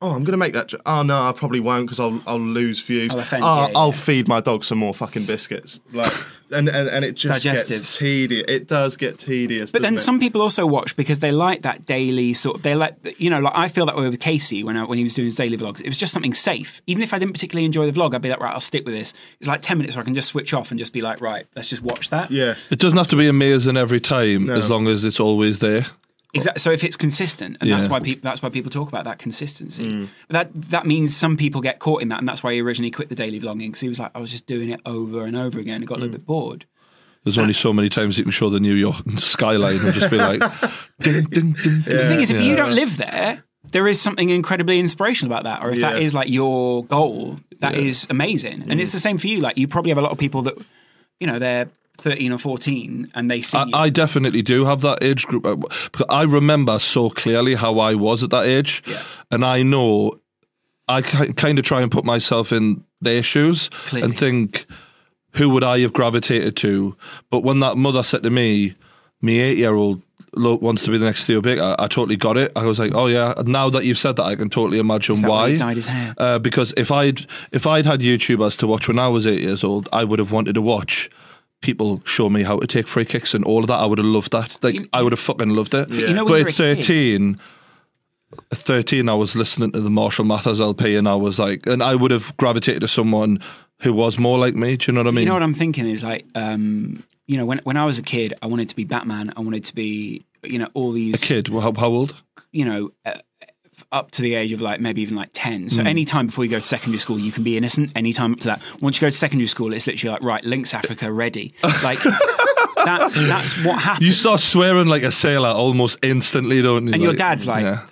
S2: Oh, I'm gonna make that. Jo- oh no, I probably won't because I'll I'll lose views.
S3: I'll offend-
S2: oh,
S3: yeah,
S2: I'll
S3: yeah.
S2: feed my dog some more fucking biscuits. Like, and and, and it just
S3: Digestives.
S2: gets tedious. It does get tedious.
S3: But then
S2: doesn't it?
S3: some people also watch because they like that daily sort of. They like you know, like I feel that way with Casey when I, when he was doing his daily vlogs. It was just something safe. Even if I didn't particularly enjoy the vlog, I'd be like, right, I'll stick with this. It's like ten minutes where I can just switch off and just be like, right, let's just watch that.
S2: Yeah.
S1: It doesn't have to be amazing every time, as long as it's always there.
S3: Exactly. So if it's consistent, and that's
S1: Yeah.
S3: why people that's why people talk about that consistency.
S2: Mm.
S3: But that that means some people get caught in that, and that's why he originally quit the daily vlogging because he was like, I was just doing it over and over again, and got a little
S2: Mm.
S3: bit bored.
S1: There's only so many times you can show the New York skyline and just be like, ding, ding, ding, ding.
S3: The thing is, if you don't live there, there is something incredibly inspirational about that. Or if that
S2: Yeah.
S3: is like your goal, that is amazing. And it's the same for you. Like you probably have a lot of people that, you know, they're thirteen or fourteen, and they see.
S1: I,
S3: you.
S1: I definitely do have that age group. I- because I remember so clearly how I was at that age.
S3: Yeah.
S1: And I know I kind of try and put myself in their shoes
S3: Clearly.
S1: and think, who would I have gravitated to? But when that mother said to me, my eight year old look wants to be the next Theo Baker, I totally got it. I was like, oh yeah, now that you've said that, I can totally imagine
S3: that why
S1: why.
S3: he dyed his hair?
S1: Uh, because if I'd if I'd had YouTubers to watch when I was eight years old, I would have wanted to watch people show me how to take free kicks and all of that. I would have loved that. Like I would have fucking loved it.
S3: you know, when
S1: but
S3: you're
S1: at
S3: a kid-
S1: thirteen. at 13 I was listening to the Marshall Mathers LP and I was like and I would have gravitated to someone who was more like me do you know what I mean
S3: You know what I'm thinking is like, um, you know, when when I was a kid, I wanted to be Batman. I wanted to be, you know, all these
S1: kid well, how, how old
S3: you know, uh, up to the age of like maybe even like 10.
S1: Hmm.
S3: So, any time before you go to secondary school, you can be innocent. Any time up to that. Once you go to secondary school, it's literally like, right, Links Africa, ready. Like, that's that's what happens.
S1: you start swearing like a sailor almost instantly don't you
S3: And your dad's like,
S1: yeah.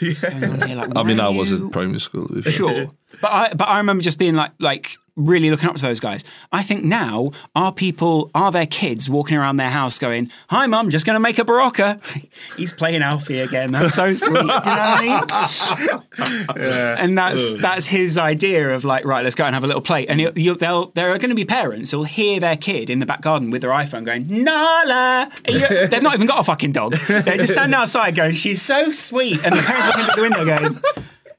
S3: And you're like,
S1: I mean I
S3: "Wow."
S1: was in primary school to be fair.
S3: Sure. But I but I remember just being like like really looking up to those guys. I think now are people are their kids walking around their house going, "Hi mum, just going to make a barocca." "Mm, He's playing Alfie again. That's so sweet. Do you know what I mean? And that's that's his idea of like, right, let's go and have a little play. And you you they'll there are going to be parents who'll hear their kid in the back garden with their iPhone going, "Nala." And you- They've not even got a fucking dog. They're just standing outside going, "She's so sweet." And the parents looking out the window going,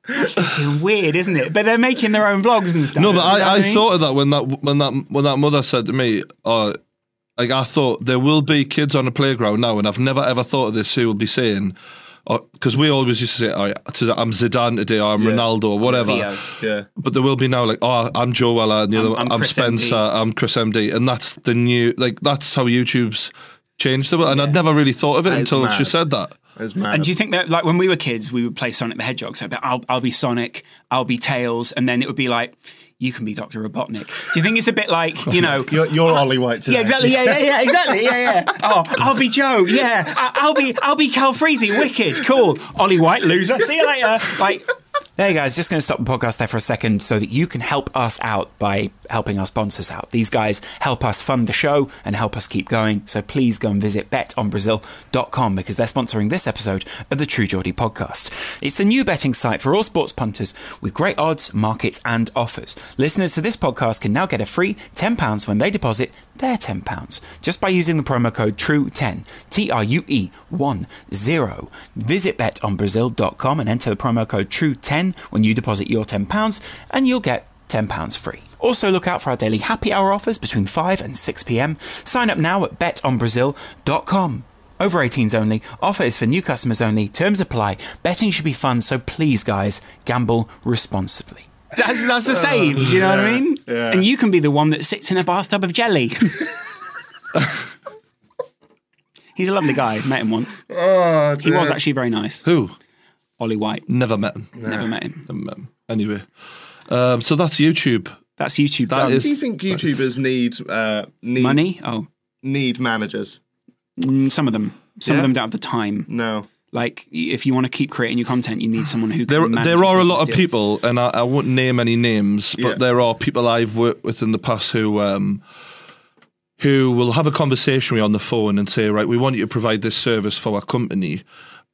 S3: fucking weird, isn't it? But they're making their own vlogs and stuff.
S1: No, but
S3: You know what
S1: I, I
S3: mean?
S1: thought of that when that when that when that mother said to me, uh, like I thought there will be kids on the playground now, and I've never ever thought of this. Who will be saying? Because we always used to say, "All right, today I'm Zidane today, or I'm Ronaldo, or whatever."
S3: Theo.
S2: Yeah.
S1: But there will be now, like, "Oh, I'm Joe Weller," and the other,
S3: I'm
S1: I'm, I'm
S3: Chris
S1: Spencer,
S3: MD.
S1: I'm Chris MD, and that's the new, like, that's how YouTube's changed the world. And I'd never really thought of it
S2: is
S1: until she
S2: mad.
S1: said that.
S2: It's mad.
S3: And do you think that, like, when we were kids, we would play Sonic the Hedgehog? So, but I'll, I'll be Sonic, I'll be Tails, and then it would be like, you can be Dr. Robotnik. Do you think it's a bit like, you know,
S2: You're, you're Ollie White today.
S3: yeah, exactly. Yeah, yeah, yeah, exactly. Yeah, yeah. Oh, I'll be Joe. Yeah, I- I'll be, I'll be Cal Freezy. Wicked, cool. Ollie White, loser. See you later. Like,
S4: There you guys, just going to stop the podcast there for a second so that you can help us out by helping our sponsors out. These guys help us fund the show and help us keep going. So please go and visit betonbrazil.com because they're sponsoring this episode of the True Geordie podcast. It's the new betting site for all sports punters with great odds, markets, and offers. Listeners to this podcast can now get a free £10 when they deposit their £10 just by using the promo code TRUE10, T R U E 1 0. Visit betonbrazil.com and enter the promo code TRUE10 E when you deposit your £10 and you'll get £10 free. Also, look out for our daily happy hour offers between 5 and 6 pm. Sign up now at betonbrazil.com. Over 18s only. Offer is for new customers only. Terms apply. Betting should be fun, so please, guys, gamble responsibly.
S3: that's that's
S1: Oh,
S3: the same. Do you know what I mean?
S2: yeah.
S3: And you can be the one that sits in a bathtub of jelly. He's a lovely guy. Met him once.
S2: Oh,
S3: He was
S2: dear.
S3: actually very nice.
S1: Who?
S3: Ollie White.
S1: Never met him.
S3: Never met him.
S1: Never met him. Anyway, um, so that's YouTube.
S3: That's YouTube.
S1: That
S3: done.
S1: is-
S2: Do you think YouTubers need uh, need
S3: money. Oh,
S2: need managers?
S3: mm, some of them. Some
S2: Yeah.
S3: of them don't have the time.
S2: No.
S3: Like, y- if you want to keep creating your content, you need someone who can
S1: There,
S3: manage
S1: there
S3: your
S1: are a lot of
S3: business deals.
S1: people, and I, I won't name any names, but
S2: Yeah.
S1: there are people I've worked with in the past who um, who will have a conversation with you on the phone and say, right, we want you to provide this service for our company.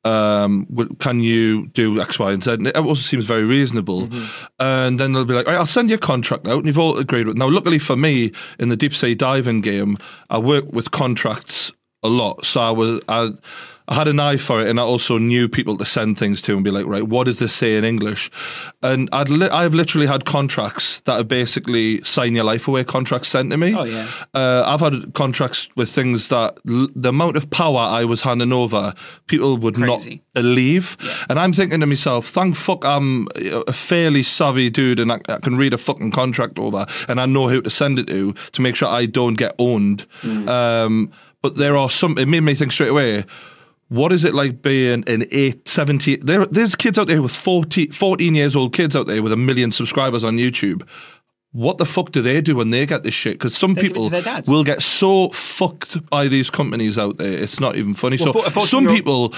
S1: Um, w- can you do X, Y, and Z? And it also seems very reasonable.
S3: Mm-hmm.
S1: And then they'll be like, right, I'll send you a contract out, and you've all agreed with. Now, luckily for me, in the deep sea diving game, I work with contracts a lot, so I was I. I had an eye for it, and I also knew people to send things to and be like, right, what does this say in English? And I'd li- I've literally had contracts that are basically sign your life away contracts sent to me.
S3: Oh, yeah.
S1: Uh, I've had contracts with things that l- the amount of power I was handing over, people would
S3: Crazy.
S1: not believe. And I'm thinking to myself, thank fuck I'm a fairly savvy dude and I, I can read a fucking contract over and I know who to send it to to make sure I don't get owned.
S3: Mm.
S1: Um, but there are some, it made me think straight away. What is it like being an 8, 70? There, there's kids out there with 40, 14 years old kids out there with a million subscribers on YouTube what the fuck do they do when they get this shit? Because some
S3: give it
S1: people
S3: to their dads.
S1: will get so fucked by these companies out there. It's not even funny.
S3: Well, for-
S1: so
S3: for-
S1: some
S3: you're-
S1: people,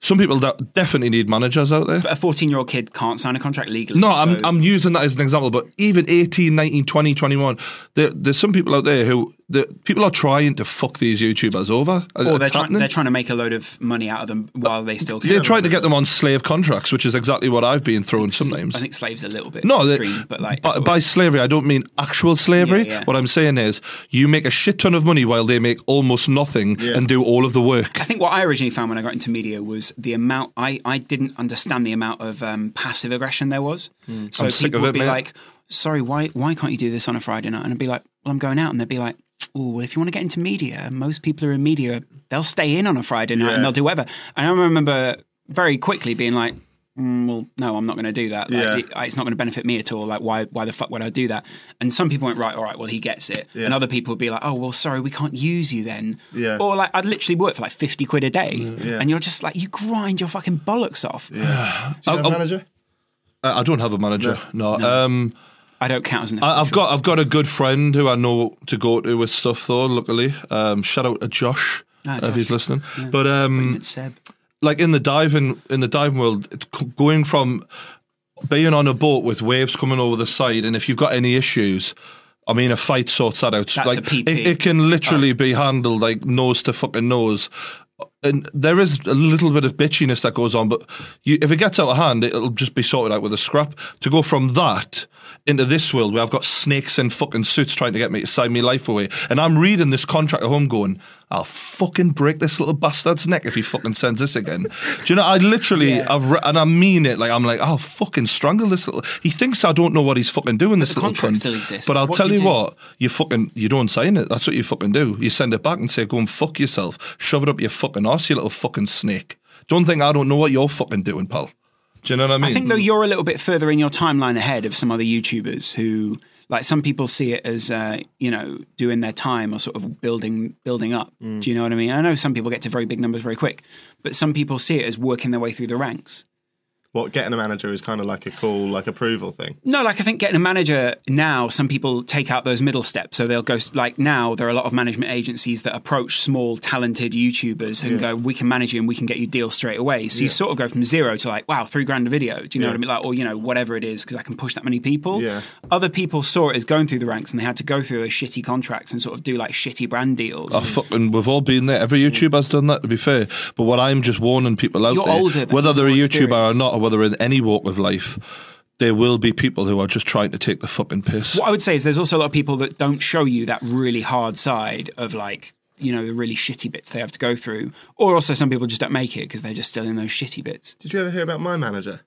S1: some people that definitely need managers out there.
S3: A 14 year old kid can't sign a contract legally.
S1: No,
S3: so-
S1: I'm, I'm using that as an example, but even 18, 19, 20, 21, there, there's some people out there who the people are trying to fuck these YouTubers over. Uh,
S3: Or
S1: It's
S3: they're, trying
S1: happening.
S3: they're trying to make a load of money out of them while they still can.
S1: They're trying to get them on slave contracts, which is exactly what I've been thrown sometimes.
S3: I think slaves a little bit
S1: No, they-
S3: extreme, but like
S1: by,
S3: sort of-
S1: by slavery, I don't mean actual slavery.
S3: Yeah, yeah.
S1: What I'm saying is, you make a shit ton of money while they make almost nothing and do all of the work.
S3: I think what I originally found when I got into media was the amount I, I didn't understand the amount of um, passive aggression there was. So
S1: Hmm. I'm
S3: people
S1: sick of
S3: would
S1: it,
S3: be
S1: mate.
S3: like, "Sorry, why why can't you do this on a Friday night?" And I'd be like, "Well, I'm going out," and they'd be like. Oh, well, if you want to get into media, most people who are in media, they'll stay in on a Friday night and
S2: Yeah.
S3: they'll do whatever. And I remember very quickly being like, "Mm, well, no, I'm not going to do that. Like,
S2: Yeah.
S3: it- it's not going to benefit me at all. Like, why, why the fuck would I do that? And some people went, right, all right, well, he gets it. And other people would be like, oh, well, sorry, we can't use you then.
S2: Yeah.
S3: Or like, I'd literally work for like 50 quid a day. And you're just like, you grind your fucking bollocks off.
S2: Do you have
S1: Oh,
S2: a
S1: oh.
S2: manager?
S1: I I don't have a manager. No, Um,
S3: I don't count as an
S1: I, I've
S3: official.
S1: got I've got a good friend who I know to go to with stuff though. Luckily, um, shout out to Josh
S3: Ah,
S1: if he's
S3: Josh.
S1: listening. But um,
S3: It's Seb.
S1: like in the diving in the diving world, it's c- going from being on a boat with waves coming over the side, and if you've got any issues, I mean, a fight sorts that out.
S3: That's
S1: like
S3: a PP.
S1: It, it can literally
S3: Ah.
S1: be handled like nose to fucking nose. And there is a little bit of bitchiness that goes on, but you, if it gets out of hand, it'll just be sorted out with a scrap. To go from that into this world where I've got snakes in fucking suits trying to get me to sign me life away, and I'm reading this contract at home going, I'll fucking break this little bastard's neck if he fucking sends this again. Do you know? I literally, I've re- and I mean it. Like I'm like, I'll fucking strangle this little. He thinks I don't know what he's fucking doing. This little
S3: contract
S1: cunt.
S3: still exists.
S1: But I'll
S3: What
S1: tell
S3: do
S1: you
S3: you do?
S1: what, you fucking you don't sign it. That's what you fucking do. You send it back and say, go and fuck yourself. Shove it up your fucking arse, you little fucking snake. Don't think I don't know what you're fucking doing, pal. Do you know what I mean?
S3: I think though you're a little bit further in your timeline ahead of some other YouTubers who, like, some people see it as uh, you know doing their time or sort of building building up. Do you know what I mean? I know some people get to very big numbers very quick, but some people see it as working their way through the ranks.
S2: What getting a manager is kind of like a cool, like approval thing.
S3: No, like I think getting a manager now, some people take out those middle steps. So they'll go, like now, there are a lot of management agencies that approach small, talented YouTubers and go, we can manage you and we can get you deals straight away. So you sort of go from zero to like, wow, three grand a video. Do you know what I mean? Like, or, you know, whatever it is, because I can push that many people.
S2: Yeah.
S3: Other people saw it as going through the ranks and they had to go through those shitty contracts and sort of do like shitty brand deals.
S1: I fucking, we've all been there. Every YouTuber's done that, to be fair. But what I'm just warning people out
S3: You're
S1: there,
S3: older than
S1: whether they're
S3: people
S1: a YouTuber
S3: with
S1: or
S3: experience.
S1: not, or whether in any walk of life, there will be people who are just trying to take the fucking piss.
S3: what I would say is there's also a lot of people that don't show you that really hard side of like you know the really shitty bits they have to go through, or also some people just don't make it because they're just still in those shitty bits.
S2: Did you ever hear about my manager?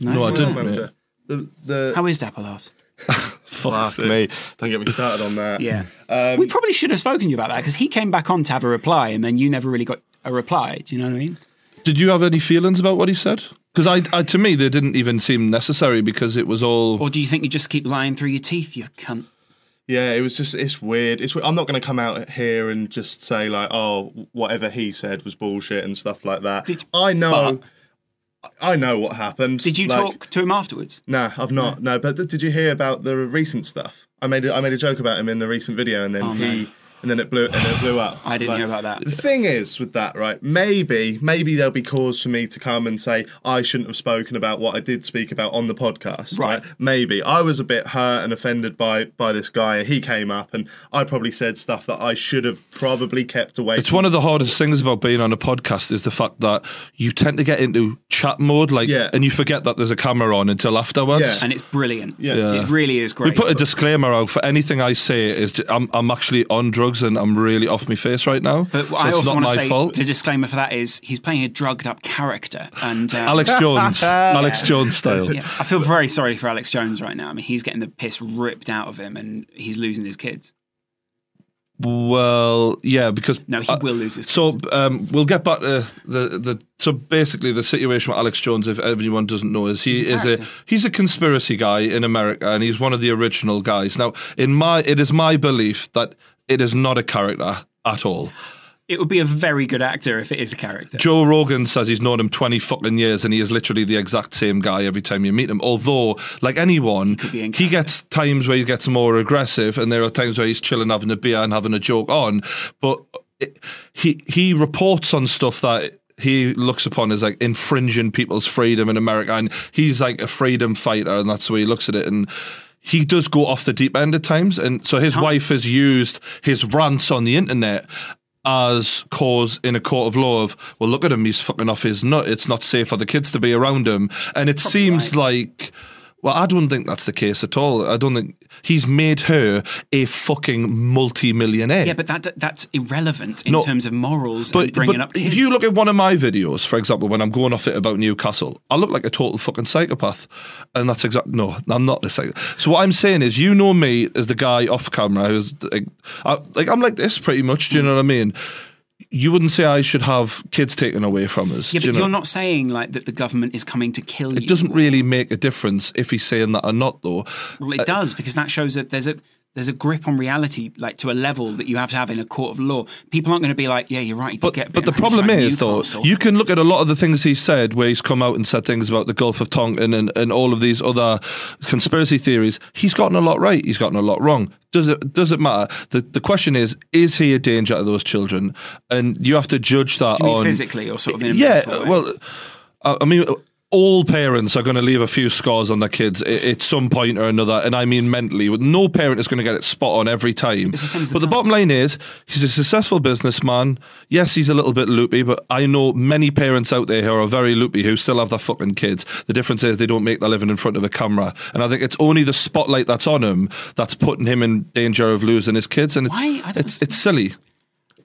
S1: no, I
S2: My
S1: didn't. mate.
S2: manager. The the
S3: How is Dappelart?
S1: Fuck's
S2: fuck
S1: sake.
S2: me. Don't get me started on that.
S3: Um, we probably should have spoken to you about that because he came back on to have a reply, and then you never really got a reply. Do you know what I mean?
S1: Did you have any feelings about what he said? Because I, I, to me, they didn't even seem necessary because it was all.
S3: Or do you think you just keep lying through your teeth, you cunt?
S2: Yeah, it was just it's weird. It's we- I'm not going to come out here and just say like, oh, whatever he said was bullshit and stuff like that.
S3: Did-
S2: I know, I know what happened.
S3: Did you
S2: Like,
S3: talk to him afterwards?
S2: Nah, I've not. No, but th- did you hear about the recent stuff? I made a, I made a joke about him in the recent video, and then he and then it blew and it blew up.
S3: Oh, I didn't
S2: Like,
S3: hear about that.
S2: The thing is with that, right? Maybe maybe there'll be cause for me to come and say I shouldn't have spoken about what I did speak about on the podcast.
S3: Right.
S2: Maybe I was a bit hurt and offended by by this guy. He came up and I probably said stuff that I should have probably kept away.
S1: It's one of the hardest things about being on a podcast is the fact that you tend to get into chat mode, like,
S2: Yeah.
S1: and you forget that there's a camera on until afterwards.
S2: Yeah.
S3: And it's brilliant.
S1: Yeah.
S3: it really is
S1: We
S3: great.
S1: put a disclaimer out for anything I say is ju- I'm I'm actually on drugs and I'm really off my face right now.
S3: But
S1: so
S3: I
S1: it's not
S3: also want to
S1: my
S3: say
S1: fault.
S3: the disclaimer for that is he's playing a drugged up character, and uh,
S1: Alex Jones, Alex Jones style.
S3: Yeah, I feel very sorry for Alex Jones right now. I mean, he's getting the piss ripped out of him, and he's losing his kids.
S1: Well, yeah, because
S3: No, he
S1: uh,
S3: will lose his.
S1: So
S3: kids.
S1: um, we'll get back to the the so basically the situation with Alex Jones, if everyone doesn't know, is he
S3: He's a
S1: is a
S3: character.
S1: he's a conspiracy guy in America, and he's one of the original guys. Now, in my it is my belief that it is not a character at all.
S3: it would be a very good actor if it is a character.
S1: Joe Rogan says he's known him 20 fucking years and he is literally the exact same guy every time you meet him. Although, like anyone,
S3: be
S1: he,
S3: in
S1: gets times where he gets more aggressive and there are times where he's chilling, having a beer and having a joke on. But it, he, he reports on stuff that he looks upon as like infringing people's freedom in America. And he's like a freedom fighter and that's the way he looks at it. And he does go off the deep end at times. And so his wife has used his rants on the internet as cause in a court of law of well look at him he's fucking off his nut it's not safe for the kids to be around him and it seems like well i don't think that's the case at all i don't think he's made her a fucking multi-millionaire
S3: yeah, but that that's irrelevant in
S1: No.
S3: terms of morals
S1: but,
S3: and bringing
S1: but
S3: up. Kids.
S1: if you look at one of my videos, for example, when I'm going off it about Newcastle, I look like a total fucking psychopath, and that's exact. No, I'm not the psychopath. So what I'm saying is, you know me as the guy off camera who's like, I, like I'm like this pretty much.
S3: Hmm.
S1: Do you know what I mean? You wouldn't say I should have kids taken away from us.
S3: yeah,
S1: do you
S3: but
S1: know?
S3: you're not saying like that the government is coming to kill you.
S1: uh, It doesn't really make a difference if he's saying that or not, though.
S3: Well, it does because that shows that there's a there's a grip on reality, like to a level that you have to have in a court of law. People aren't going to be like, yeah, you're right. You did
S1: But,
S3: get
S1: but the
S3: bitten. I just
S1: problem
S3: ran
S1: is, though,
S3: Newcastle.
S1: you can look at a lot of the things he said, where he's come out and said things about the Gulf of Tonkin and, and all of these other conspiracy theories. He's gotten a lot right. He's gotten a lot wrong. Does it does it matter? The the question is, is he a danger to those children? And you have to judge that
S3: Do you mean
S1: on
S3: physically or sort of in a
S1: yeah,
S3: mental way?
S1: well, I I mean, all parents are going to leave a few scars on their kids at, at some point or another, and I mean mentally. No parent is going to get it spot on every time.
S3: It's the same as the
S1: but the bottom line is, he's a successful businessman. Yes, he's a little bit loopy, but I know many parents out there who are very loopy who still have their fucking kids. The difference is they don't make their living in front of a camera, and I think it's only the spotlight that's on him that's putting him in danger of losing his kids, and it's
S3: Why? I don't
S1: it's, it's silly.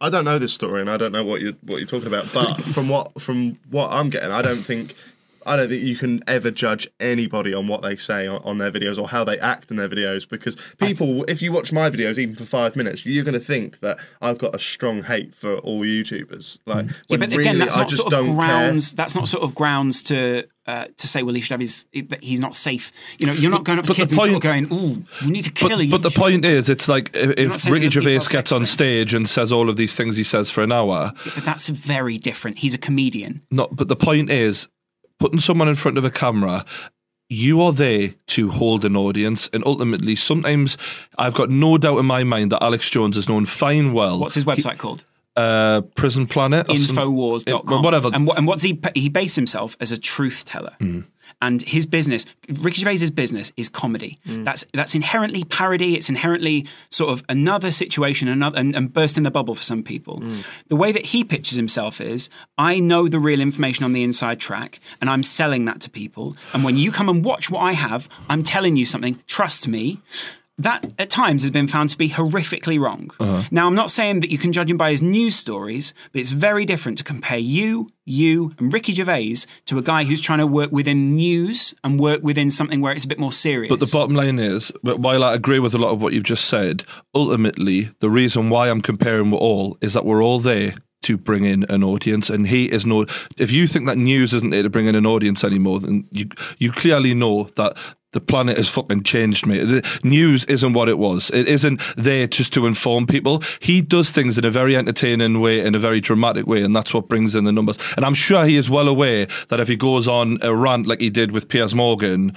S2: I don't know this story, and I don't know what you what you're talking about. But from what from what I'm getting, I don't think I don't think you can ever judge anybody on what they say on, on their videos or how they act in their videos because people, if you watch my videos even for five minutes, you're going to think that I've got a strong hate for all YouTubers. Like,
S3: Yeah,
S2: when
S3: but
S2: really
S3: again, that's
S2: I
S3: not
S2: just
S3: sort of
S2: don't
S3: grounds. That's not sort of grounds to uh, to say, well, he should have his that he's not safe. You know, you're not going up
S1: but
S3: to kids
S1: the
S3: and sort of going, ooh, we need to kill
S1: but,
S3: you.
S1: but the point is, it's like if,
S3: not
S1: if
S3: saying
S1: Ricky
S3: that people
S1: Gervais
S3: are
S1: gets on
S3: sexist.
S1: stage and says all of these things he says for an hour,
S3: But that's very different. He's a comedian.
S1: not. But the point is, putting someone in front of a camera. You are there to hold an audience, and ultimately, sometimes I've got no doubt in my mind that Alex Jones is known fine well.
S3: What's his website called?
S1: Uh, Prison Planet. or some-
S3: Infowars.com.
S1: It- whatever. Mm.
S3: And, what, and what's he? He based himself as a truth teller. And his business, Ricky Gervais's business, is comedy.
S1: Mm.
S3: That's that's inherently parody. It's inherently sort of another situation, another and, and bursting the bubble for some people.
S1: Mm.
S3: The way that he pitches himself is, I know the real information on the inside track, and I'm selling that to people. And when you come and watch what I have, I'm telling you something. Trust me that at times has been found to be horrifically wrong.
S1: Uh-huh.
S3: Now, I'm not saying that you can judge him by his news stories, but it's very different to compare you, you, and Ricky Gervais to a guy who's trying to work within news and work within something where it's a bit more serious.
S1: But the bottom line is, but while I agree with a lot of what you've just said, ultimately the reason why I'm comparing we're all is that we're all there to bring in an audience, and he is no. If you think that news isn't there to bring in an audience anymore, then you you clearly know that. The planet has fucking changed, mate. The news isn't what it was. It isn't there just to inform people. He does things in a very entertaining way, in a very dramatic way, and that's what brings in the numbers. And I'm sure he is well aware that if he goes on a rant like he did with Piers Morgan,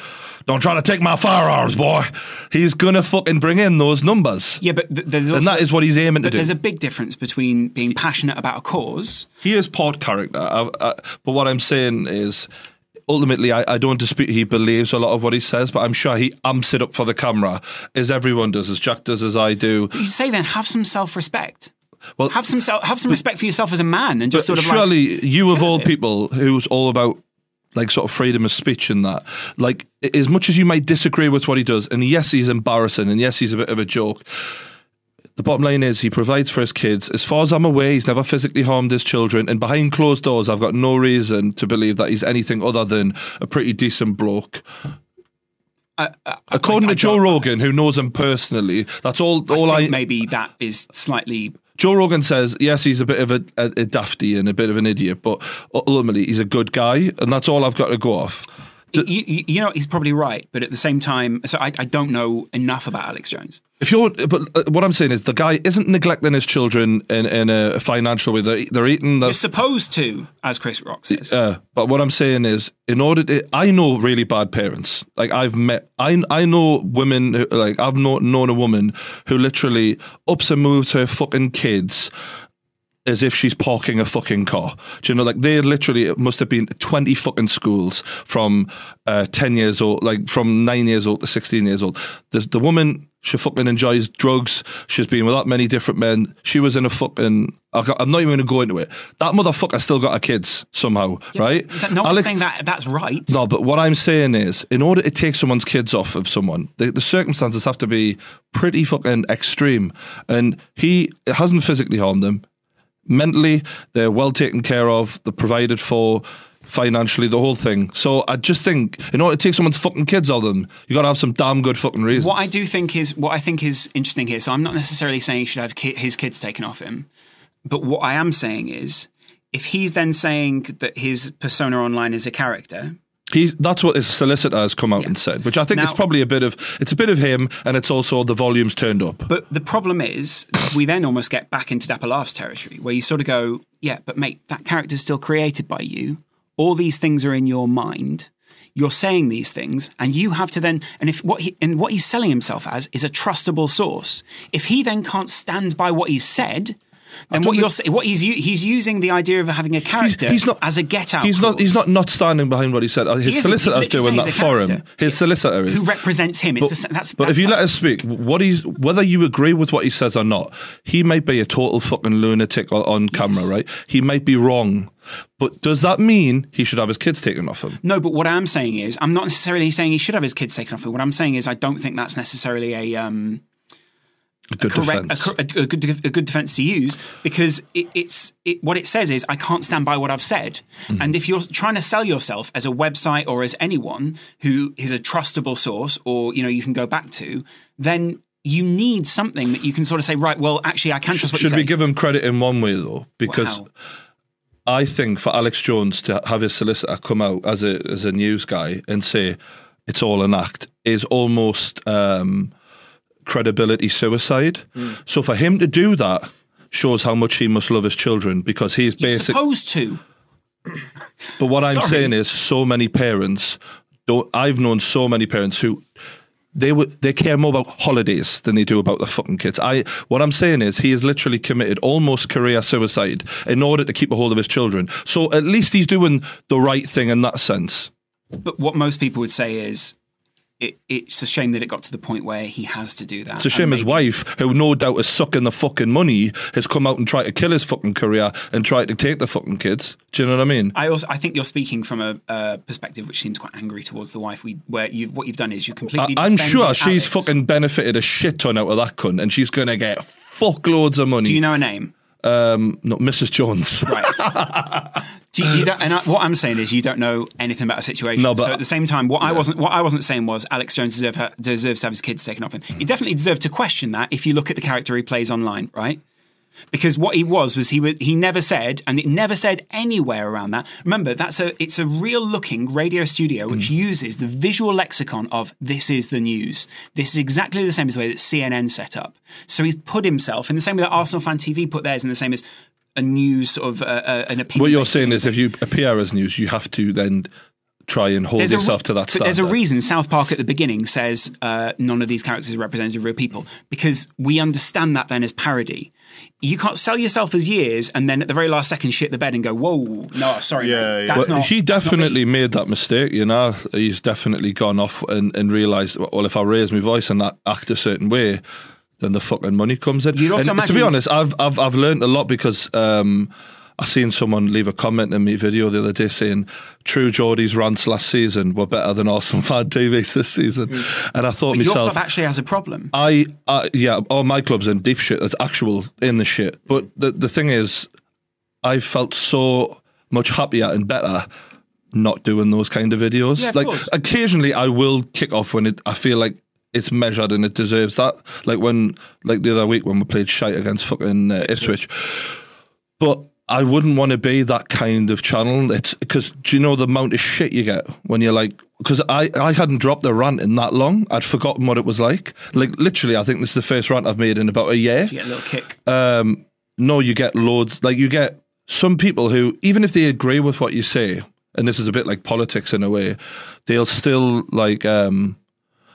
S1: don't try to take my firearms, boy. He's gonna fucking bring in those numbers.
S3: yeah, but th- there's also,
S1: And that is what he's aiming to
S3: but
S1: do.
S3: there's a big difference between being passionate about a cause.
S1: he is part character. I, I, but what I'm saying is, ultimately, I, I don't dispute he believes a lot of what he says, but I'm sure he amps it up for the camera, as everyone does, as Jack does, as I do.
S3: You say then have some self-respect.
S1: Well,
S3: Have some self, have some respect for yourself as a man, and just sort of like,
S1: surely you of all people who's all about like sort of freedom of speech and that like as much as you might disagree with what he does and yes he's embarrassing and yes he's a bit of a joke the bottom line is he provides for his kids as far as i'm aware he's never physically harmed his children and behind closed doors i've got no reason to believe that he's anything other than a pretty decent bloke According
S3: I-
S1: to
S3: I
S1: Joe
S3: don't-
S1: Rogan, who knows him personally, that's all. all
S3: I
S1: I,
S3: think maybe that is slightly
S1: Joe Rogan says, yes, he's a bit of a, a, a dafty and a bit of an idiot, but ultimately he's a good guy, and that's all I've got to go off.
S3: you, you, you know he's probably right, but at the same time, so I, I don't know enough about Alex Jones.
S1: If you're, but uh, what I'm saying is, the guy isn't neglecting his children in, in a financial way. They're, they're eating.
S3: You're
S1: They're,
S3: supposed to, as Chris Rock says.
S1: uh, but what I'm saying is, in order to, I know really bad parents. Like I've met, I I know women. Who, like I've not known a woman who literally ups and moves her fucking kids as if she's parking a fucking car. Do you know, like they literally it must have been twenty fucking schools from uh, ten years old, like from nine years old to sixteen years old. The the woman she fucking enjoys drugs. She's been with that many different men. She was in a fucking. I got- I'm not even going to go into it. That motherfucker still got her kids somehow, right?
S3: That- no one's
S1: Alex-
S3: saying that that's right.
S1: no, but what I'm saying is, in order to take someone's kids off of someone, the, the circumstances have to be pretty fucking extreme. And he hasn't physically harmed them. Mentally, they're well taken care of, they're provided for financially, the whole thing. So I just think, in order to take someone's fucking kids off them, you got to have some damn good fucking reason.
S3: What I do think is what I think is interesting here. So I'm not necessarily saying he should have ki- his kids taken off him, but what I am saying is if he's then saying that his persona online is a character,
S1: He, that's what his solicitor has come out and said, which I think
S3: Now-
S1: it's probably a bit of it's a bit of him, and it's also the volumes turned up.
S3: But the problem is, we then almost get back into Dapper Laughs territory, where you sort of go, yeah, but mate, that character's still created by you. All these things are in your mind. You're saying these things, and you have to then, and if what he, and what he's selling himself as is a trustable source. If he then can't stand by what he's said, then what you're sa- what he's u- he's using the idea of having a character as a get out.
S1: He's not. He's not not standing behind what he said. Uh, His
S3: He isn't. He's
S1: solicitor's
S3: literally
S1: doing
S3: saying
S1: that
S3: he's a
S1: for him.
S3: character.
S1: His solicitor is.
S3: who represents him. It's
S1: But,
S3: the, sa- that's,
S1: but if
S3: that's
S1: you
S3: like-
S1: let us speak, what he's whether you agree with what he says or not, he might be a total fucking lunatic on, on camera, right? He might be wrong, but does that mean he should have his kids taken off him?
S3: No, but what I'm saying is, I'm not necessarily saying he should have his kids taken off. What I'm saying is, I don't think that's necessarily a um,
S1: A good
S3: correct, a,
S1: defense.
S3: cor- a, a good a good defense to use because it, it's it, what it says is I can't stand by what I've said.
S1: Mm-hmm.
S3: And if you're trying to sell yourself as a website or as anyone who is a trustable source or you know you can go back to, then you need something that you can sort of say, right? Well, actually, I can trust what
S1: should
S3: you
S1: we
S3: say.
S1: give him credit in one way though? Because
S3: Wow.
S1: I think for Alex Jones to have his solicitor come out as a as a news guy and say it's all an act is almost um, credibility suicide.
S3: Hmm.
S1: So for him to do that shows how much he must love his children because he's
S3: You're
S1: basically
S3: supposed to.
S1: But what I'm
S3: Sorry.
S1: saying is, so many parents don't. I've known so many parents who they would they care more about holidays than they do about their fucking kids. I what I'm saying is, he has literally committed almost career suicide in order to keep a hold of his children. So at least he's doing the right thing in that sense.
S3: But what most people would say is, it, it's a shame that it got to the point where he has to do that.
S1: It's a shame his wife, who no doubt is sucking the fucking money, has come out and tried to kill his fucking career and tried to take the fucking kids. Do you know what I mean?
S3: I also I think you're speaking from a uh, perspective which seems quite angry towards the wife. We where you've what you've done is you completely.
S1: I, am
S3: defended
S1: sure she's
S3: Alex.
S1: fucking benefited a shit ton out of that cunt, and she's gonna get fuckloads of money.
S3: Do you know her name?
S1: um, not Mrs. Jones.
S3: Right. Do you, you don't, and I, what I'm saying is, you don't know anything about a situation.
S1: Uh, No, but-
S3: so at the same time, what I wasn't what I wasn't saying was Alex Jones deserve, her, deserves to have his kids taken off him. He definitely deserved to question that if you look at the character he plays online, right? Because what he was was he was, he never said, and it never said anywhere around that. Remember, that's a it's a real looking radio studio which uses the visual lexicon of this is the news. This is exactly the same as the way that CNN set up. So he's put himself in the same way that Arsenal fan TV put theirs in the same as a news sort of uh, uh, an opinion.
S1: What you're saying is, if you appear as news, you have to then try and hold
S3: There's a re-
S1: yourself to that
S3: but
S1: standard.
S3: There's a reason South Park at the beginning says uh, none of these characters are representative of real people because we understand that then as parody. You can't sell yourself as years and then at the very last second shit the bed and go, whoa, no, sorry,
S2: Yeah,
S3: mate,
S2: yeah.
S3: that's
S1: Well,
S3: not.
S1: he
S3: that's not me."
S1: definitely made that mistake, you know. He's definitely gone off and, and realised, well, if I raise my voice and that act a certain way, then the fucking money comes in.
S3: You'd also
S1: and to be
S3: imagine-
S1: honest, I've I've I've learned a lot because um, I seen someone leave a comment in my video the other day saying, "True Geordie's rants last season were better than Arsenal fan TV's this season,"
S3: Mm.
S1: and I thought
S3: Your
S1: myself,
S3: club actually has a problem.
S1: I, I yeah, all my club's in deep shit. That's actual in the shit. But the the thing is, I felt so much happier and better not doing those kind of videos.
S3: Yeah, of
S1: like
S3: course.
S1: occasionally, I will kick off when it. I feel like it's measured and it deserves that. Like when, like the other week when we played shite against fucking uh, Ipswich. But I wouldn't want to be that kind of channel. It's because do you know the amount of shit you get when you're like. Because I, I hadn't dropped a rant in that long. I'd forgotten what it was like. Like, literally, I think this is the first rant I've made in about a year
S3: You get a little kick.
S1: um, no, you get loads. Like you get some people who, even if they agree with what you say, and this is a bit like politics in a way, they'll still like um,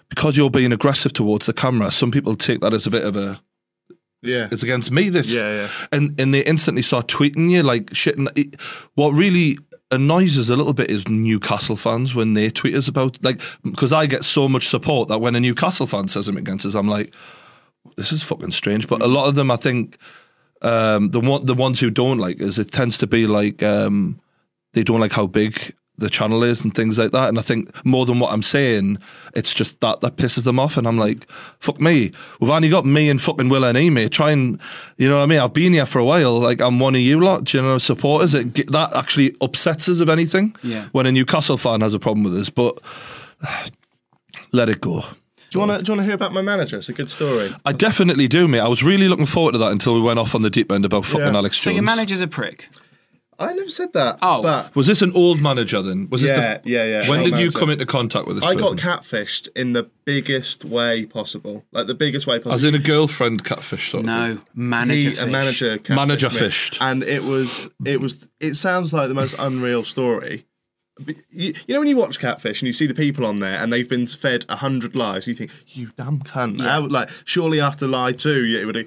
S1: because you're being aggressive towards the camera. Some people take that as a bit of a
S2: Yeah.
S1: it's against me this
S2: Yeah, yeah.
S1: and and they instantly start tweeting you like shit and it, what really annoys us a little bit is newcastle fans when they tweet us about like because i get so much support that when a newcastle fan says something against us i'm like this is fucking strange but a lot of them i think um the one the ones who don't like us it tends to be like um they don't like how big the channel is and things like that. And I think more than what I'm saying, it's just that that pisses them off. And I'm like, fuck me. We've only got me and fucking Will and Amy. Try and, you know what I mean? I've been here for a while. Like, I'm one of you lot, do you know, supporters. It, ge- that actually upsets us, if anything,
S3: Yeah.
S1: when a Newcastle fan has a problem with us. But let it go.
S2: Do you want to? Do you want to hear about my manager? It's a good story.
S1: I definitely do, mate. I was really looking forward to that until we went off on the deep end about fucking
S2: Yeah.
S1: Alex Jones.
S3: So your manager's a prick.
S2: I never said that.
S3: Oh.
S2: but
S1: was this an old manager then? Was this
S2: Yeah,
S1: the,
S2: yeah, yeah,
S1: When
S2: old
S1: did you
S2: manager.
S1: come into contact with this?
S2: I got
S1: person?
S2: catfished in the biggest way possible, like the biggest way possible.
S1: As in a girlfriend catfish sort of
S3: No, manager.
S2: he, a
S3: fish.
S2: manager catfished
S1: Manager
S2: me.
S1: fished.
S2: and it was it was it sounds like the most unreal story. But You, you know when you watch Catfish and you see the people on there and they've been fed a hundred lies, you think you dumb cunt. How- like surely after lie two, it would.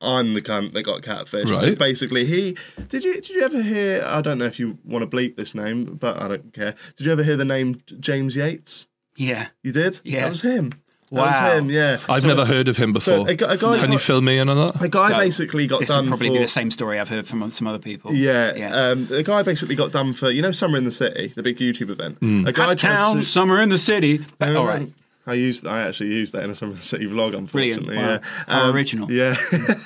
S2: I'm the cunt that got catfish.
S1: Right.
S2: Basically, he did you did you ever hear? I don't know if you want to bleep this name, but I don't care. Did you ever hear the name James Yates?
S3: Yeah.
S2: You did.
S3: Yeah.
S2: that was him. That
S3: Wow.
S2: was him. Yeah,
S1: I've
S2: So-
S1: never heard of him
S2: So
S1: before.
S2: a, gu- a guy.
S1: Can you
S2: got-
S1: fill me in on that?
S2: a guy
S3: No,
S2: basically got
S3: This
S2: done
S3: would probably
S2: for
S3: be the same story I've heard from some other people.
S2: Yeah,
S3: Yeah.
S2: Um, the guy basically got done for you know Summer in the City, the big YouTube event.
S1: Hmm.
S2: A guy
S3: Hot
S2: tried
S3: town,
S2: to- Um, Oh,
S3: summer in the city. But, all right.
S2: I used I actually used that in a Summer in the City vlog.
S3: Brilliant.
S2: Unfortunately,
S3: Wow.
S2: yeah.
S3: How
S2: Um,
S3: original.
S2: Yeah.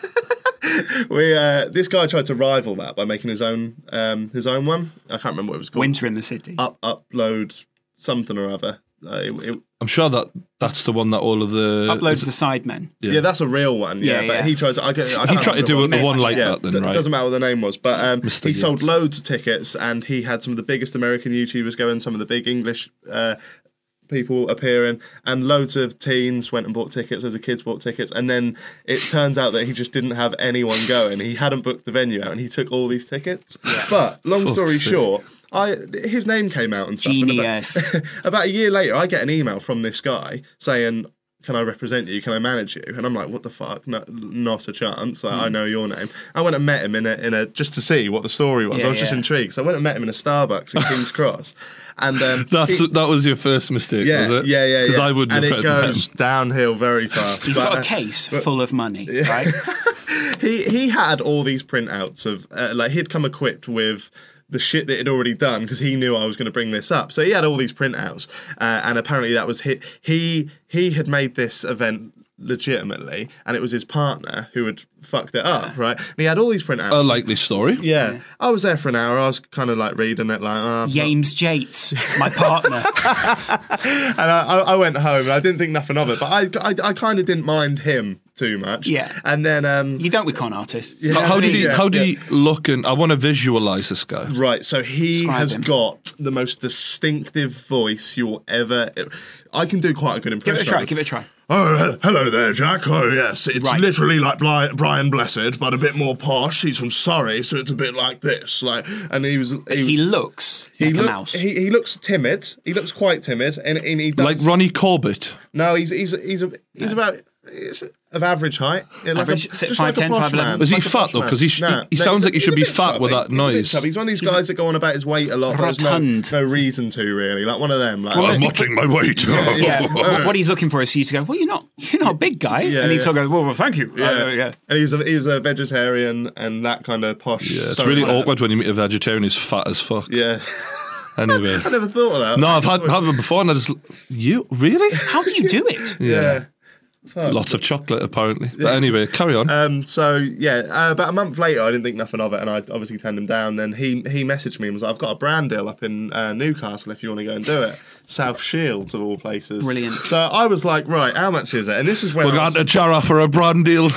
S2: we uh, this guy tried to rival that by making his own um, his own one. I can't remember what it was called.
S3: Winter in the city.
S2: Up upload something or other. Uh, it- it-
S1: I'm sure that that's the one that all of the
S3: Uploads
S1: is-
S3: the sidemen.
S1: Yeah.
S2: yeah. that's a real one. Yeah,
S3: Yeah,
S2: but
S3: yeah.
S2: he tried. To, I, get- I
S1: He
S2: can't
S1: tried to do
S2: remember what it
S1: it the
S3: Mate,
S1: one like
S2: yeah,
S1: that, then
S2: th-
S1: right?
S2: doesn't matter what the name was, but um,
S1: Mr.
S2: he
S1: Yates.
S2: sold loads of tickets, and he had some of the biggest American YouTubers go and some of the big English uh, people appearing, and loads of teens went and bought tickets, loads of kids bought tickets, and then it turns out that he just didn't have anyone going. He hadn't booked the venue out, and he took all these tickets. But long story
S1: sake.
S2: short, I his name came out and stuff.
S3: E
S2: and about-
S3: Genius.
S2: about a year later, I get an email from this guy saying, "Can I represent you? Can I manage you?" And I'm like, "What the fuck? No, not a chance! Like,
S1: Hmm.
S2: I know your name." I went and met him in a in a just to see what the story was.
S3: Yeah,
S2: I was just
S3: yeah.
S2: intrigued, so I went and met him in a Starbucks in Kings Cross, and um,
S1: That's
S2: he-
S1: that was your first mistake,
S2: yeah,
S1: was it?
S2: yeah, yeah, yeah.
S1: Because I wouldn't
S2: and
S1: have
S2: it
S1: read them.
S2: goes downhill very fast.
S3: He's
S2: but,
S3: got a
S2: uh,
S3: case full of money, right?
S2: he he had all these printouts of uh, like he'd come equipped with the shit that he'd already done because he knew I was going to bring this up. So he had all these printouts, uh, and apparently that was he he he had made this event legitimately, and it was his partner who had fucked it up, right? And he had all these printouts.
S1: A likely story.
S2: yeah. I was there for an hour. I was kind of like reading it, like, ah,
S3: James Jates, my partner.
S2: and I, I I went home and I didn't think nothing of it. But I, I, I kind of didn't mind him too much.
S3: Yeah.
S2: And then, um,
S3: you don't with con artists.
S1: How, how did he?
S2: Yeah,
S1: How did
S2: yeah.
S1: he look? And I want to visualize this guy.
S2: Right, so he
S3: Describe
S2: has
S3: him.
S2: got the most distinctive voice you'll ever. I can do quite a good
S3: Give
S2: impression.
S3: it a try.
S2: of
S3: Give it a try.
S2: Oh, he- hello there, Jack. Oh, yes, it's
S3: Right.
S2: literally like Bli- Brian Blessed, but a bit more posh. He's from Surrey, so it's a bit like this. Like, and he was. He,
S3: He looks like
S2: look-
S3: a mouse.
S2: He, he looks timid. He looks quite timid, and, and he does.
S1: Like Ronnie Corbett.
S2: no, he's he's he's a, he's about. He's of average height. Yeah, like
S3: Average,
S2: a,
S3: sit
S2: just like a
S3: 5'10",
S2: posh
S3: 5'11".
S2: man,
S1: Was he
S2: like a
S1: fat,
S2: posh
S1: though?
S2: man.
S1: 'Cause he sh- he
S2: he's
S1: sounds
S2: a-
S1: like he
S2: he's
S1: should
S2: a
S1: be
S2: bit
S1: fat with that
S2: chubby. He's a bit
S1: noise.
S2: chubby. He's one of these guys that go on about his weight a lot. but There's no,
S3: Rotund.
S2: no reason to really. Like one of them. Like
S3: of those
S1: watching my weight.
S3: yeah. what- what he's looking for is for you to go. Well, you're not. You're not a big guy.
S2: Yeah,
S3: and he
S2: yeah.
S3: sort of goes. Well, well thank you.
S2: yeah.
S3: Uh, yeah.
S2: And he was a, he was a vegetarian and that kind of posh.
S1: Yeah, it's
S2: so
S1: really
S2: one of-
S1: awkward when you meet a vegetarian who's fat as fuck.
S2: Yeah,
S1: Anyway.
S2: I never thought of that.
S1: No, I've had, had one before and I just. You? Really?
S3: How do you do it?
S2: yeah.
S1: Lots of chocolate, apparently. But anyway, carry on.
S2: Um, so yeah, uh, about a month later, I didn't think nothing of it, and I obviously turned him down. Then he he messaged me and was like, "I've got a brand deal up in uh, Newcastle if you want to go and do it, South Shields of all places."
S3: Brilliant.
S2: So I was like, "Right, how much is it?" And this is when
S1: We're
S2: I
S1: going
S2: was,
S1: to Jarrah for a brand deal.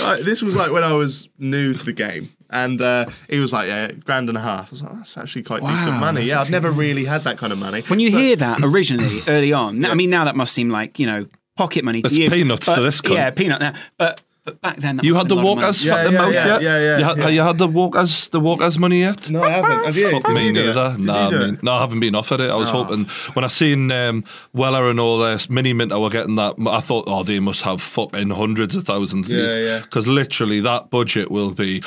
S2: like, this was like when I was new to the game. And uh, he was like, yeah, grand and a half. I was like, that's actually quite decent
S3: Wow,
S2: money.
S3: that's
S2: Yeah, I've never really had that kind of money.
S3: When you hear that originally, early on. I mean, now that must seem like you know pocket money to
S1: That's
S3: you.
S1: peanuts to
S3: but-
S1: this cunt.
S3: Yeah, peanut now. But but back then, that
S1: You
S3: must
S1: had
S3: have
S1: the
S3: been a lot
S1: walk
S3: of money.
S1: as
S2: Yeah,
S1: fat the
S2: yeah,
S1: mouth
S2: yeah,
S1: yet?
S2: yeah, yeah,
S1: You had,
S2: yeah.
S1: Have you had the walk as the walk as money yet?
S2: No, I haven't. Have you?
S1: Fuck
S2: Did
S1: me
S2: you do it?
S1: neither.
S2: Did
S1: Nah,
S2: you do
S1: I
S2: it? Oh.
S1: mean, no, I haven't been offered it. I was hoping when I seen um, Weller and all this mini mint, I were getting that. I thought, oh, they must have fucking hundreds of thousands.
S2: Yeah,
S1: of
S2: yeah.
S1: these because literally that budget will be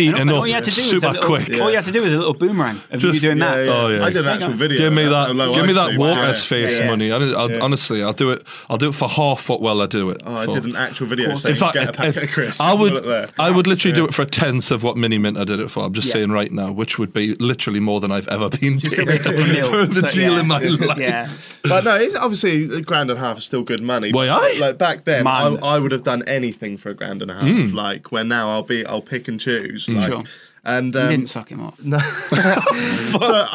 S1: eaten
S3: And all
S1: up
S3: you had to do was a
S1: super
S3: little,
S1: quick.
S3: All you had to do was a little boomerang of
S1: Just-
S3: you doing
S2: Yeah,
S3: that.
S2: yeah.
S1: Oh, yeah.
S2: I did an
S3: Hang
S2: actual
S3: on.
S2: video.
S1: Give me
S2: That's
S1: that.
S2: how low
S1: Give
S2: I
S1: me that
S2: sleep.
S1: walker's face
S3: Yeah, yeah.
S1: money. I'll, I'll, Honestly, I'll do it. I'll do it for half what Weller do it.
S2: Oh, I
S1: for.
S2: did an actual video
S1: In
S2: saying
S1: fact,
S2: get a
S1: it-
S2: packet
S1: it-
S2: of crisps.
S1: I
S2: Put it there.
S1: would, I would literally do it for a tenth of what Mini Mint I did it for. I'm just saying right now, which would be literally more than I've ever been
S3: still
S1: paid
S3: a couple of mil,
S1: for the
S3: so,
S1: deal
S3: yeah.
S1: in my life.
S3: Yeah.
S2: But no, it's obviously a grand and a half is still good money.
S1: Why, aye?
S2: Like back then, I,
S3: Man.
S2: I would have done anything for a grand and a half.
S1: Mm.
S2: Like where now I'll be, I'll pick and choose. Like,
S3: Sure.
S2: And
S3: You
S2: um,
S3: didn't suck him up.
S2: so I,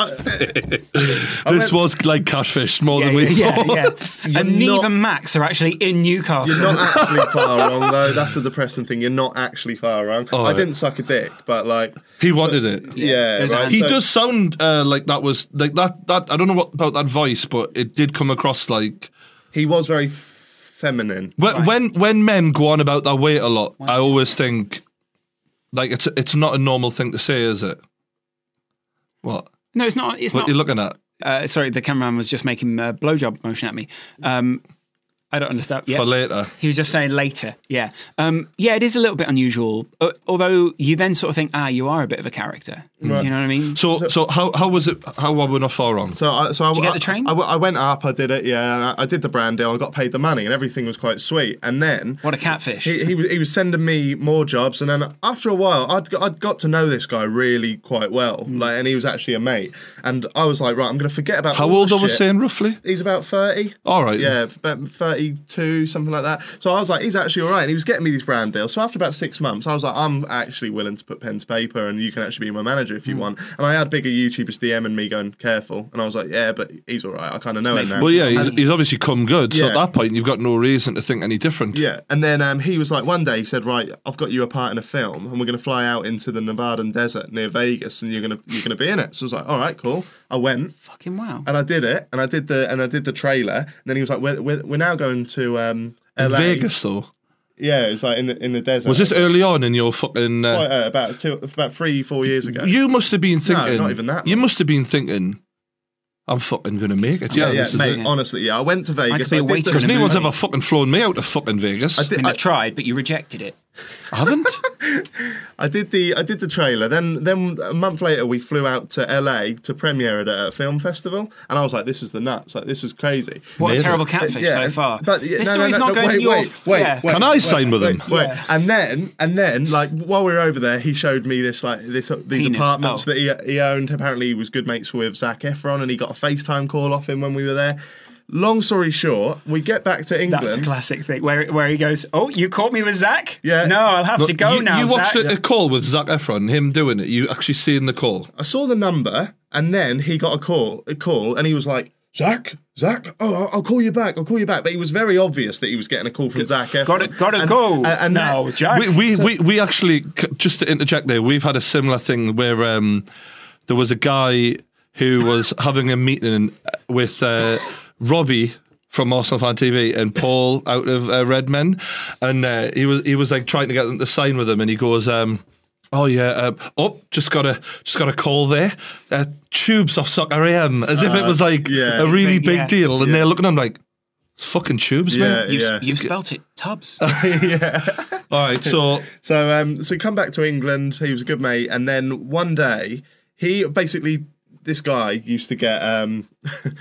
S1: This was like catfish more than we
S3: yeah,
S1: thought.
S3: yeah. And
S2: You're
S3: Neve
S2: not-
S3: and Max are actually in Newcastle.
S2: you're not actually far wrong though. That's the depressing thing. You're not actually far wrong. I
S1: right.
S2: didn't suck a dick, but like,
S1: He wanted it.
S2: yeah,
S3: There's a
S2: right?
S1: He
S2: So-
S1: does sound uh, like that was like that. That I don't know what about that voice, but it did come across like
S2: He was very f- feminine.
S1: when when, when men go on about their weight a lot. I always think like it's it's not a normal thing to say, is it? What?
S3: no, it's not. It's
S1: What
S3: not.
S1: you looking at?
S3: uh, sorry, the cameraman was just making a blowjob motion at me. Um, I don't understand. Yeah.
S1: For later.
S3: He was just saying later. Yeah. Um, yeah, it is a little bit unusual. Uh, although you then sort of think, ah, you are a bit of a character. Do you know what I mean?
S1: So, so how how was it? How were we not far on?
S2: So I, so I,
S3: you get
S2: I-
S3: the train?
S2: I, I went up. I did it. Yeah, and I, I did the brand deal. I got paid the money, and everything was quite sweet. And then
S3: What a catfish.
S2: he, he was he was sending me more jobs, and then after a while, I'd got- I'd got to know this guy really quite well,
S3: Hmm.
S2: like, and he was actually a mate, and I was like, right, I'm gonna forget about
S1: How
S2: all
S1: old
S2: the
S1: are we
S2: shit.
S1: saying roughly?
S2: He's about thirty.
S1: All right.
S2: Yeah, about 30, 32, something like that. So I was like, he's actually all right. And he was getting me these brand deals. So after about six months, I was like, I'm actually willing to put pen to paper and you can actually be my manager if you
S1: Hmm.
S2: want. And I had bigger YouTubers DM and me going, careful. And I was like, yeah, but he's all right. I kind of know him now.
S1: Well, yeah, he's, he's obviously come good. So at
S2: Yeah.
S1: that point, you've got no reason to think any different.
S2: Yeah, and then um, he was like, one day he said, "Right, I've got you a part in a film, and we're going to fly out into the Nevadan desert near Vegas, and you're going to you're going to be in it." So I was like, "All right, cool." I went
S3: Fucking wow.
S2: and I did it, and I did the and I did the trailer, and then he was like, "We're we're, we're now going to um,
S1: In
S2: LA.
S1: Vegas, though.
S2: Yeah, it's like in the, in the desert.
S1: Was this early on in your fucking. Uh,
S2: Quite, uh, about two about three four years ago?
S1: You must have been thinking.
S2: uh, not even that
S1: You
S2: long.
S1: must have been thinking, I'm fucking going to make it. Yeah,
S2: yeah,
S1: this is
S2: mate.
S1: it.
S2: Honestly, yeah, I went to Vegas.
S3: I could be a
S2: did
S3: waiter
S2: the-
S3: in a
S1: No one's
S3: movie.
S1: ever fucking flown me out to fucking Vegas.
S2: I
S1: I,
S2: did-
S3: I mean,
S2: I-
S3: I've tried, but you rejected it.
S1: haven't.
S2: I did the I did the trailer. Then then a month later we flew out to LA to premiere it at a film festival, and I was like, "This is the nuts! Like this is crazy."
S3: What a
S1: Maybe.
S3: terrible catfish
S2: Uh, Yeah,
S3: so far.
S2: but- yeah,
S3: this
S2: no, no,
S3: story's
S2: no,
S3: not
S2: no,
S3: going
S2: wait,
S3: in your.
S2: wait, wait,
S3: yeah.
S2: wait.
S1: Can I sign with them?
S2: Wait, and then and then like while we were over there, he showed me this like this uh, these
S3: Penis.
S2: apartments
S3: Oh.
S2: that he he owned. Apparently, he was good mates with Zach Efron, and he got a FaceTime call off him when we were there. Long story short, we get back to England.
S3: That's a classic thing where where he goes, "Oh, you caught me with Zach?
S2: Yeah.
S3: No, I'll have to go
S1: you,
S3: now."
S1: you watched
S3: Zach.
S1: a, a call with Zach Efron, him doing it. You actually seeing the call.
S2: I saw the number, and then he got a call, a call, and he was like, "Zach, Zach, oh, I'll- I'll call you back, I'll call you back." But he was very obvious that he was getting a call from Zach. Efron.
S3: Gotta gotta
S2: And-
S3: go.
S2: And, and
S3: now,
S2: that-
S3: Jack.
S1: we, we, we, we actually c- just to interject there we've had a similar thing where um, there was a guy who was having a meeting with uh, robbie from Arsenal Fan TV and Paul out of uh, Red Men, and uh, he was he was like trying to get them to sign with him, and he goes, um, "Oh yeah, uh, oh just got a just got a call there, uh, tubes off soccer AM," as if it was like
S2: Uh, yeah.
S1: a really
S3: Big-
S1: big
S3: yeah.
S1: deal, and they're looking at him like, "It's fucking tubes,
S2: yeah,
S1: man."
S3: You've,
S2: yeah.
S3: you've spelt it Tubbs.
S1: All right, so
S2: So, um, so we come back to England. He was a good mate, and then one day he basically this guy used to get um,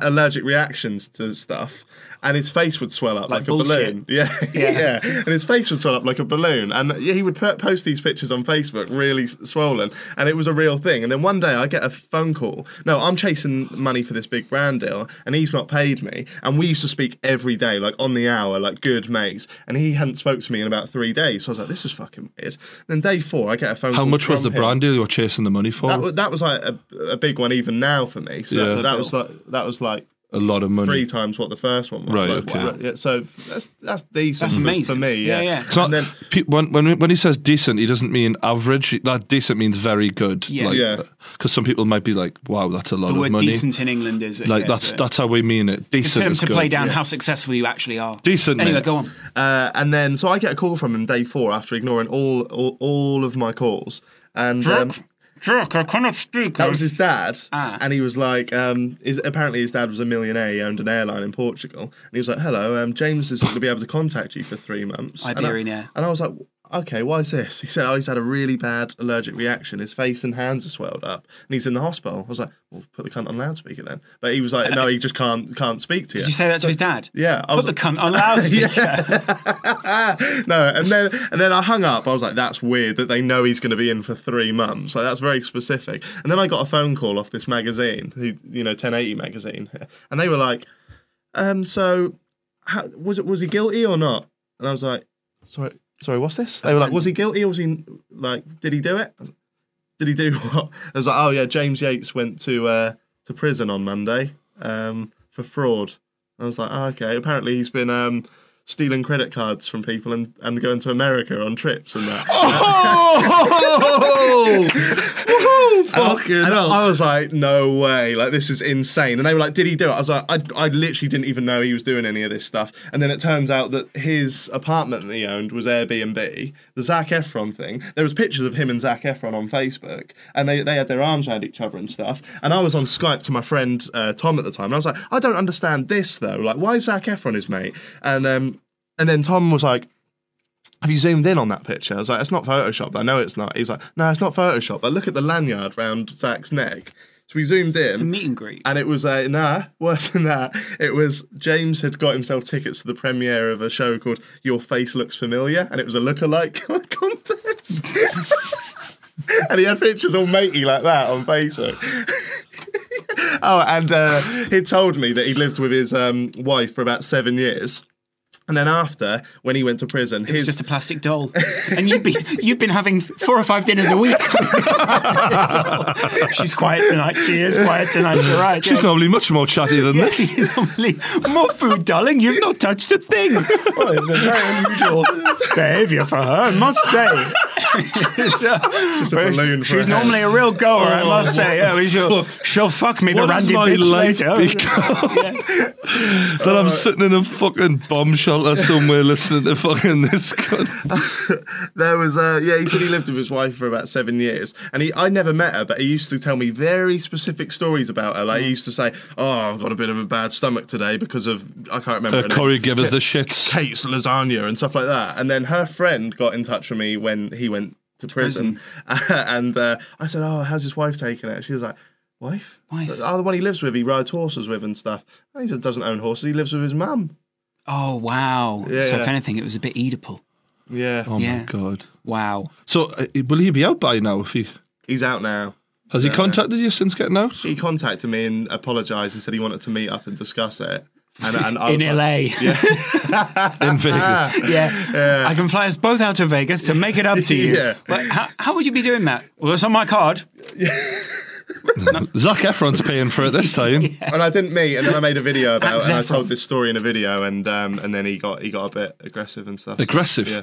S2: allergic reactions to stuff, and his face would swell up like, a
S3: bullshit.
S2: balloon. Yeah, yeah, And his face would swell up like a balloon, and yeah, he would po- post these pictures on Facebook, really s- swollen, and it was a real thing. And then one day I get a phone call. No, I'm chasing money for this big brand deal, and he's not paid me. And we used to speak every day, like on the hour, like good mates. And he hadn't spoke to me in about three days, so I was like, this is fucking weird. Then day four, I get a phone.
S1: how
S2: call
S1: much was
S2: from
S1: the
S2: him.
S1: brand deal you were chasing the money for?
S2: That was, that was like a, a big one even now for me. So
S1: Yeah.
S2: that was like that was like
S1: a lot of money.
S2: three times what the first one was.
S1: Right,
S2: Like,
S1: okay.
S2: right, yeah, so that's that's decent
S3: That's
S2: for-
S3: amazing.
S2: for me.
S3: Yeah,
S2: Yeah,
S3: yeah.
S1: It's not,
S2: And then
S1: pe- when, when when he says decent, he doesn't mean average. That decent means very good.
S3: Yeah.
S1: like,
S2: Yeah.
S1: Because some people might be like, "Wow, that's a lot
S3: the
S1: of
S3: word
S1: money."
S3: decent in England is uh,
S1: like
S3: is
S1: that's
S3: a-
S1: that's how we mean it.
S3: It's a
S1: Decent
S3: term
S1: is
S3: to
S1: good.
S3: play down how successful you actually are.
S1: Decent,
S3: Anyway,
S1: mate.
S3: go on.
S2: uh, and then so I get a call from him day four after ignoring all all, all of my calls, and um,
S5: Jack, I cannot speak.
S2: that was his dad,
S3: Ah.
S2: and he was like, um, his, apparently his dad was a millionaire. He owned an airline in Portugal, and he was like, "Hello, um, James is going to be able to contact you for three months." And I-
S3: Iberian Air.
S2: And I was like, okay, why is this? He said, oh, he's had a really bad allergic reaction. His face and hands are swelled up, and he's in the hospital. I was like, well, put the cunt on loudspeaker then. But he was like, no, he just can't can't speak to you.
S3: Uh, Did you say that to his dad?
S2: Yeah, I
S3: Put
S2: was
S3: the cunt on loudspeaker.
S2: no, and then and then I hung up. I was like, that's weird that they know he's going to be in for three months. Like that's very specific. And then I got a phone call off this magazine, who you know, 1080 magazine, and they were like, um, so how, was it was he guilty or not? And I was like, sorry, sorry, what's this? They were like, was he guilty or was he like, did he do it? Did he do what? I was like, oh yeah, James Yates went to uh, to prison on Monday um, for fraud. I was like, oh, okay. Apparently, he's been um, stealing credit cards from people and, and going to America on trips and that.
S1: Oh,
S2: And I-
S1: fucking
S2: and
S1: hell.
S2: I was like, no way. Like, this is insane. And they were like, did he do it? I was like, I, I literally didn't even know he was doing any of this stuff. And then it turns out that his apartment that he owned was Airbnb. The Zach Efron thing. There was pictures of him and Zach Efron on Facebook. And they, they had their arms around each other and stuff. And I was on Skype to my friend uh, Tom at the time. And I was like, I don't understand this, though. Like, why is Zach Efron his mate? And, um, and then Tom was like, have you zoomed in on that picture? I was like, it's not photoshopped. I know it's not. He's like, no, it's not photoshopped. But look at the lanyard round Zach's neck. So we zoomed
S3: it's a
S2: in,
S3: meet and greet.
S2: and it was a nah. Worse than that, it was James had got himself tickets to the premiere of a show called Your Face Looks Familiar, and it was a lookalike contest. and he had pictures all matey like that on Facebook. Oh, and uh, he told me that he lived with his um, wife for about seven years. And then after, when he went to prison,
S3: It's
S2: his
S3: just a plastic doll, and you'd be you'd been having four or five dinners a week. She's quiet tonight. She is quiet tonight. You're right.
S1: She's
S3: yes.
S1: normally much more chatty than this.
S3: More food, darling. You've not touched a thing. Well, it's a very unusual behaviour for her, I must say. It's, uh,
S2: just a balloon for
S3: she's
S2: a head.
S3: normally a real goer, I must say. Oh, she'll, she'll fuck me, the
S1: What has
S3: Randy
S1: my life
S3: Pitch later.
S1: become? that I'm sitting in a fucking bomb shelter somewhere listening to fucking this cunt.
S2: There was, uh, yeah, he said he lived with his wife for about seven years, and he, I never met her, but he used to tell me very specific stories about her. Like he used to say, "Oh, I've got a bit of a bad stomach today because of I can't remember."
S1: Uh,
S2: her name.
S1: Corey gave us the shits.
S2: Kate's lasagna and stuff like that. And then her friend got in touch with me when he went to prison, and uh, I said, "Oh, how's his wife taking it?" She was like. Wife?
S3: Wife.
S2: So, oh, the one he lives with, he rides horses with and stuff. He just doesn't own horses, he lives with his mum.
S3: Oh, wow. so,
S2: yeah.
S3: if anything, it was a bit Oedipal.
S2: Yeah.
S1: Oh my
S3: Yeah.
S1: god.
S3: Wow.
S1: So uh, will he be out by now? If he
S2: He's out now.
S1: has he contacted you since getting out?
S2: He contacted me and apologised and said he wanted to meet up and discuss it. And, and I
S3: In
S2: was like,
S3: LA.
S1: In
S2: Ah.
S1: Vegas.
S3: Yeah. I can fly us both out to Vegas to make it up to you.
S2: Yeah.
S3: Like, how, how would you be doing that? Well, it's on my card.
S1: Zach Efron's paying for it this time.
S2: and I didn't meet, and then I made a video about, it, and I
S3: Zac Efron.
S2: told this story in a video, and um, and then he got he got a bit aggressive and stuff.
S1: Aggressive.
S2: Yeah.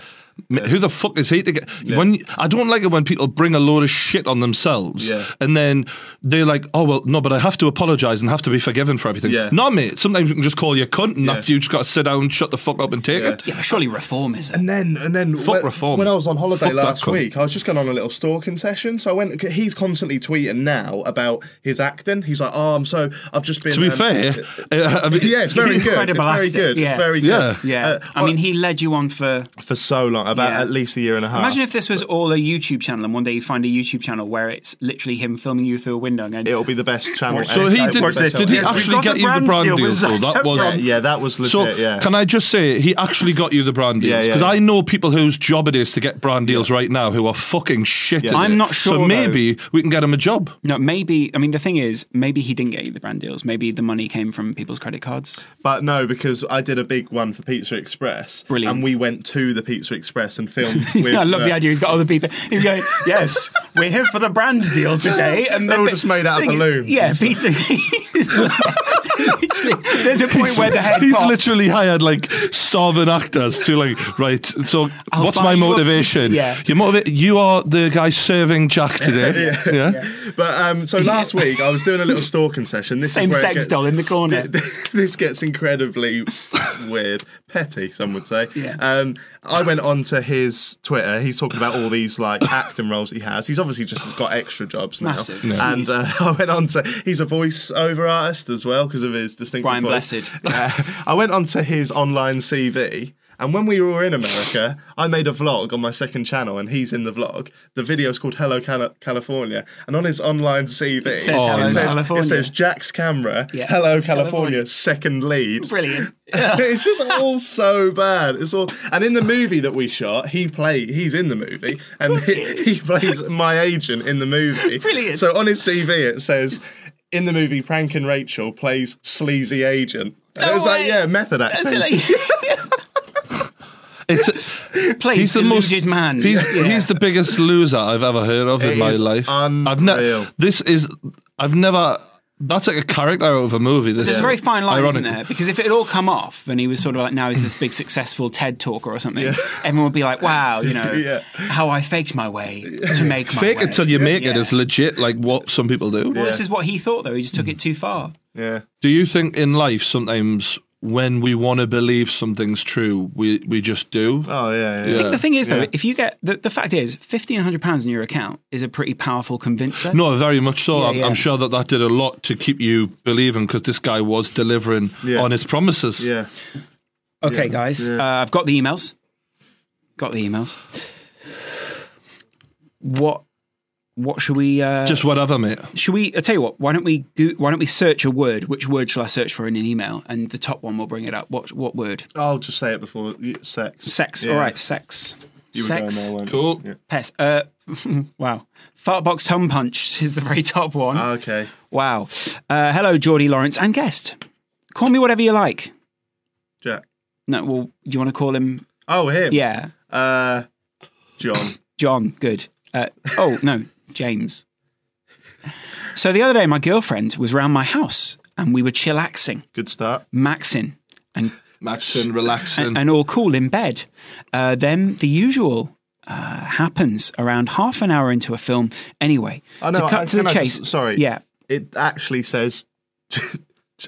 S1: M- Who the fuck is he to get? When I don't like it when people bring a load of shit on themselves,
S2: Yeah.
S1: and then they're like, "Oh well, no, but I have to apologise and have to be forgiven for everything."
S2: Yeah.
S1: No, mate. Sometimes you can just call you a cunt, and
S2: Yeah.
S1: that's you just got to sit down, shut the fuck up, and take
S2: Yeah.
S1: it.
S3: Yeah, but surely reform is it?
S2: And then, and then,
S1: Fuck
S2: when,
S1: reform.
S2: when I was on holiday
S1: Fuck that
S2: last
S1: cunt.
S2: week, I was just going on a little stalking session. So I went. He's constantly tweeting now about his acting. He's like, "Oh, I'm so. I've just been."
S1: To be
S2: um,
S1: fair, uh, I mean,
S2: yeah, it's very good. It's
S3: incredible
S2: very
S3: actor.
S2: good.
S3: Yeah.
S2: It's very
S1: Yeah.
S2: good.
S3: Yeah.
S2: Uh,
S3: I mean, he led you on for.
S2: for so long, about
S3: Yeah.
S2: at least a year and a half.
S3: Imagine if this was all a YouTube channel and one day you find a YouTube channel where it's literally him filming you through a window and going,
S2: it'll be the best channel.
S1: So
S2: ever.
S1: he
S2: It
S1: did.
S2: will be the best
S1: Did he
S2: channel ever.
S3: we've
S1: actually
S3: got
S1: get
S3: a
S1: you the
S3: brand
S1: brand
S3: deal
S1: deal?
S3: with
S1: so
S3: Zac
S1: that was.
S2: Yeah, that was legit.
S1: So
S2: yeah.
S1: can I just say he actually got you the brand deals
S2: Yeah,
S1: because
S2: yeah,
S1: I
S2: yeah.
S1: know people whose job it is to get brand deals right now who are fucking shit.
S2: Yeah.
S1: at
S3: I'm
S1: it.
S3: not sure,
S1: So
S3: though.
S1: maybe we can get him a job.
S3: No, maybe. I mean, the thing is, maybe he didn't get you the brand deals. Maybe the money came from people's credit cards.
S2: But no, because I did a big one for Pizza Express.
S3: Brilliant.
S2: And we went to the Pizza Express and filmed with.
S3: I love
S2: uh,
S3: the idea. He's got other people. He's going, yes, we're here for the brand deal today. And
S2: They're
S3: then
S2: all just made out of
S3: thing is-
S2: balloons
S3: Yeah,
S2: and
S3: Peter. There's a point where the head
S1: He's
S3: pops.
S1: literally hired like starving actors to like right. So
S3: I'll
S1: what's
S3: buy
S1: my
S3: you a
S1: motivation?
S3: piece- yeah.
S1: your motiva- You are the guy serving Jack today. yeah.
S2: But um, so last week I was doing a little stalking session. This is
S3: Same
S2: where it
S3: sex
S2: gets-
S3: doll in the corner.
S2: this gets incredibly weird, petty, some would say.
S3: Yeah.
S2: Um, I went on to his Twitter. He's talking about all these like acting roles he has. He's obviously just got extra jobs now.
S3: Massive.
S2: And uh, I went on to. He's a voiceover artist as well because of his distinctive
S3: Brian
S2: voice.
S3: Blessed.
S2: Uh, I went on to his online CV. And when we were in America, I made a vlog on my second channel, and he's in the vlog. The video's called "Hello Cali- California," and on his online CV,
S3: says "Hello,
S2: it says,
S3: California."
S2: it says Jack's camera,
S3: Yeah.
S2: "Hello
S3: California.
S2: California," second lead.
S3: Brilliant.
S2: it's just all so bad. It's all. And in the movie that we shot, he play. He's in the movie, and he, he plays my agent in the movie.
S3: Brilliant.
S2: So on his CV, it says, "In the movie, Prankin' Rachel plays sleazy agent." And it was like,
S3: way.
S2: yeah, method
S3: That's
S2: acting.
S3: it, like,
S1: It's,
S3: plays
S1: he's the most
S3: deluded man.
S1: He's, he's the biggest loser I've ever heard of in
S2: It
S1: my
S2: is
S1: life. I've
S2: unreal.
S1: never. This is. I've never. That's like a character out of a movie. This
S3: There's a very fine line,
S1: Ironically.
S3: isn't there? Because if it had all come off and he was sort of like, now he's this big successful TED talker or something, everyone would be like, wow, you know,
S2: Yeah.
S3: how I faked my way to make my
S1: Fake
S3: way.
S1: it till you make it
S3: Yeah.
S1: is legit, like what some people do.
S3: Well, this is what he thought, though. He just took it too far.
S2: Yeah.
S1: Do you think in life sometimes when we want to believe something's true, we, we just do?
S2: Oh yeah.
S1: Yeah.
S2: Yeah.
S3: The thing is, though,
S2: Yeah.
S3: if you get the, the fact is, fifteen hundred pounds in your account is a pretty powerful convincer.
S1: No, very much so.
S3: Yeah,
S1: I'm,
S3: yeah.
S1: I'm sure that that did a lot to keep you believing because this guy was delivering
S2: Yeah.
S1: on his promises.
S2: yeah.
S3: Okay, guys, Uh, I've got the emails. Got the emails. What? What should we? Uh,
S1: Just whatever, mate.
S3: should we? I tell you what. Why don't we? Go, why don't we search a word? Which word shall I search for in an email? And the top one will bring it up. What? What word?
S2: I'll just say it before you- sex.
S3: Sex.
S2: Yeah.
S3: All right, sex.
S2: You were
S3: Sex.
S2: going there, weren't you?
S1: Cool.
S2: Yeah.
S3: Pest. Uh, wow. Fartbox Tongue Punch is the very top one.
S2: Ah, okay.
S3: wow. Uh, hello, Geordie Lawrence and guest. Call me whatever you like.
S2: Jack.
S3: No, well, do you want to call him?
S2: Oh, him.
S3: Yeah.
S2: Uh, John.
S3: John, good. Uh, oh, no, James. So the other day, my girlfriend was round my house and we were chillaxing,
S2: Good start.
S3: maxing, and
S1: Maxing, relaxing.
S3: and, and all cool in bed. Uh, then the usual uh, happens around half an hour into a film. Anyway,
S2: I know,
S3: to
S2: I-
S3: cut to the
S2: can I
S3: chase.
S2: just- sorry.
S3: Yeah.
S2: It actually says.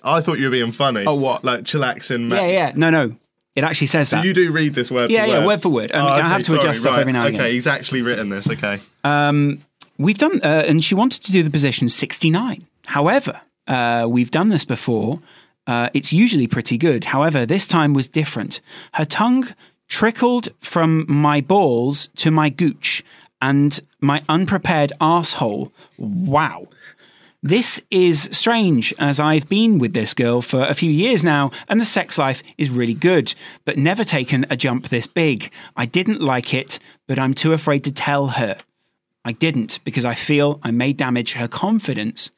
S2: I thought you were being funny.
S3: Oh, what?
S2: Like chillaxing.
S3: Yeah, yeah. No, no. It actually says that.
S2: You do read this word
S3: Yeah,
S2: for
S3: yeah,
S2: word. Oh,
S3: word for word. I mean, I have to adjust stuff every now and
S2: Okay,
S3: again.
S2: he's actually written this. Okay.
S3: Um, we've done, uh, and she wanted to do the position 69. However, uh, we've done this before. Uh, it's usually pretty good. However, this time was different. Her tongue trickled from my balls to my gooch and my unprepared asshole. Wow. This is strange, as I've been with this girl for a few years now, and the sex life is really good, but never taken a jump this big. I didn't like it, but I'm too afraid to tell her. I didn't because I feel I may damage her confidence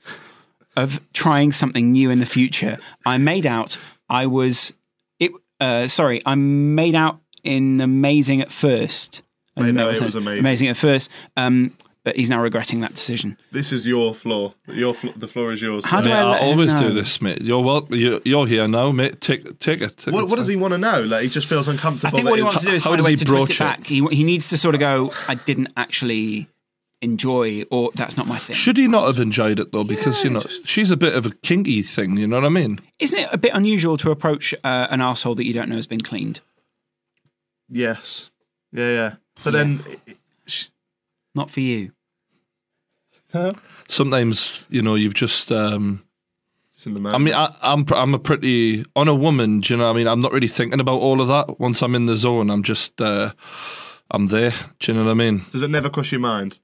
S3: of trying something new in the future. I made out I was it uh, sorry, I made out in amazing at first.
S2: Made out
S3: That
S2: it was amazing.
S3: Amazing at first. Um, but he's now regretting that decision.
S2: This is your floor. Your fl- the floor is yours.
S3: How
S2: sir.
S3: do
S1: Mate,
S3: I
S1: I
S3: let him
S1: always
S3: know?
S1: do this, mate. You're welcome. You're, you're here now, mate. Take, take it. Take
S2: what,
S1: it.
S2: what does he want to know? Like he just feels uncomfortable.
S3: I think
S2: that
S3: what he
S2: his-
S3: wants to do is
S1: How
S3: find a
S1: does
S3: way
S1: he
S3: to twist it
S1: broach it?
S3: back. He, he needs to sort of go, I didn't actually enjoy, or that's not my thing.
S1: Should he not have enjoyed it though? Because you know she's a bit of a kinky thing. You know what I mean?
S3: Isn't it a bit unusual to approach uh, an asshole that you don't know has been cleaned?
S2: Yes. Yeah, yeah. But then,
S3: Not for you.
S1: Sometimes you know you've just. Um,
S2: it's in the moment.
S1: I mean, I, I'm pr- I'm a pretty on a woman. Do you know? what I mean, I'm not really thinking about all of that. Once I'm in the zone, I'm just. Uh, I'm there. Do you know what I mean?
S2: does it never cross your mind?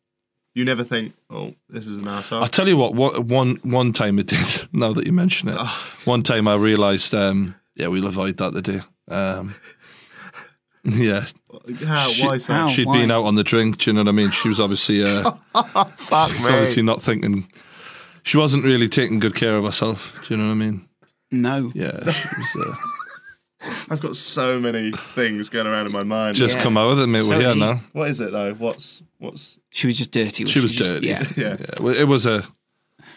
S2: You never think, oh, this is an asshole.
S1: I tell you what, wha- one one time it did. Now that you mention it, one time I realised. Um, yeah, we'll avoid that today. Um, yeah,
S2: How?
S1: she-
S2: Why so?
S3: how?
S1: she'd
S3: why?
S1: been out on the drink. Do you know what I mean? She was obviously, uh, she was obviously not thinking. She wasn't really taking good care of herself. Do you know what I mean?
S3: No.
S1: Yeah, she was uh,
S2: I've got so many things going around in my mind.
S1: just
S3: Yeah.
S1: come out with it, mate.
S3: So
S1: We're here
S3: he-
S1: now.
S2: What is it though? What's what's?
S3: She was just dirty.
S1: She was
S3: just-
S1: dirty.
S3: yeah.
S2: Yeah.
S1: Yeah, well, it was a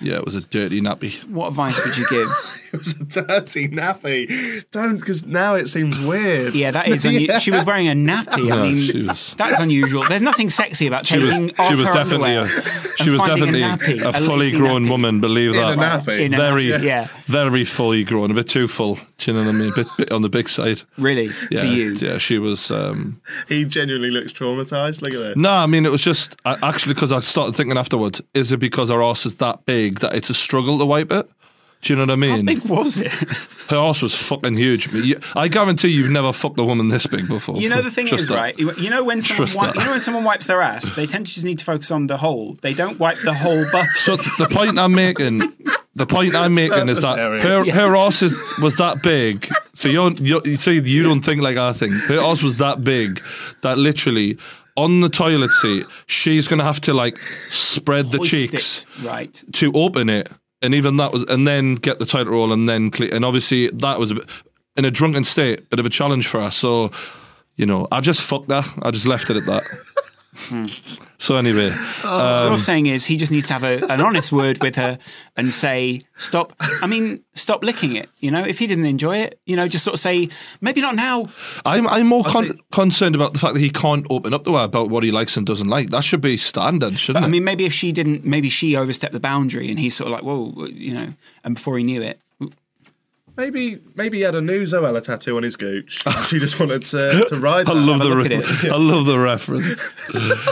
S1: yeah, it was a dirty nappy.
S3: What advice would you give?
S2: It was a dirty nappy. Don't, because now it seems weird.
S3: Yeah, that is. Unu- She was wearing a nappy.
S1: No,
S3: I mean,
S1: she was.
S3: that's unusual. There's nothing sexy about
S1: She was,
S3: taking off
S1: she was
S3: her
S1: definitely
S3: underwear
S1: a, she
S3: and
S1: was
S3: finding
S1: definitely
S3: a, nappy,
S1: a fully
S3: lacy
S1: grown
S3: nappy.
S1: woman. Believe
S2: In
S1: that.
S2: a nappy.
S3: In a
S1: very,
S3: nappy, yeah.
S1: very fully grown, a bit too full. Do you know what I mean? A bit, bit on the big side.
S3: Really,
S1: Yeah,
S3: for you.
S1: yeah. She was. Um,
S2: He genuinely looks traumatized. Look at that.
S1: No, I mean it was just I, actually because I started thinking afterwards: is it because her arse is that big that it's a struggle to wipe it? Do you know what I mean?
S3: Big was it?
S1: Her arse was fucking huge. mate. You- I guarantee you've never fucked a woman this big before.
S3: You know the thing
S1: Trust
S3: is
S1: that.
S3: right. You you know when someone
S1: Trust
S3: wi-
S1: that.
S3: you know when someone wipes their ass, they tend to just need to focus on the hole. They don't wipe the whole butt.
S1: So the point I'm making, the point I'm making is that
S2: Area.
S1: her her arse is, was that big. So you're, you're you see you don't think like I think. Her arse was that big that literally on the toilet seat she's gonna have to like spread the
S3: Hoist it.
S1: cheeks.
S3: right?
S1: to open it, and even that was, and then get the title roll, and then clean. And obviously, that was a bit, in a drunken state, bit of a challenge for us. So, you know, I just fucked that. I just left it at that. so anyway,
S3: what
S1: Um,
S3: you're saying is he just needs to have a, an honest word with her and say stop. I mean, stop licking it. You know, if he doesn't enjoy it, you know, just sort of say maybe not now.
S1: I'm I'm more con-
S2: think-
S1: concerned about the fact that he can't open up to her about what he likes and doesn't like. That should be standard, shouldn't
S3: I
S1: it?
S3: mean, maybe if she didn't, maybe she overstepped the boundary and he's sort of like, whoa, you know. And before he knew it,
S2: Maybe maybe he had a new Zoella tattoo on his gooch. she just wanted to, to ride that.
S1: I love the
S3: look at
S1: re- I love the reference.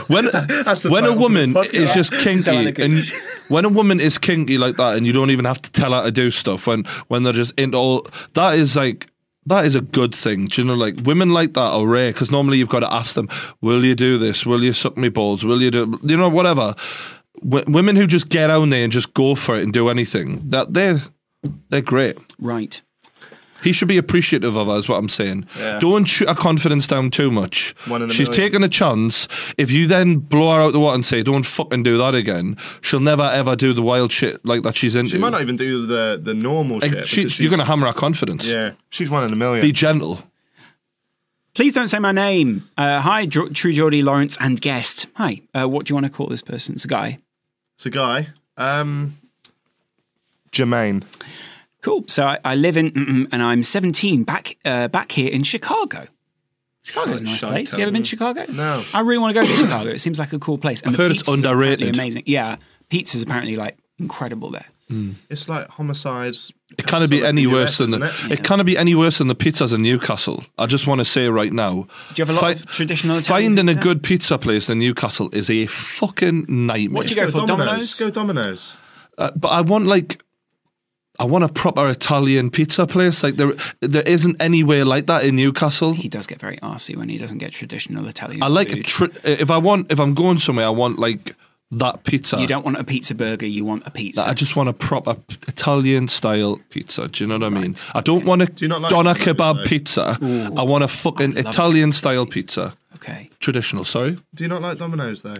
S1: When
S2: the
S1: when a
S2: title of
S1: woman
S2: this podcast.
S1: is just
S3: Sound
S1: kinky
S3: like a-
S1: and when a woman is kinky like that and you don't even have to tell her to do stuff when when they're just into all that is like that is a good thing. Do you know like women like that are rare because normally you've got to ask them, will you do this? Will you suck me balls? Will you do you know whatever. W- women who just get on there and just go for it and do anything that they're they're great.
S3: right.
S1: He should be appreciative of her, is what I'm saying.
S2: Yeah.
S1: Don't shoot her confidence down too much.
S2: One in a
S1: She's
S2: million.
S1: taking a chance. If you then blow her out the water and say, don't fucking do that again, she'll never ever do the wild shit like that she's into.
S2: She might not even do the the normal
S1: Like,
S2: shit.
S1: she-
S2: because
S1: you're
S2: she's-
S1: going to hammer her confidence.
S2: Yeah, she's one in a million.
S1: Be gentle.
S3: Please don't say my name. Uh, hi, Dr- True Geordie Lawrence and guest. Hi. Uh, what do you want to call this person? It's a guy.
S2: It's a guy. Um, Jermaine.
S3: Cool. So I, I live in, mm-mm, and I'm 17. Back uh, back here in Chicago. Chicago's a nice
S2: Chicago.
S3: place. You ever been to Chicago?
S2: No.
S3: I really want to go to Chicago. It seems like a cool place. And
S1: I've
S3: the
S1: heard it's
S3: pizza's apparently
S1: underrated.
S3: Amazing. Yeah, pizza's apparently like incredible there.
S2: It's like homicides.
S1: It can't be any worse than the,
S2: that.
S1: it can't be any worse than the pizzas in Newcastle. I just want to say right now.
S3: Do you have a lot
S1: fi-
S3: of traditional Italian
S1: finding
S3: pizza?
S1: a good pizza place in Newcastle is a fucking nightmare.
S3: do you go for? Domino's?
S2: Let's go Domino's.
S1: Uh, but I want like I want a proper Italian pizza place. Like there there isn't anywhere like that in Newcastle.
S3: He does get very arsy when he doesn't get traditional Italian.
S1: I like a
S3: food.
S1: tri- if I want if I'm going somewhere I want like that pizza.
S3: You don't want a pizza burger. You want a pizza.
S1: I just want a proper Italian style pizza. Do you know what I mean? I don't want a
S2: you not like
S1: doner
S2: Domino's,
S1: kebab
S2: though?
S1: pizza. I want a fucking Italian style pizza.
S3: okay.
S1: Traditional, sorry.
S2: Do you not like Domino's though?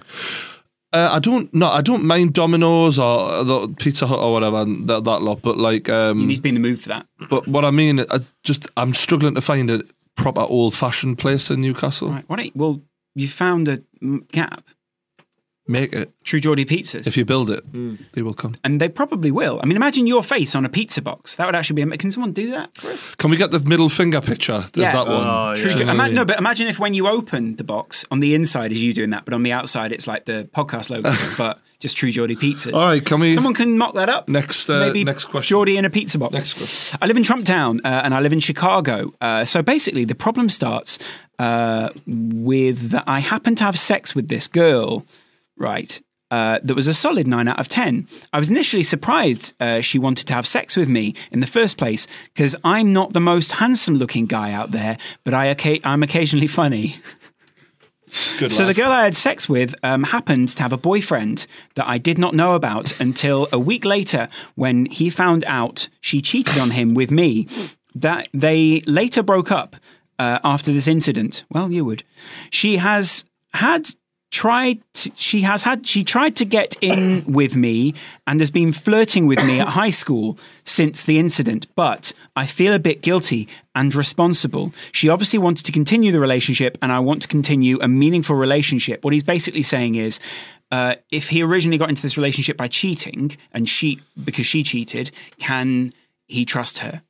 S1: Uh, I don't no, I don't mind Domino's or the Pizza Hut or whatever and that, that lot, but like um,
S3: You need to be in the mood for that.
S1: But what I mean, I just I'm struggling to find a proper old fashioned place in Newcastle.
S3: Right. Why don't you, well, you found a mm, gap.
S1: Make it
S3: True Geordie pizzas.
S1: if you build it,
S2: Hmm.
S1: they will come.
S3: and they probably will. I mean, imagine your face on a pizza box. That would actually be. Can someone do that for us?
S1: Can we get the middle finger picture? There's
S3: Yeah.
S1: that one.
S2: Oh,
S3: True.
S2: yeah.
S3: Ge-
S1: Yeah.
S3: ima- no, but imagine if when you open the box, on the inside is you doing that, but on the outside it's like the podcast logo, but just True Geordie Pizza.
S1: All right, can we?
S3: Someone can mock that up.
S1: Next, uh,
S3: Maybe
S1: next question.
S3: Geordie in a pizza box.
S1: Next question.
S3: I live in Trumptown uh, and I live in Chicago. Uh, so basically, the problem starts uh, with that I happen to have sex with this girl, right? Uh, that was a solid 9 out of 10. I was initially surprised uh, she wanted to have sex with me in the first place because I'm not the most handsome looking guy out there, but I, occa- I'm occasionally funny.
S1: Good
S3: So the
S1: lad.
S3: girl I had sex with um, happened to have a boyfriend that I did not know about until a week later when he found out she cheated on him with me. That they later broke up uh, after this incident. Well, you would. She has had tried t- she has had she tried to get in with me and has been flirting with me at high school since the incident but i feel a bit guilty and responsible she obviously wanted to continue the relationship and i want to continue a meaningful relationship what he's basically saying is uh, if he originally got into this relationship by cheating and she because she cheated can he trust her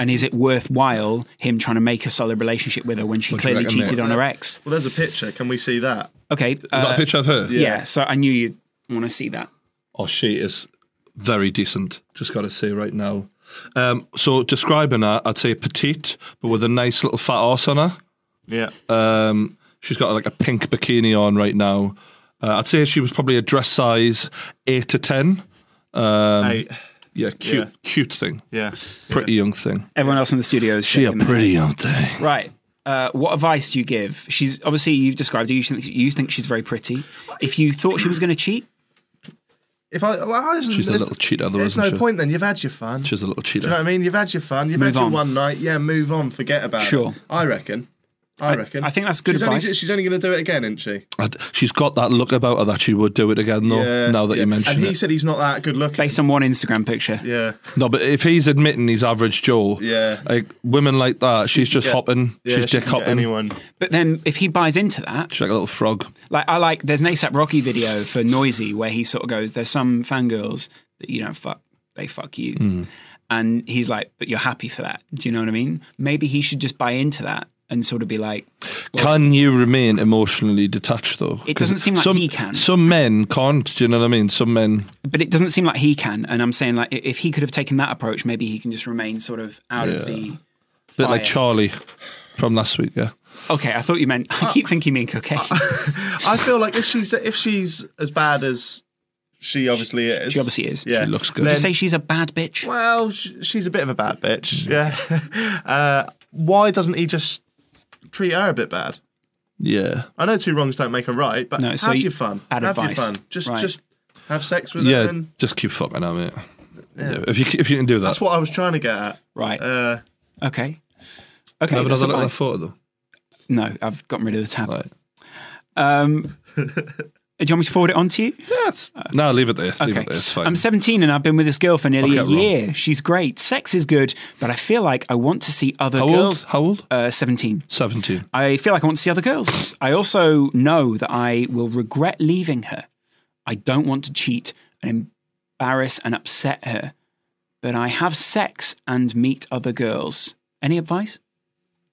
S3: and is it worthwhile him trying to make a solid relationship with her when she
S1: you
S3: clearly
S1: reckon, mate?
S3: cheated on her ex?
S2: Well, there's a picture. Can we see that?
S3: Okay,
S1: Is that
S3: uh,
S1: a picture of her?
S3: yeah. so I knew you'd want to see that.
S1: Oh, she is very decent. Just got to say right now. Um, so describing her, I'd say petite, but with a nice little fat arse on her.
S2: Yeah.
S1: Um, she's got like a pink bikini on right now. Uh, I'd say she was probably a dress size eight to ten. Um,
S2: Eight.
S1: Yeah, cute,
S2: Yeah.
S1: cute thing.
S2: Yeah.
S1: Pretty young thing.
S3: Everyone else in the studio is
S1: She a
S3: shaking their
S1: pretty
S3: head.
S1: young thing.
S3: Right. Uh, what advice do you give? She's obviously you've described her. You think you think she's very pretty. If you thought she was going to cheat,
S2: If I, well, I was,
S1: She's a little cheater, though,
S2: There's
S1: isn't
S2: no
S1: she?
S2: point then. You've had your fun.
S1: She's a little
S2: Do you know
S1: cheater.
S2: what I mean? You've had your fun. You've had
S3: Move
S2: your
S3: on.
S2: one night. Yeah, move on. Forget about
S3: Sure.
S2: it. I reckon. I, reckon.
S3: I think that's good
S2: she's Only,
S3: advice.
S2: she's only going to do it again, isn't she?
S1: I'd- She's got that look about her that she would do it again, though. now that
S2: yeah.
S1: you mention
S2: And
S1: it,
S2: he said he's not that good looking.
S3: based on one Instagram picture,
S2: yeah.
S1: no. But if he's admitting he's average Joe,
S2: Yeah.
S1: like women like that, she's just
S2: Yeah.
S1: hopping,
S2: Yeah,
S1: she's
S2: she
S1: dick
S2: can get
S1: hopping.
S2: Anyone.
S3: but then if he buys into that,
S1: She's like a little frog.
S3: Like I like there's an ASAP Rocky video for Noisy where he sort of goes, There's some fangirls that you don't fuck, they fuck you.
S1: Hmm.
S3: And he's like, But you're happy for that. Do you know what I mean? Maybe he should just buy into that and sort of be like,
S1: Can you remain emotionally detached though?
S3: It doesn't
S1: 'Cause
S3: seem like
S1: some,
S3: he can.
S1: Some men can't. Do you know what I mean? Some men.
S3: But it doesn't seem like he can. And I'm saying like i- if he could have taken that approach, maybe he can just remain sort of out of
S1: Yeah.
S3: the
S1: A bit like
S3: fire.
S1: Charlie from last week, yeah.
S3: Okay, I thought you meant I keep thinking you mean cocaine.
S1: Uh,
S2: I feel like if she's if she's as bad as she obviously is.
S3: she obviously is.
S2: Yeah.
S1: She looks good.
S3: Just say she's a bad bitch.
S2: Well, sh- she's a bit of a bad
S3: Mm.
S2: bitch. Yeah. uh, why doesn't he just treat her a bit bad?
S1: Yeah.
S2: I know two wrongs don't make a right, but
S3: No,
S2: have
S3: so you-
S2: your fun.
S3: bad
S2: have
S3: advice.
S2: your fun. Just
S3: Right.
S2: just have sex with her.
S1: Yeah,
S2: And
S1: just keep fucking at it. Yeah. If you if you can do that,
S2: that's what I was trying to get at.
S3: Right.
S2: Uh,
S3: Okay. Okay.
S1: Have
S3: that's a
S1: another look at
S3: buy.
S1: that photo though.
S3: No, I've gotten rid of the tab.
S1: Right.
S3: Um, do you want me to forward it on to you?
S1: no, leave it there. Leave
S3: Okay.
S1: it there. It's fine.
S3: I'm 17 and I've been with this girl for
S1: Okay,
S3: nearly a
S1: wrong.
S3: year. She's great. Sex is good, but I feel like I want to see other
S1: How old?
S3: girls.
S1: How old?
S3: Uh, 17.
S1: Seventeen.
S3: I feel like I want to see other girls. I also know that I will regret leaving her. I don't want to cheat and embarrass and upset her, but I have sex and meet other girls. Any advice?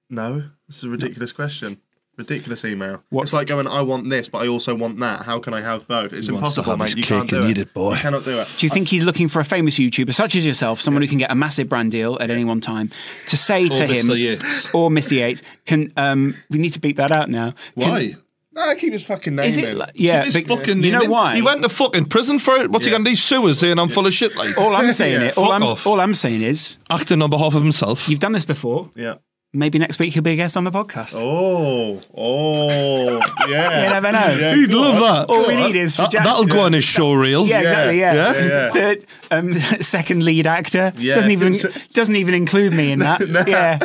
S2: No, this is a ridiculous question. Ridiculous email.
S3: What's-
S2: It's like going, I want this, but I also want that. How can I have both?
S1: wants
S2: It's
S1: to
S2: impossible,
S1: have
S2: mate.
S1: his
S2: You
S1: cake
S2: can't do
S1: and
S2: it.
S1: eat it, boy.
S2: You cannot do it.
S3: Do you think he's looking for a famous YouTuber such as yourself, someone who can get a massive brand deal at any one time, to say to
S1: Or
S3: him
S1: Mr. Yates.
S3: or Mr. Yates? Can um, we need to beat that out now? Can-
S1: Why?
S2: Nah, keep his fucking name
S3: is it?
S2: in.
S3: like- Yeah,
S1: His
S3: but
S1: fucking name
S3: you know
S1: in-
S3: why?
S1: He went to fucking prison for it. What's he going to do? Sewers saying I'm full of shit. Like
S3: all I'm saying
S2: Yeah,
S3: it. All
S1: fuck
S3: I'm
S1: off.
S3: all I'm saying is
S1: acting on behalf of himself.
S3: you've done this before.
S2: yeah.
S3: Maybe next week he'll be a guest on the podcast.
S2: Oh, oh, yeah.
S3: You never know.
S2: Yeah,
S1: He'd
S2: go
S1: love
S2: on.
S1: that.
S3: All we need is for
S1: That-
S3: Jack.
S1: that'll go on his show reel.
S3: yeah, exactly. Yeah,
S2: Yeah, yeah, yeah.
S3: Third, um, second lead actor
S2: Yeah.
S3: doesn't even doesn't even include me in that. Yeah,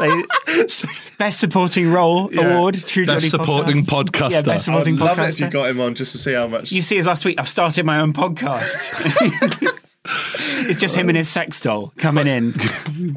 S3: Like, best supporting role award. True
S1: Best
S3: Geordie
S1: supporting
S3: podcast.
S1: podcaster.
S3: Yeah, best
S2: I'd
S3: supporting
S2: love it if
S3: podcaster.
S2: you got him on just to see how much.
S3: You see, as last week, I've started my own podcast. it's just him and his sex doll coming in.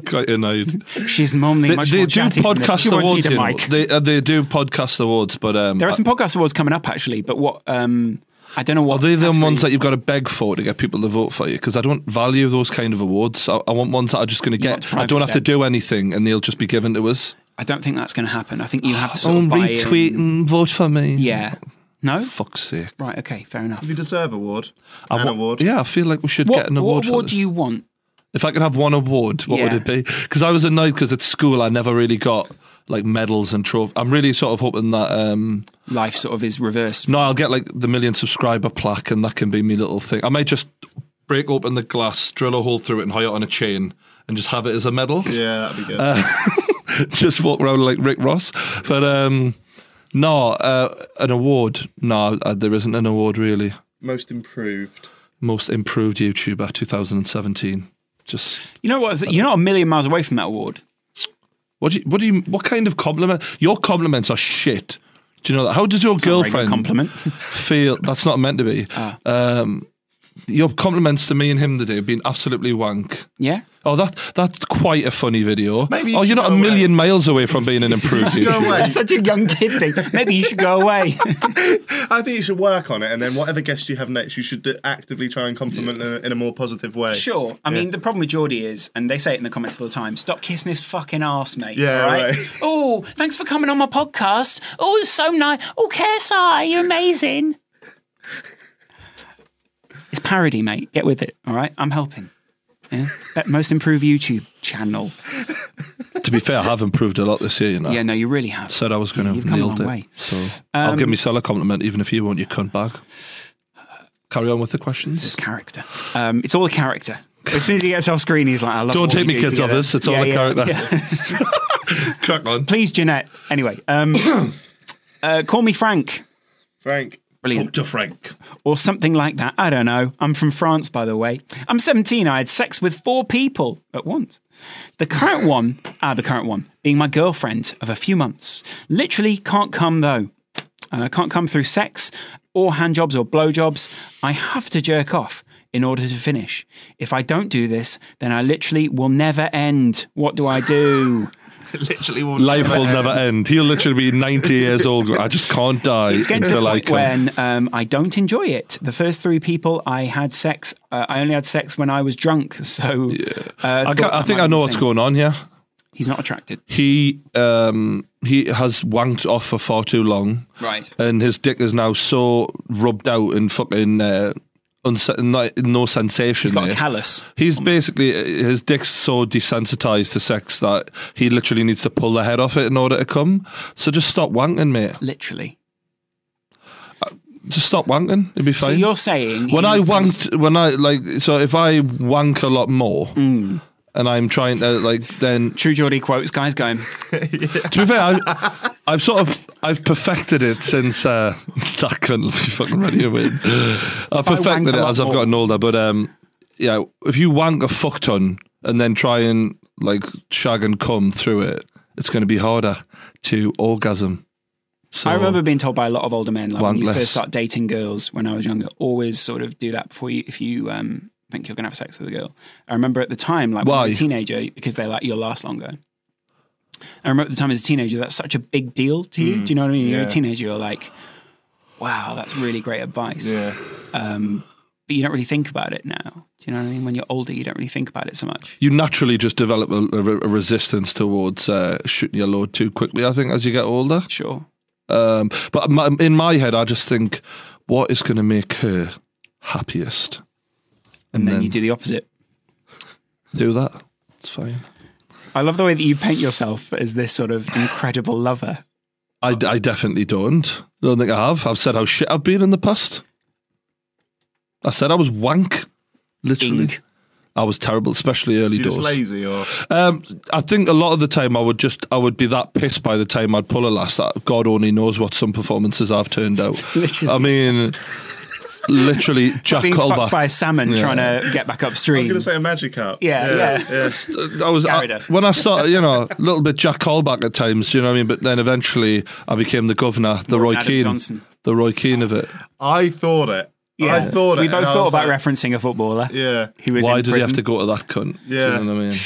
S1: Quite annoyed.
S3: She's normally
S1: They,
S3: much
S1: they
S3: more
S1: do
S3: chatty than me.
S1: podcast
S3: She won't
S1: awards.
S3: need a
S1: You know.
S3: mic.
S1: They uh, they do podcast awards, but um,
S3: There are some podcast awards coming up actually, but what um, I don't know
S1: Are
S3: what.
S1: they the
S3: category-
S1: ones that you've got to beg for to get people to vote for you? Because I don't value those kind of awards. I, I want ones that are just going to
S3: want
S1: get. I
S3: private
S1: don't have to
S3: then.
S1: do anything, and they'll just be given to us.
S3: I don't think that's going to happen. I think you have to sort
S1: Someone
S3: of buy in.
S1: retweet and vote for me.
S3: Yeah. No.
S1: Fuck's sake.
S3: Right. Okay. Fair enough.
S2: You deserve award.
S1: I
S2: An
S1: wa-
S2: award.
S1: Yeah, I feel like we should
S3: What,
S1: get an award.
S3: what
S1: for
S3: award
S1: this.
S3: do you want?
S1: If I could have one award, what would
S3: Yeah.
S1: it be? Because I was annoyed because at school I never really got like medals and trophies. I'm really sort of hoping that um
S3: Life sort of is reversed.
S1: no, I'll get like the million subscriber plaque, and that can be me little thing. I might just break open the glass, drill a hole through it, and hire it on a chain, and just have it as a medal.
S2: Yeah, that'd be good.
S1: just walk around like Rick Ross. But um, no, uh, an award. No, uh, there isn't an award really.
S2: Most improved.
S1: Most improved YouTuber 2017. Just
S3: You know what? You're not a million miles away from that award.
S1: what do you, what do you what kind of compliment? Your compliments are shit. Do you know that? How does your
S3: Not a very good
S1: girlfriend
S3: compliment. Ah.
S1: feel? That's not meant to be. Um, your compliments to me and him today have been absolutely wank.
S3: yeah.
S1: Oh, that that's quite a funny video.
S2: Maybe you
S1: oh,
S2: should
S1: you're not a
S2: go away.
S1: million miles away from being an improved
S2: Go
S1: YouTuber.
S2: away.
S3: That's such a young kid thing. Maybe you should go away.
S2: I think you should work on it, and then whatever guest you have next, you should do- actively try and compliment in, a, in a more positive way.
S3: Sure. I mean, the problem with Geordie is, and they say it in the comments all the time stop kissing his fucking ass, mate.
S2: Yeah,
S3: all
S2: right.
S3: Oh, thanks for coming on my podcast. Oh, it's so nice. Oh, KSI, you're amazing. it's parody, mate. Get with it. All right. I'm helping. Yeah. Bet most improved YouTube channel.
S1: to be fair, I have improved a lot this year. You know.
S3: Yeah, no, you really have.
S1: said I was going to
S3: you've come a
S1: nailed
S3: long
S1: it.
S3: way. Um,
S1: So I'll give myself a compliment, even if you won't. You cunt bag. Carry on with the questions.
S3: It's character. Um, it's all a character. As soon as he gets off screen, he's like, I love
S1: Don't
S3: what
S1: take
S3: we
S1: me
S3: do
S1: kids off
S3: together.
S1: us. It's all
S3: Yeah,
S1: a
S3: yeah,
S1: character.
S3: yeah.
S1: Crack on.
S3: Please, Jeanette. Anyway, um, uh, call me Frank.
S2: Frank.
S3: Brilliant.
S1: to Frank.
S3: or something like that. I don't know. I'm from France, by the way. I'm 17. I had sex with four people at once. The current one, ah, the current one, being my girlfriend of a few months. Literally can't come though. Uh, can't come through sex or hand jobs or blowjobs. I have to jerk off in order to finish. If I don't do this, then I literally will never end. What do I do?
S2: Literally, will
S1: Life will never end. He'll literally be 90 years old. I just can't die
S3: um, It's getting to the
S1: until I
S3: point
S1: can.
S3: when um, I don't enjoy it. The first three people I had sex, uh, I only had sex when I was drunk. So uh,
S1: I,
S3: thought
S1: ca- I
S3: that
S1: think
S3: might
S1: I know
S3: be the
S1: what's
S3: thing.
S1: going on here.
S3: He's not attracted.
S1: He um, he has wanked off for far too long,
S3: Right.
S1: and his dick is now so rubbed out and fucking uh, uns- no, no sensation.
S3: He's got
S1: there.
S3: a callus.
S1: He's basically his dick's so desensitized to sex that he literally needs to pull the head off it in order to come. So just stop wanking, mate.
S3: Literally.
S1: Just stop wanking. It'd be
S3: So
S1: fine.
S3: you're saying
S1: when
S3: he
S1: I
S3: was-
S1: wanked, when I like, so if I wank a lot more.
S3: Mm.
S1: And I'm trying to like then.
S3: True Geordie quotes guys going.
S1: To be fair, I, I've sort of I've perfected it since uh, that couldn't be fucking ready to win. I've
S3: wank
S1: perfected
S3: a
S1: it
S3: lot
S1: as I've
S3: more.
S1: gotten older, but um, yeah, if you wank a fuck ton and then try and like shag and cum through it, it's going to be harder to orgasm. So
S3: I remember being told by a lot of older men, like when
S1: Want
S3: you
S1: less.
S3: first start dating girls when I was younger, always sort of do that before you, if you um, think you're going to have sex with a girl. I remember at the time, like when I
S1: Why?
S3: was a teenager, because they're like, you'll last longer. I remember at the time as a teenager, that's such a big deal to you.
S1: Hmm.
S3: Do you know what I mean? You're a
S2: yeah.
S3: teenager, you're like, wow, that's really great advice.
S2: Yeah.
S3: Um, but you don't really think about it now. Do you know what I mean? When you're older, you don't really think about it so much.
S1: you naturally just develop a, a re- a resistance towards uh, shooting your load too quickly. I think as you get older.
S3: Sure.
S1: Um, but my, in my head, I just think, what is going to make her happiest?
S3: And then,
S1: then-
S3: you do the opposite.
S1: Do that. It's fine.
S3: I love the way that you paint yourself as this sort of incredible lover.
S1: I, I definitely don't. I don't think I have. I've said how shit I've been in the past. I said I was wank. Literally.
S3: Bing.
S1: I was terrible, especially early
S2: You're
S1: doors.
S2: just lazy or
S1: Um, I think a lot of the time I would just I would be that pissed by the time I'd pull a last that God only knows what some performances I've turned out. I mean, literally Jack
S3: being fucked by
S1: Colback.
S3: a salmon
S1: Yeah.
S3: trying to get back
S2: I'm
S3: upstream.
S2: gonna say a magic cup.
S3: Yeah, yeah.
S1: I was
S3: Carried
S1: I-
S3: us.
S1: when I started, you know, a little bit Jack Colback at times. You know what I mean? But then eventually I became the governor, the Roy
S3: Adam
S1: Keane,
S3: Johnson.
S1: the Roy Keane of it.
S2: I thought it.
S3: yeah,
S2: I thought it.
S3: we both
S2: and I
S3: thought
S2: was
S3: about
S2: like,
S3: referencing a footballer
S2: Yeah.
S3: who was
S1: Why
S3: in
S1: did he
S3: prison.
S1: have to go to that cunt?
S2: Yeah.
S1: Do you know what I mean?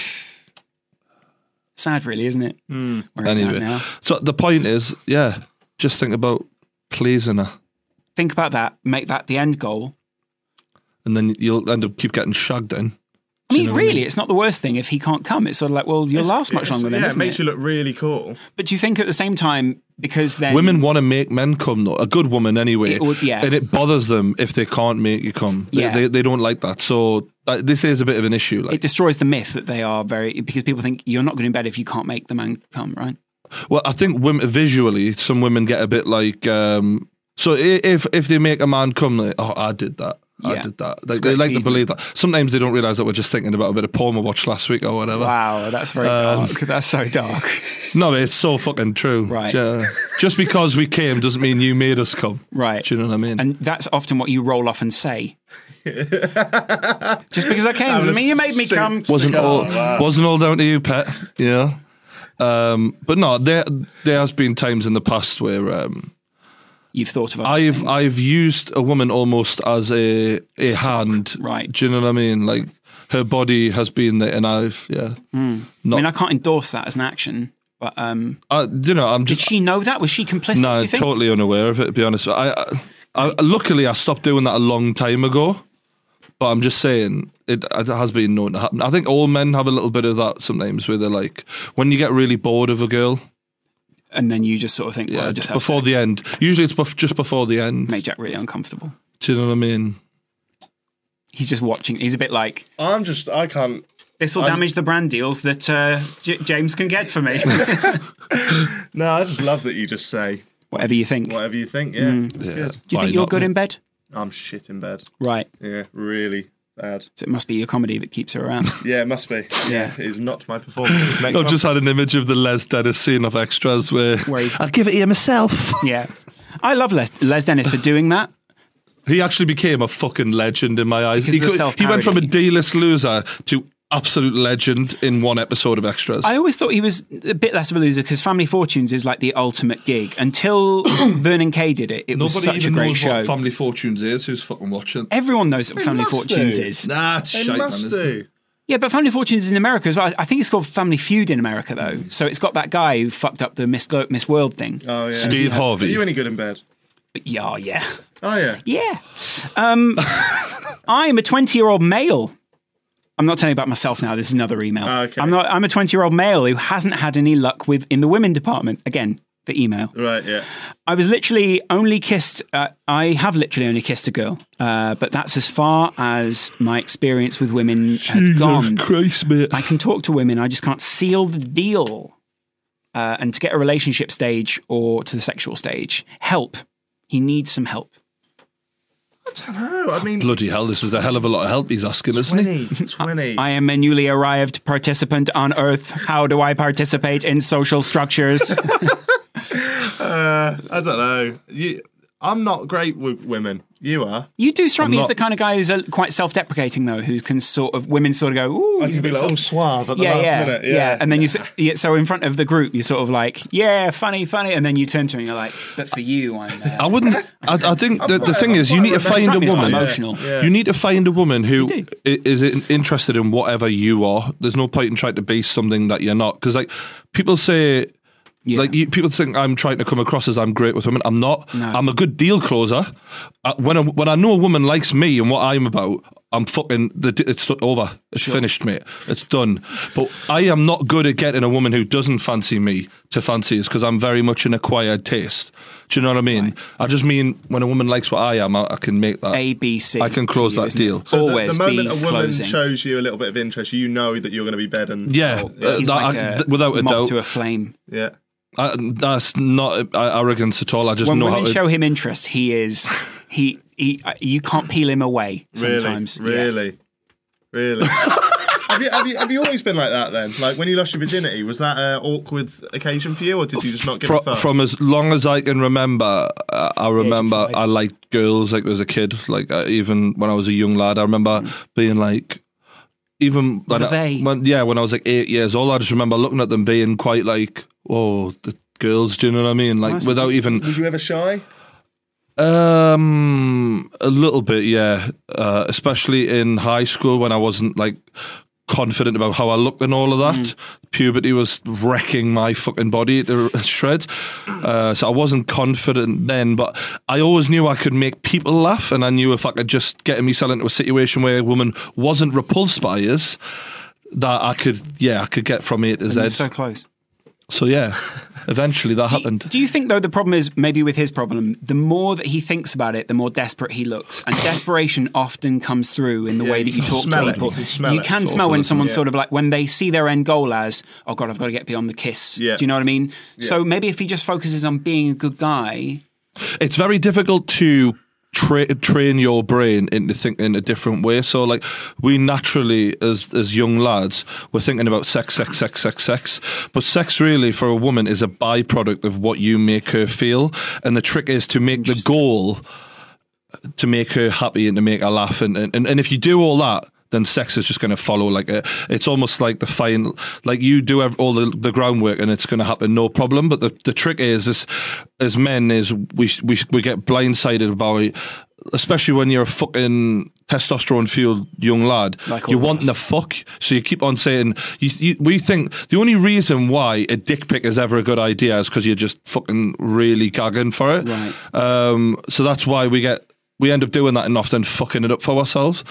S3: Sad, really, isn't it?
S2: Hmm.
S3: Where it's at
S1: Anyway,
S3: now.
S1: so the point is, yeah, just think about pleasing her,
S3: think about that. Make that the end goal.
S1: and then you'll end up keep getting shagged in.
S3: I mean, really, it's not the worst thing if he can't come. It's sort of like, well, you'll last much
S2: It's-
S3: longer then,
S2: Yeah, it
S3: isn't
S2: makes
S3: it?
S2: you look really cool.
S3: But do you think at the same time, because then
S1: Women want to make men come, though. A good woman, anyway.
S3: It would- yeah.
S1: And it bothers them if they can't make you come. They,
S3: Yeah.
S1: they, they don't like that. So uh, this is a bit of an issue. Like,
S3: it destroys the myth that they are very because people think you're not going to bed if you can't make the man come, right?
S1: well, I think women visually, some women get a bit like. Um, so i- if if they make a man come, like, oh, I did that. I
S3: Yeah.
S1: did that. Like,
S3: a great
S1: they like to
S3: achievement.
S1: believe that. Sometimes they don't realize that we're just thinking about a bit of porn we watched last week or whatever.
S3: Wow, that's very
S1: um,
S3: dark. That's so dark.
S1: No, but it's so fucking true.
S3: Right.
S1: Yeah. Just because we came doesn't mean you made us come.
S3: Right.
S1: Do you know what I mean?
S3: And that's often what you roll off and say. Just because I came doesn't mean you made me come.
S1: wasn't all wasn't all down to you, pet. Yeah. Um, but no, there there has been times in the past where um,
S3: You've thought about.
S1: I've I've used a woman almost as a a hand.
S3: right.
S1: Do you know what I mean? Like her body has been there, and I've yeah.
S3: I mean, I can't endorse that as an action, but um,
S1: I, you know, I'm
S3: did
S1: just
S3: she know that? Was she complicit? do
S1: no
S3: you think?
S1: totally unaware of it. To be honest, I, I, I luckily I stopped doing that a long time ago. But I'm just saying it, it has been known to happen. I think all men have a little bit of that sometimes, where they're like, when you get really bored of a girl,
S3: And then you just sort of think, well,
S1: Yeah,
S3: I just have
S1: before
S3: sex.
S1: the end. Usually it's bef- just before the end.
S3: Made Jack really uncomfortable.
S1: Do you know what I mean?
S3: He's just watching. He's a bit like
S2: I'm just. I can't.
S3: this will damage the brand deals that uh, J- James can get for me.
S2: No, I just love that you just say
S3: Whatever you think.
S2: whatever you think. Yeah.
S3: Mm.
S2: it's good.
S3: Do you
S1: Why
S3: think you're
S1: not,
S3: good
S1: mate?
S3: in bed?
S2: I'm shit in bed.
S3: Right.
S2: Yeah, really bad.
S3: So it must be your comedy that keeps her around.
S2: Yeah, it must be.
S3: Yeah.
S2: Yeah, it is not my performance.
S1: I've just had an image of the Les Dennis scene of extras where,
S3: Where he's-
S1: I'll give it to you myself.
S3: yeah. I love Les, Les Dennis for doing that.
S1: He actually became a fucking legend in my eyes.
S3: Because
S1: He,
S3: of the
S1: he went from a
S3: self-parody.
S1: D-list loser to absolute legend in one episode of extras.
S3: I always thought he was a bit less of a loser because Family Fortunes is like the ultimate gig. Until Vernon Kay did it, it was such a great show.
S1: Family Fortunes is. Who's fucking watching?
S3: Everyone knows what Family
S2: must
S3: Fortunes
S2: do.
S3: is.
S1: Nah, it's
S2: They
S1: shite, man,
S2: must
S1: isn't it?
S2: do.
S3: Yeah, but Family Fortunes is in America as well. I- I think it's called Family Feud in America though. So it's got that guy who fucked up the Miss, Glo- Miss World thing.
S2: Oh Hmm. yeah.
S1: Steve
S2: Are you
S1: Harvey.
S2: any good in bed?
S3: But yeah, yeah,
S2: Oh yeah.
S3: yeah. Um, I'm a 20 year old male. I'm not telling you about myself now. This is another email.
S2: Ah, Okay.
S3: I'm not. I'm a 20 year old male who hasn't had any luck with in the women department. Again, the email.
S2: Right. Yeah.
S3: I was literally only kissed. Uh, I have literally only kissed a girl, uh, but that's as far as my experience with women has gone.
S1: Christ, mate.
S3: I can talk to women. I just can't seal the deal. Uh, and to get a relationship stage or to the sexual stage, help. He needs some help.
S2: No, I mean.
S1: Bloody hell, this is a hell of a lot of help he's asking, isn't he?
S2: 20, 20.
S3: I am a newly arrived participant on Earth. How do I participate in social structures?
S2: I don't know. You, I'm not great with women. You are.
S3: You do strike
S1: I'm
S3: me as
S1: not-
S3: the kind of guy who's uh, quite self-deprecating though, who can sort of women sort of go, "Ooh,
S2: I
S3: he's a
S2: can be
S3: bit
S2: like,
S3: self-"
S2: oh, suave at the
S3: yeah,
S2: last
S3: yeah,
S2: minute.
S3: yeah, And then you, s- yeah, so in front of the group, you're sort of like, "Yeah, funny, funny," and then you turn to her and you're like, "But for you, I'm." Uh,
S1: I wouldn't. I, I think the, the thing is, you need to
S2: That's
S1: find a
S3: frightening, it's
S1: woman.
S3: emotional.
S1: You need to find a woman who
S3: You do.
S1: i- is in- interested in whatever you are. There's no point in trying to be something that you're not. Because like people say, like you, people think I'm trying to come across as I'm great with women. I'm not. I'm a good deal closer. Uh, when I, when I know a woman likes me and what I'm about. I'm fucking. The, d- it's over. It's finished, mate. It's done. But I am not good at getting a woman who doesn't fancy me to fancy us because I'm very much an acquired taste. Do you know what I mean? I just mean when a woman likes what I am, I, I can make that.
S3: A, B, C
S1: I can close
S3: for you,
S1: that
S3: isn't it?
S1: deal.
S2: So the-
S3: Always
S2: the, moment
S3: be
S2: a woman
S3: closing.
S2: shows you a little bit of interest, you know that you're going to be bedden.
S1: Yeah, uh,
S3: He's
S1: that-
S3: like
S1: I-
S3: a
S1: th- without a
S3: moth
S1: doubt.
S3: to a flame.
S2: Yeah.
S1: I, that's not uh, arrogance at all. I just
S3: When
S1: know how
S3: women
S1: to.
S3: show him interest, he is he he. uh, You can't peel him away.
S2: Really,
S3: Sometimes, Yeah.
S2: really, really. have, you, have you have you always been like that then? Like when you lost your virginity, was that an awkward occasion for you, or did you just not give a
S1: Fro-
S2: fuck?
S1: from as long as I can remember, uh, I remember I liked girls like as a kid. Like uh, even when I was a young lad, I remember being like, even when,
S3: Were
S1: I,
S3: they?
S1: when yeah, when I was like eight years old, I just remember looking at them being quite like, oh, the girls. Do you know what I mean? Like without even
S2: was you ever shy?
S1: Um, a little bit, yeah. Uh, especially in high school when I wasn't like confident about how I looked and all of that. Puberty was wrecking my fucking body to shreds. Uh, so I wasn't confident then, but I always knew I could make people laugh, and I knew if I could just get myself into a situation where a woman wasn't repulsed by us, that I could, yeah, I could get from A to Z.
S3: You're
S1: So,
S3: so close.
S1: yeah, eventually that happened.
S3: Do you think though the problem is maybe with his problem, the more that he thinks about it, the more desperate he looks, and desperation often comes through in the way that
S2: you
S3: you
S2: can
S3: talk
S2: smell
S3: to
S2: it.
S3: people.
S2: You can smell it. It's
S3: smell when
S1: awful,
S3: someone's
S2: isn't it?
S3: sort of like when they see their end goal as, oh god, I've got to get beyond the kiss.
S2: Yeah.
S3: Do you know what I mean? So maybe if he just focuses on being a good guy,
S1: it's very difficult to tra- train your brain into thinking a different way. So, like, we naturally, as as young lads, we're thinking about sex, sex, sex, sex, sex. But sex, really, for a woman, is a byproduct of what you make her feel. And the trick is to make the goal to make her happy and to make her laugh. And and, and if you do all that, then sex is just going to follow. Like a, it's almost like the final, like you do ev- all the, the groundwork and it's going to happen, no problem. But the, the trick is, is as men is we we we get blindsided by, especially when you're a fucking testosterone fueled young lad.
S3: Like all
S1: you
S3: of
S1: want
S3: us.
S1: the fuck, so you keep on saying you, you, we think the only reason why a dick pic is ever a good idea is because you're just fucking really gagging for it.
S3: Right.
S1: Um, so that's why we get we end up doing that and often fucking it up for ourselves.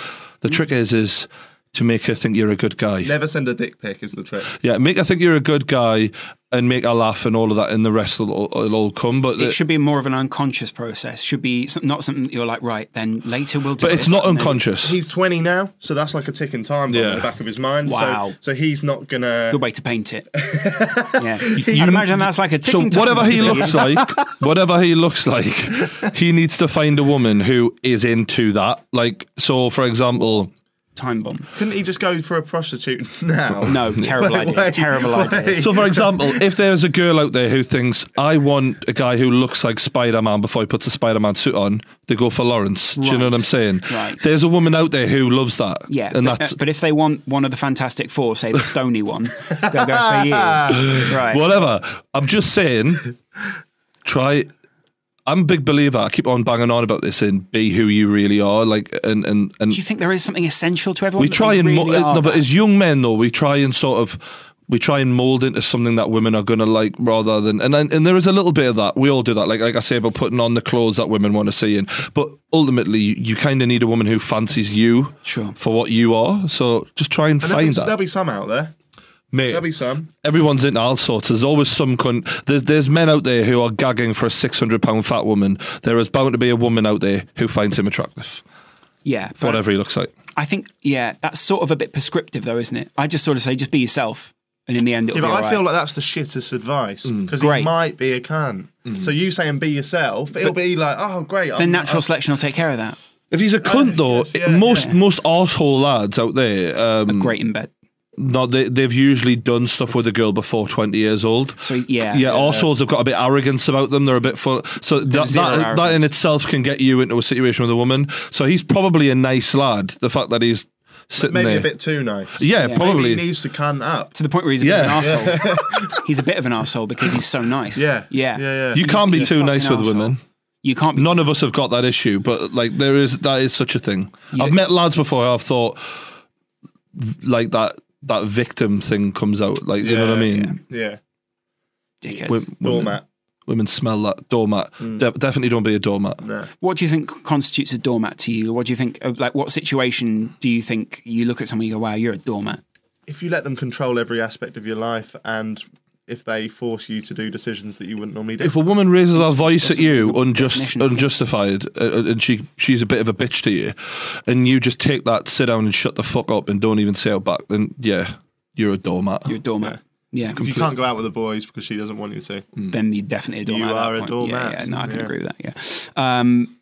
S1: The trick is is to make her think you're a good guy.
S2: Never send a dick pic is the trick.
S1: Yeah, make her think you're a good guy and make her laugh and all of that, and the rest will, will all come. But
S3: it should be more of an unconscious process. Should be some, not something that you're like, right, then later we'll do.
S1: but it's
S3: this,
S1: not
S3: and then-
S1: unconscious.
S2: He's 20 now, so that's like a ticking time bomb
S1: Yeah.
S2: in the back of his mind.
S3: Wow.
S2: So, so he's not gonna.
S3: Good way to paint it. Yeah, I'd imagine that's like a
S1: So
S3: ticking. time
S1: whatever he
S3: bomb.
S1: looks like, whatever he looks like, he needs to find a woman who is into that. Like, so for example,
S3: time bomb.
S2: Couldn't he just go for a prostitute now?
S3: No, terrible idea.
S2: wait,
S3: terrible idea.
S1: So, for example, if there's a girl out there who thinks I want a guy who looks like Spider Man before he puts a Spider Man suit on, they go for Lawrence. Do you know what I'm
S3: Right.
S1: saying?
S3: Right.
S1: There's a woman out there who loves that.
S3: Yeah,
S1: and
S3: but,
S1: that's
S3: uh, but if they want one of the Fantastic Four, say the Stony one, they'll go for you. Right.
S1: whatever. I'm just saying, try. I'm a big believer. I keep on banging on about this in be who you really are. Like, and and and
S3: Do you think there is something essential to everyone?
S1: we
S3: that
S1: try
S3: they
S1: and mo-
S3: really
S1: uh,
S3: are
S1: no, but
S3: that?
S1: as young men though, we try and sort of we try and mold into something that women are going to like rather than and, and and there is a little bit of that. We all do that. Like like I say about putting on the clothes that women want to see in, but ultimately you, you kind of need a woman who fancies you
S3: Sure.
S1: for what you are. So just try and
S2: And there'll,
S1: find
S2: be,
S1: that,
S2: there'll be some out there.
S1: mate.
S2: There'll be some.
S1: Everyone's into all sorts. There's always some cunt. There's, there's men out there who are gagging for a 600 pound fat woman. There is bound to be a woman out there who finds him attractive,
S3: yeah, but
S1: whatever he looks like.
S3: I think yeah, that's sort of a bit prescriptive, though, isn't it? I just sort of say, just be yourself, and in the end, it'll
S2: Yeah, but
S3: be
S2: I
S3: all
S2: feel
S3: right. Mm.
S2: like that's the shittest advice because
S3: Great. Mm.
S2: he might be a cunt. So you saying be yourself, it'll be like, oh great.
S3: then natural selection will take care of that.
S1: If he's a cunt, though,
S2: yes, yeah,
S1: most most arsehole lads out there, um,
S3: Great in bed.
S1: no, they, they've usually done stuff with a girl before 20 years old.
S3: So, yeah.
S1: Yeah, also they've got a bit of arrogance about them. They're a bit full. So that,
S3: zero
S1: that, that in
S3: arrogance.
S1: itself can get you into a situation with a woman. So he's probably a nice lad. The fact that he's sitting
S2: Maybe
S1: there.
S2: a bit too nice.
S1: Yeah,
S2: Maybe
S1: probably.
S2: he needs to can up.
S3: to the point where he's a
S1: Yeah.
S3: bit of an asshole. he's a bit of an asshole because he's so nice.
S2: Yeah.
S3: yeah,
S2: Yeah, yeah.
S1: you can't be
S3: He's a
S1: too
S3: fucking
S1: nice with
S3: arsehole.
S1: women.
S3: You can't be.
S1: None of us have got that issue, but like there is that is such a thing. I've met lads before. I've thought like that that victim thing comes out. Like you know what I
S2: Yeah,
S1: mean?
S2: Yeah.
S3: dickheads.
S1: Wo- women,
S2: Doormat.
S1: women smell that doormat. De- definitely don't be a doormat.
S2: Nah.
S3: What do you think constitutes a doormat to you? What do you think? uh, Like, what situation do you think you look at someone and you go, "Wow, you're a doormat"?
S2: If you let them control every aspect of your life and if they force you to do decisions that you wouldn't normally do.
S1: If a woman raises her voice at you unjust,
S3: definition.
S1: unjustified, uh, and she she's a bit of a bitch to you, and you just take that, sit down, and shut the fuck up, and don't even say it back, then yeah, you're a doormat.
S3: You're a doormat. Yeah,
S2: if you can't go out with the boys because she doesn't want you to.
S3: then you're definitely a doormat.
S2: You
S3: at that
S2: are a
S3: point.
S2: doormat.
S3: Yeah, yeah, no, I can
S2: Yeah.
S3: agree with that. Yeah. Um,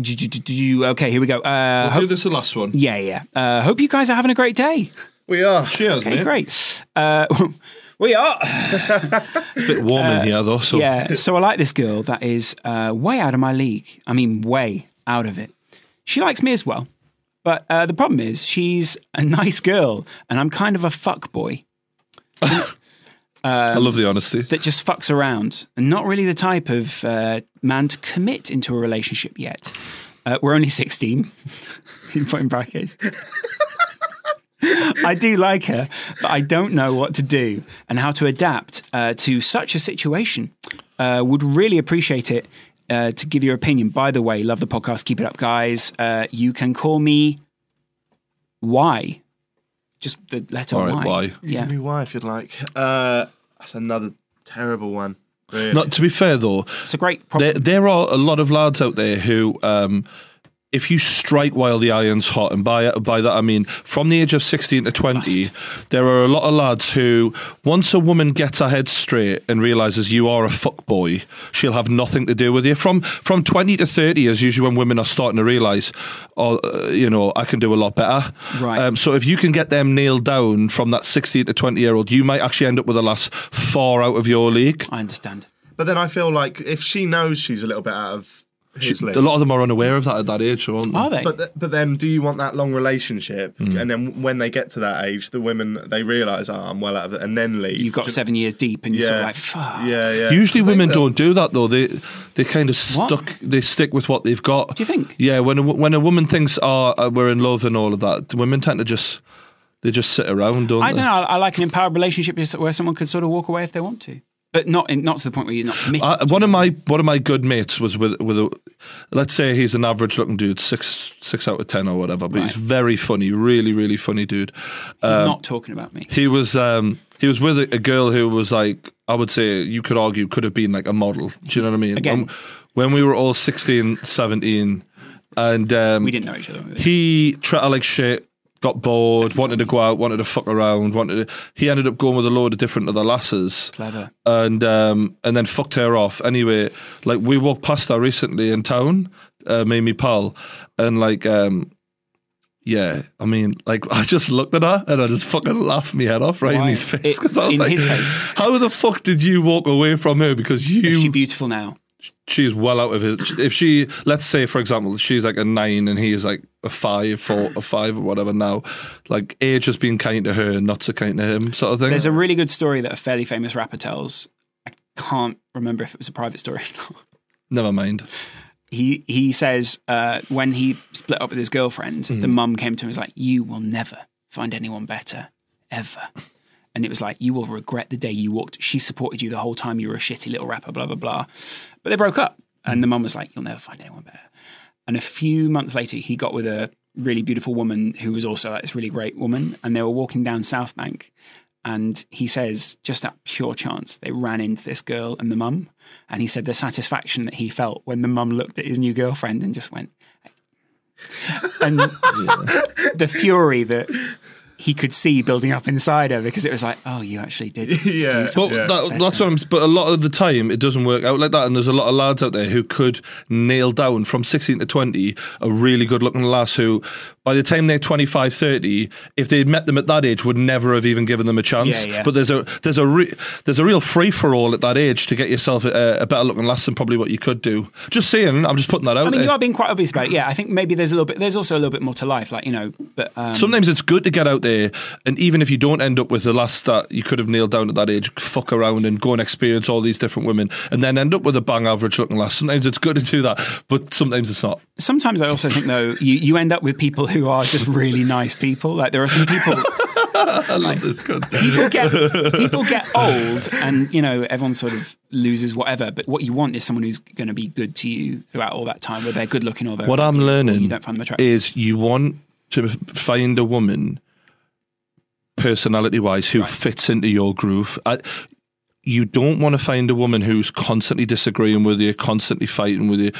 S3: do, do, do, do you? Okay, here we go. Uh, hope,
S1: this the last one.
S3: yeah, yeah. Uh, hope you guys are having a great day.
S2: We are.
S1: Cheers,
S3: Okay, great. Uh, we are.
S1: Bit warm in here though, so
S3: Uh, Yeah. So I like this girl that is uh, way out of my league. I mean, way out of it. She likes me as well. But uh, the problem is, she's a nice girl, and I'm kind of a fuck boy
S1: I love the honesty.
S3: that just fucks around and not really the type of uh, man to commit into a relationship yet. Uh, we're only 16, in point brackets. I do like her, but I don't know what to do and how to adapt uh, to such a situation. Uh, would really appreciate it uh, to give your opinion. By the way, love the podcast. Keep it up, guys. Uh, you can call me Y. Just the letter
S1: All right,
S3: Y.
S1: Y.
S3: Yeah.
S2: Give me why if you'd like. Uh, that's another terrible one. Really.
S1: Not to be fair though,
S3: It's a great problem.
S1: there, there are a lot of lads out there who, um, if you strike while the iron's hot, and by by that I mean from the age of sixteen to twenty, there are a lot of lads who, once a woman gets her head straight and realizes you are a fuckboy, she'll have nothing to do with you. From from twenty to thirty is usually when women are starting to realize, oh, uh, you know, I can do a lot better.
S3: Right.
S1: Um, so if you can get them nailed down from that sixteen to twenty year old, you might actually end up with a lass far out of your league.
S3: I understand.
S2: But then I feel like if she knows she's a little bit out of his
S1: She-
S2: league.
S1: a lot of them are unaware of that at that age, so aren't they?
S3: Are they?
S2: But th- but then, do you want that long relationship?
S3: Hmm.
S2: And then when they get to that age, the women they realise, oh, I'm well out of it, and then leave.
S3: you've got seven years deep and you're sort of like, fuck.
S2: yeah, yeah.
S1: Usually,
S2: They-
S1: women
S2: they-
S1: don't do that though. They they kind of stuck. They stick with what they've got.
S3: Do you think?
S1: Yeah, when a, wo- when a woman thinks, "Oh, uh, we're in love" and all of that, women tend to just they just sit around, don't
S3: I
S1: they?
S3: don't know. I like an empowered relationship is- where someone could sort of walk away if they want to, but not in, not to the point where you're not committed.
S1: I, one of my one of my good mates was with with a, let's say he's an average looking dude, six six out of ten or whatever, but he's very funny, really really funny dude.
S3: He's
S1: uh,
S3: not talking about me.
S1: he was um he was with a, a girl who was like I would say you could argue could have been like a model. Do you know what I mean?
S3: Again.
S1: When, when we were all 16, 17 and um
S3: We didn't know each other.
S1: he treated her like shit, got bored, wanted to go out, wanted to fuck around, wanted to, he ended up going with a load of different other lasses
S3: Clever.
S1: and um, and then fucked her off. Anyway, like we walked past her recently in town, uh, me and me pal, and like um, yeah, I mean, like I just looked at her and I just fucking laughed me head off right in
S3: Why?
S1: his face
S3: It-
S1: 'cause I was
S3: in
S1: like,
S3: his face.
S1: How the fuck did you walk away from her because
S3: Is she
S1: you
S3: beautiful now?
S1: she's well out of his. If she, let's say, for example, she's like a nine and he's like a five, four, a five, or whatever. Now, like age has been kind to her and not so kind to him, sort of thing.
S3: There's a really good story that a fairly famous rapper tells. I can't remember if it was a private story or not.
S1: Never mind.
S3: He he says uh, when he split up with his girlfriend, the mum came to him and was like, "You will never find anyone better, ever." And it was like, "You will regret the day you walked." She supported you the whole time. You were a shitty little rapper, blah blah blah. But they broke up, and the mum was like, "You'll never find anyone better." And a few months later, he got with a really beautiful woman who was also like, this really great woman. And they were walking down South Bank. And he says, just at pure chance, they ran into this girl and the mum. And he said the satisfaction that he felt when the mum looked at his new girlfriend and just went, and the fury that he could see building up inside her because it was like, oh, you actually did.
S2: Yeah.
S3: do something.
S1: But
S2: yeah.
S1: that, that's what I'm. But a lot of the time, it doesn't work out like that. And there's a lot of lads out there who could nail down from 16 to 20 a really good looking lass who, by the time they're 25, 30, if they'd met them at that age, would never have even given them a chance.
S3: Yeah, yeah.
S1: But there's a there's a re, there's a real free for all at that age to get yourself a, a better looking lass than probably what you could do. Just saying, I'm just putting that out
S3: I mean,
S1: there.
S3: you are being quite obvious about it. Yeah, I think maybe there's a little bit. There's also a little bit more to life, like you know. But um,
S1: Sometimes it's good to get out there, and even if you don't end up with the last that you could have nailed down at that age, fuck around and go and experience all these different women, and then end up with a bang average looking lass. Sometimes it's good to do that, but sometimes it's not.
S3: sometimes I also think though you, you end up with people who are just really nice people. Like there are some people
S1: I love this. Good.
S3: people get people get old and you know everyone sort of loses whatever. But what you want is someone who's going to be good to you throughout all that time, where they're good looking or they're
S1: What I'm
S3: you
S1: learning
S3: don't find them attractive.
S1: is you want to find a woman, personality wise, who fits into your groove. I, you don't want to find a woman who's constantly disagreeing with you, constantly fighting with you.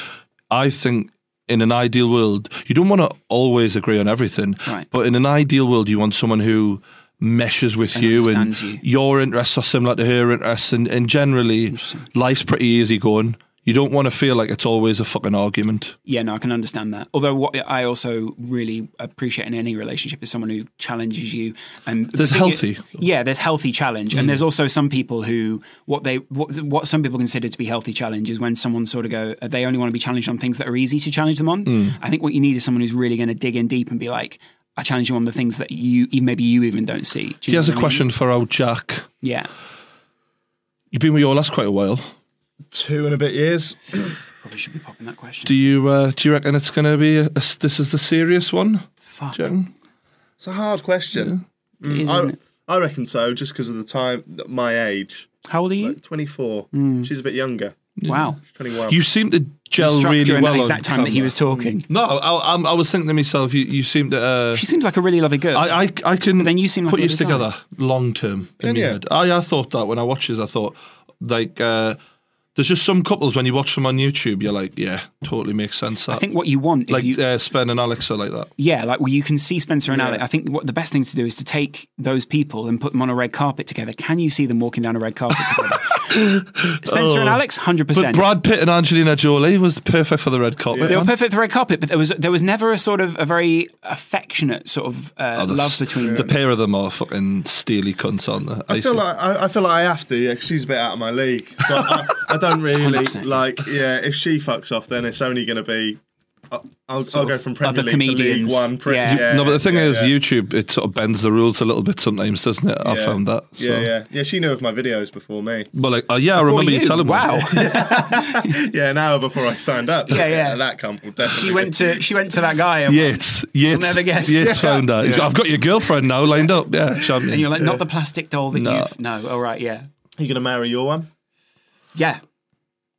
S1: I think in an ideal world, you don't want to always agree on everything,
S3: Right.
S1: but in an ideal world, you want someone who meshes with
S3: And
S1: you and
S3: understands you.
S1: your interests are similar to her interests, and, and generally, life's pretty easy going. You don't want to feel like it's always a fucking argument.
S3: Yeah, no, I can understand that. Although what I also really appreciate in any relationship is someone who challenges you and
S1: There's healthy. Mm.
S3: Yeah, there's healthy challenge, and there's also some people who what they what, what some people consider to be healthy challenge is when someone sort of go they only want to be challenged on things that are easy to challenge them on.
S1: Mm.
S3: I think what you need is someone who's really going to dig in deep and be like. I challenge you on the things that you e, maybe you even don't see. Do you
S1: He
S3: know
S1: has a
S3: what I mean?
S1: question for our Jack.
S3: Yeah,
S1: You've been with your last quite a while.
S2: two and a bit years.
S3: probably should be popping that question.
S1: Do you uh, do you reckon it's going to be a, a- this is the serious one?
S3: Fuck,
S1: Do you reckon?
S2: It's a hard question.
S3: it is, isn't
S2: I,
S3: it?
S2: I reckon so, just because of the time, my age.
S3: How old are you? Hmm.
S2: Like 24. She's a bit younger.
S3: wow,
S2: 21.
S1: You seem to gel
S3: Struck
S1: really
S3: during
S1: well.
S3: that
S1: on
S3: exact time that he
S1: camera.
S3: was talking.
S1: No, I, I, I was thinking to myself, you, you seem to. Uh,
S3: She seems like a really lovely girl.
S1: I, I I can.
S3: then you seem like
S1: put
S3: a
S1: you
S3: lovely guy.
S1: together long term in
S2: Can
S1: my
S2: you?
S1: head. I I thought that when I watched this, I thought like uh, there's just some couples when you watch them on YouTube, you're like, yeah, totally makes sense. That.
S3: I think what you want is
S1: like
S3: you,
S1: uh, Spen and Alex are like that.
S3: yeah, like well, you can see Spencer and
S2: Yeah.
S3: Alec. I think what the best thing to do is to take those people and put them on a red carpet together. Can you see them walking down a red carpet together? Spencer and Alex, hundred
S1: Oh. But
S3: percent.
S1: Brad Pitt and Angelina Jolie was perfect for the red carpet.
S3: They were
S1: man.
S3: perfect for the red carpet, but there was there was never a sort of a very affectionate sort of uh,
S1: Oh, the
S3: love
S1: s-
S3: between
S1: the
S3: them.
S1: pair of them are fucking steely cunts, aren't they?
S2: I feel like I, I feel like I have to. Yeah, 'cause she's a bit out of my league. So I, I don't really
S3: 100%.
S2: like. Yeah, if she fucks off, then it's only going to be. I- I'll, I'll go from Premier
S3: other
S2: League to League
S3: comedians.
S2: One. Pre-
S3: Yeah.
S2: yeah.
S1: no, but the thing
S2: yeah,
S1: is,
S2: yeah.
S1: YouTube it sort of bends the rules a little bit sometimes, doesn't it? I
S2: Yeah.
S1: found that. So.
S2: Yeah, yeah, yeah. She knew of my videos before me.
S1: But like, oh yeah, I
S3: Or
S1: remember you, telling me.
S3: wow.
S2: Yeah, an hour before I signed up.
S3: Yeah, yeah.
S2: That cunt will definitely.
S3: she went to she went to that guy and,
S1: Yates, Yates,
S3: never guess.
S1: Yates found that. He's got, I've got your girlfriend now lined up. Yeah, champion.
S3: and you're like, not the plastic doll that
S1: No.
S3: you've no, all right, yeah.
S2: You going to marry your one?
S3: Yeah.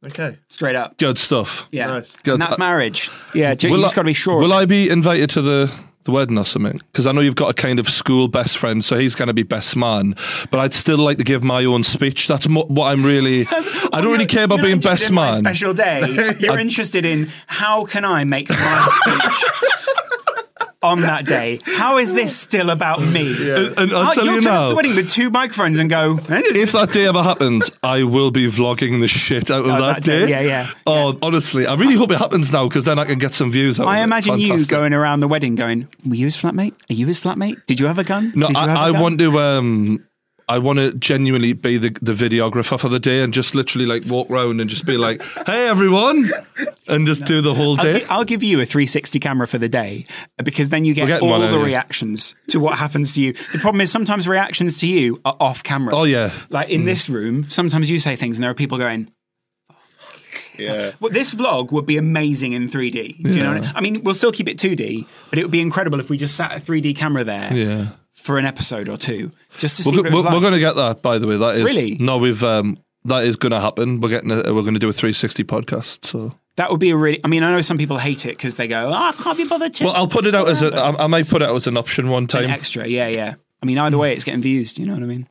S2: Okay.
S3: Straight up.
S1: good stuff.
S3: Yeah.
S2: Nice.
S1: Good. Uh,
S3: And that's marriage. Yeah, you just
S1: I-
S3: got to be sure.
S1: Will I be invited to the the wedding or something? Because I know you've got a kind of school best friend, so he's going to be best man. But I'd still like to give my own speech. That's mo- what I'm really. I don't really care about being best
S3: in my
S1: man.
S3: special day. You're interested in how can I make my speech on that day? How is this still about me?
S1: And, and I'll
S3: Oh,
S1: tell
S3: you'll
S1: you
S3: turn up to
S1: now.
S3: the wedding with two microphones and go.
S1: if that day ever happens, I will be vlogging the shit out of that,
S3: Oh, that day,
S1: day.
S3: yeah, yeah.
S1: Oh, honestly, I really hope it happens now because then I can get some views. Out
S3: I
S1: of it.
S3: imagine you
S1: Fantastic.
S3: going around the wedding, going, "Were you his flatmate? Are you his flatmate? Did you have a gun?
S1: No,
S3: Did you have a
S1: I, I
S3: gun?"
S1: want to. Um, I want to genuinely be the, the videographer for the day and just literally like walk round and just be like, "Hey, everyone," and just do the whole
S3: I'll,
S1: day.
S3: gi- I'll give you a 360 camera for the day because then you get
S1: getting
S3: all
S1: one,
S3: the
S1: aren't we?
S3: reactions to what happens to you. The problem is sometimes reactions to you are off camera.
S1: Oh, yeah.
S3: Like in this room, sometimes you say things and there are people going,
S2: Yeah.
S3: Well, this vlog would be amazing in 3D. Do you know? What I, I mean, we'll still keep it 2D, but it would be incredible if we just sat a 3D camera there
S1: yeah,
S3: for an episode or two, just to see
S1: we're,
S3: what it
S1: go-
S3: was
S1: we're,
S3: like.
S1: we're going to get that. By the way, that is
S3: Really?
S1: no, we've um, that is going to happen. We're getting a, we're going to do a 360 podcast. So
S3: that would be a really. I mean, I know some people hate it because they go, "Oh, I can't be bothered." To
S1: well, I'll put it out as um, a. I, I may put it out as an option one time.
S3: extra. Yeah, yeah. I mean, either way, it's getting views. Do you know what I mean?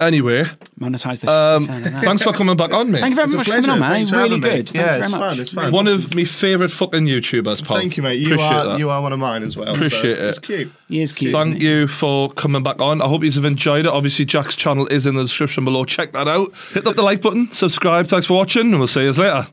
S1: Anyway,
S3: monetize the
S1: um,
S3: shit out of that.
S1: thanks for coming back on, mate.
S3: Thank you very
S2: It's a
S3: much for
S2: pleasure.
S3: coming on, man.
S2: Thanks for
S3: really
S2: having me.
S3: good. Thank
S2: Yeah,
S3: you very
S2: it's
S3: much.
S2: fun, it's fun.
S1: One of my favourite fucking YouTubers, pal.
S2: Thank you, mate. You
S1: Appreciate
S2: are
S1: that.
S2: you are one of mine as well.
S1: Appreciate
S2: so
S1: it.
S2: it's, It's cute.
S3: He is cute.
S1: Thank
S3: isn't he?
S1: you for coming back on. I hope you've enjoyed it. Obviously, Jack's channel is in the description below. Check that out. Hit the like button, subscribe. Thanks for watching, and we'll see you later.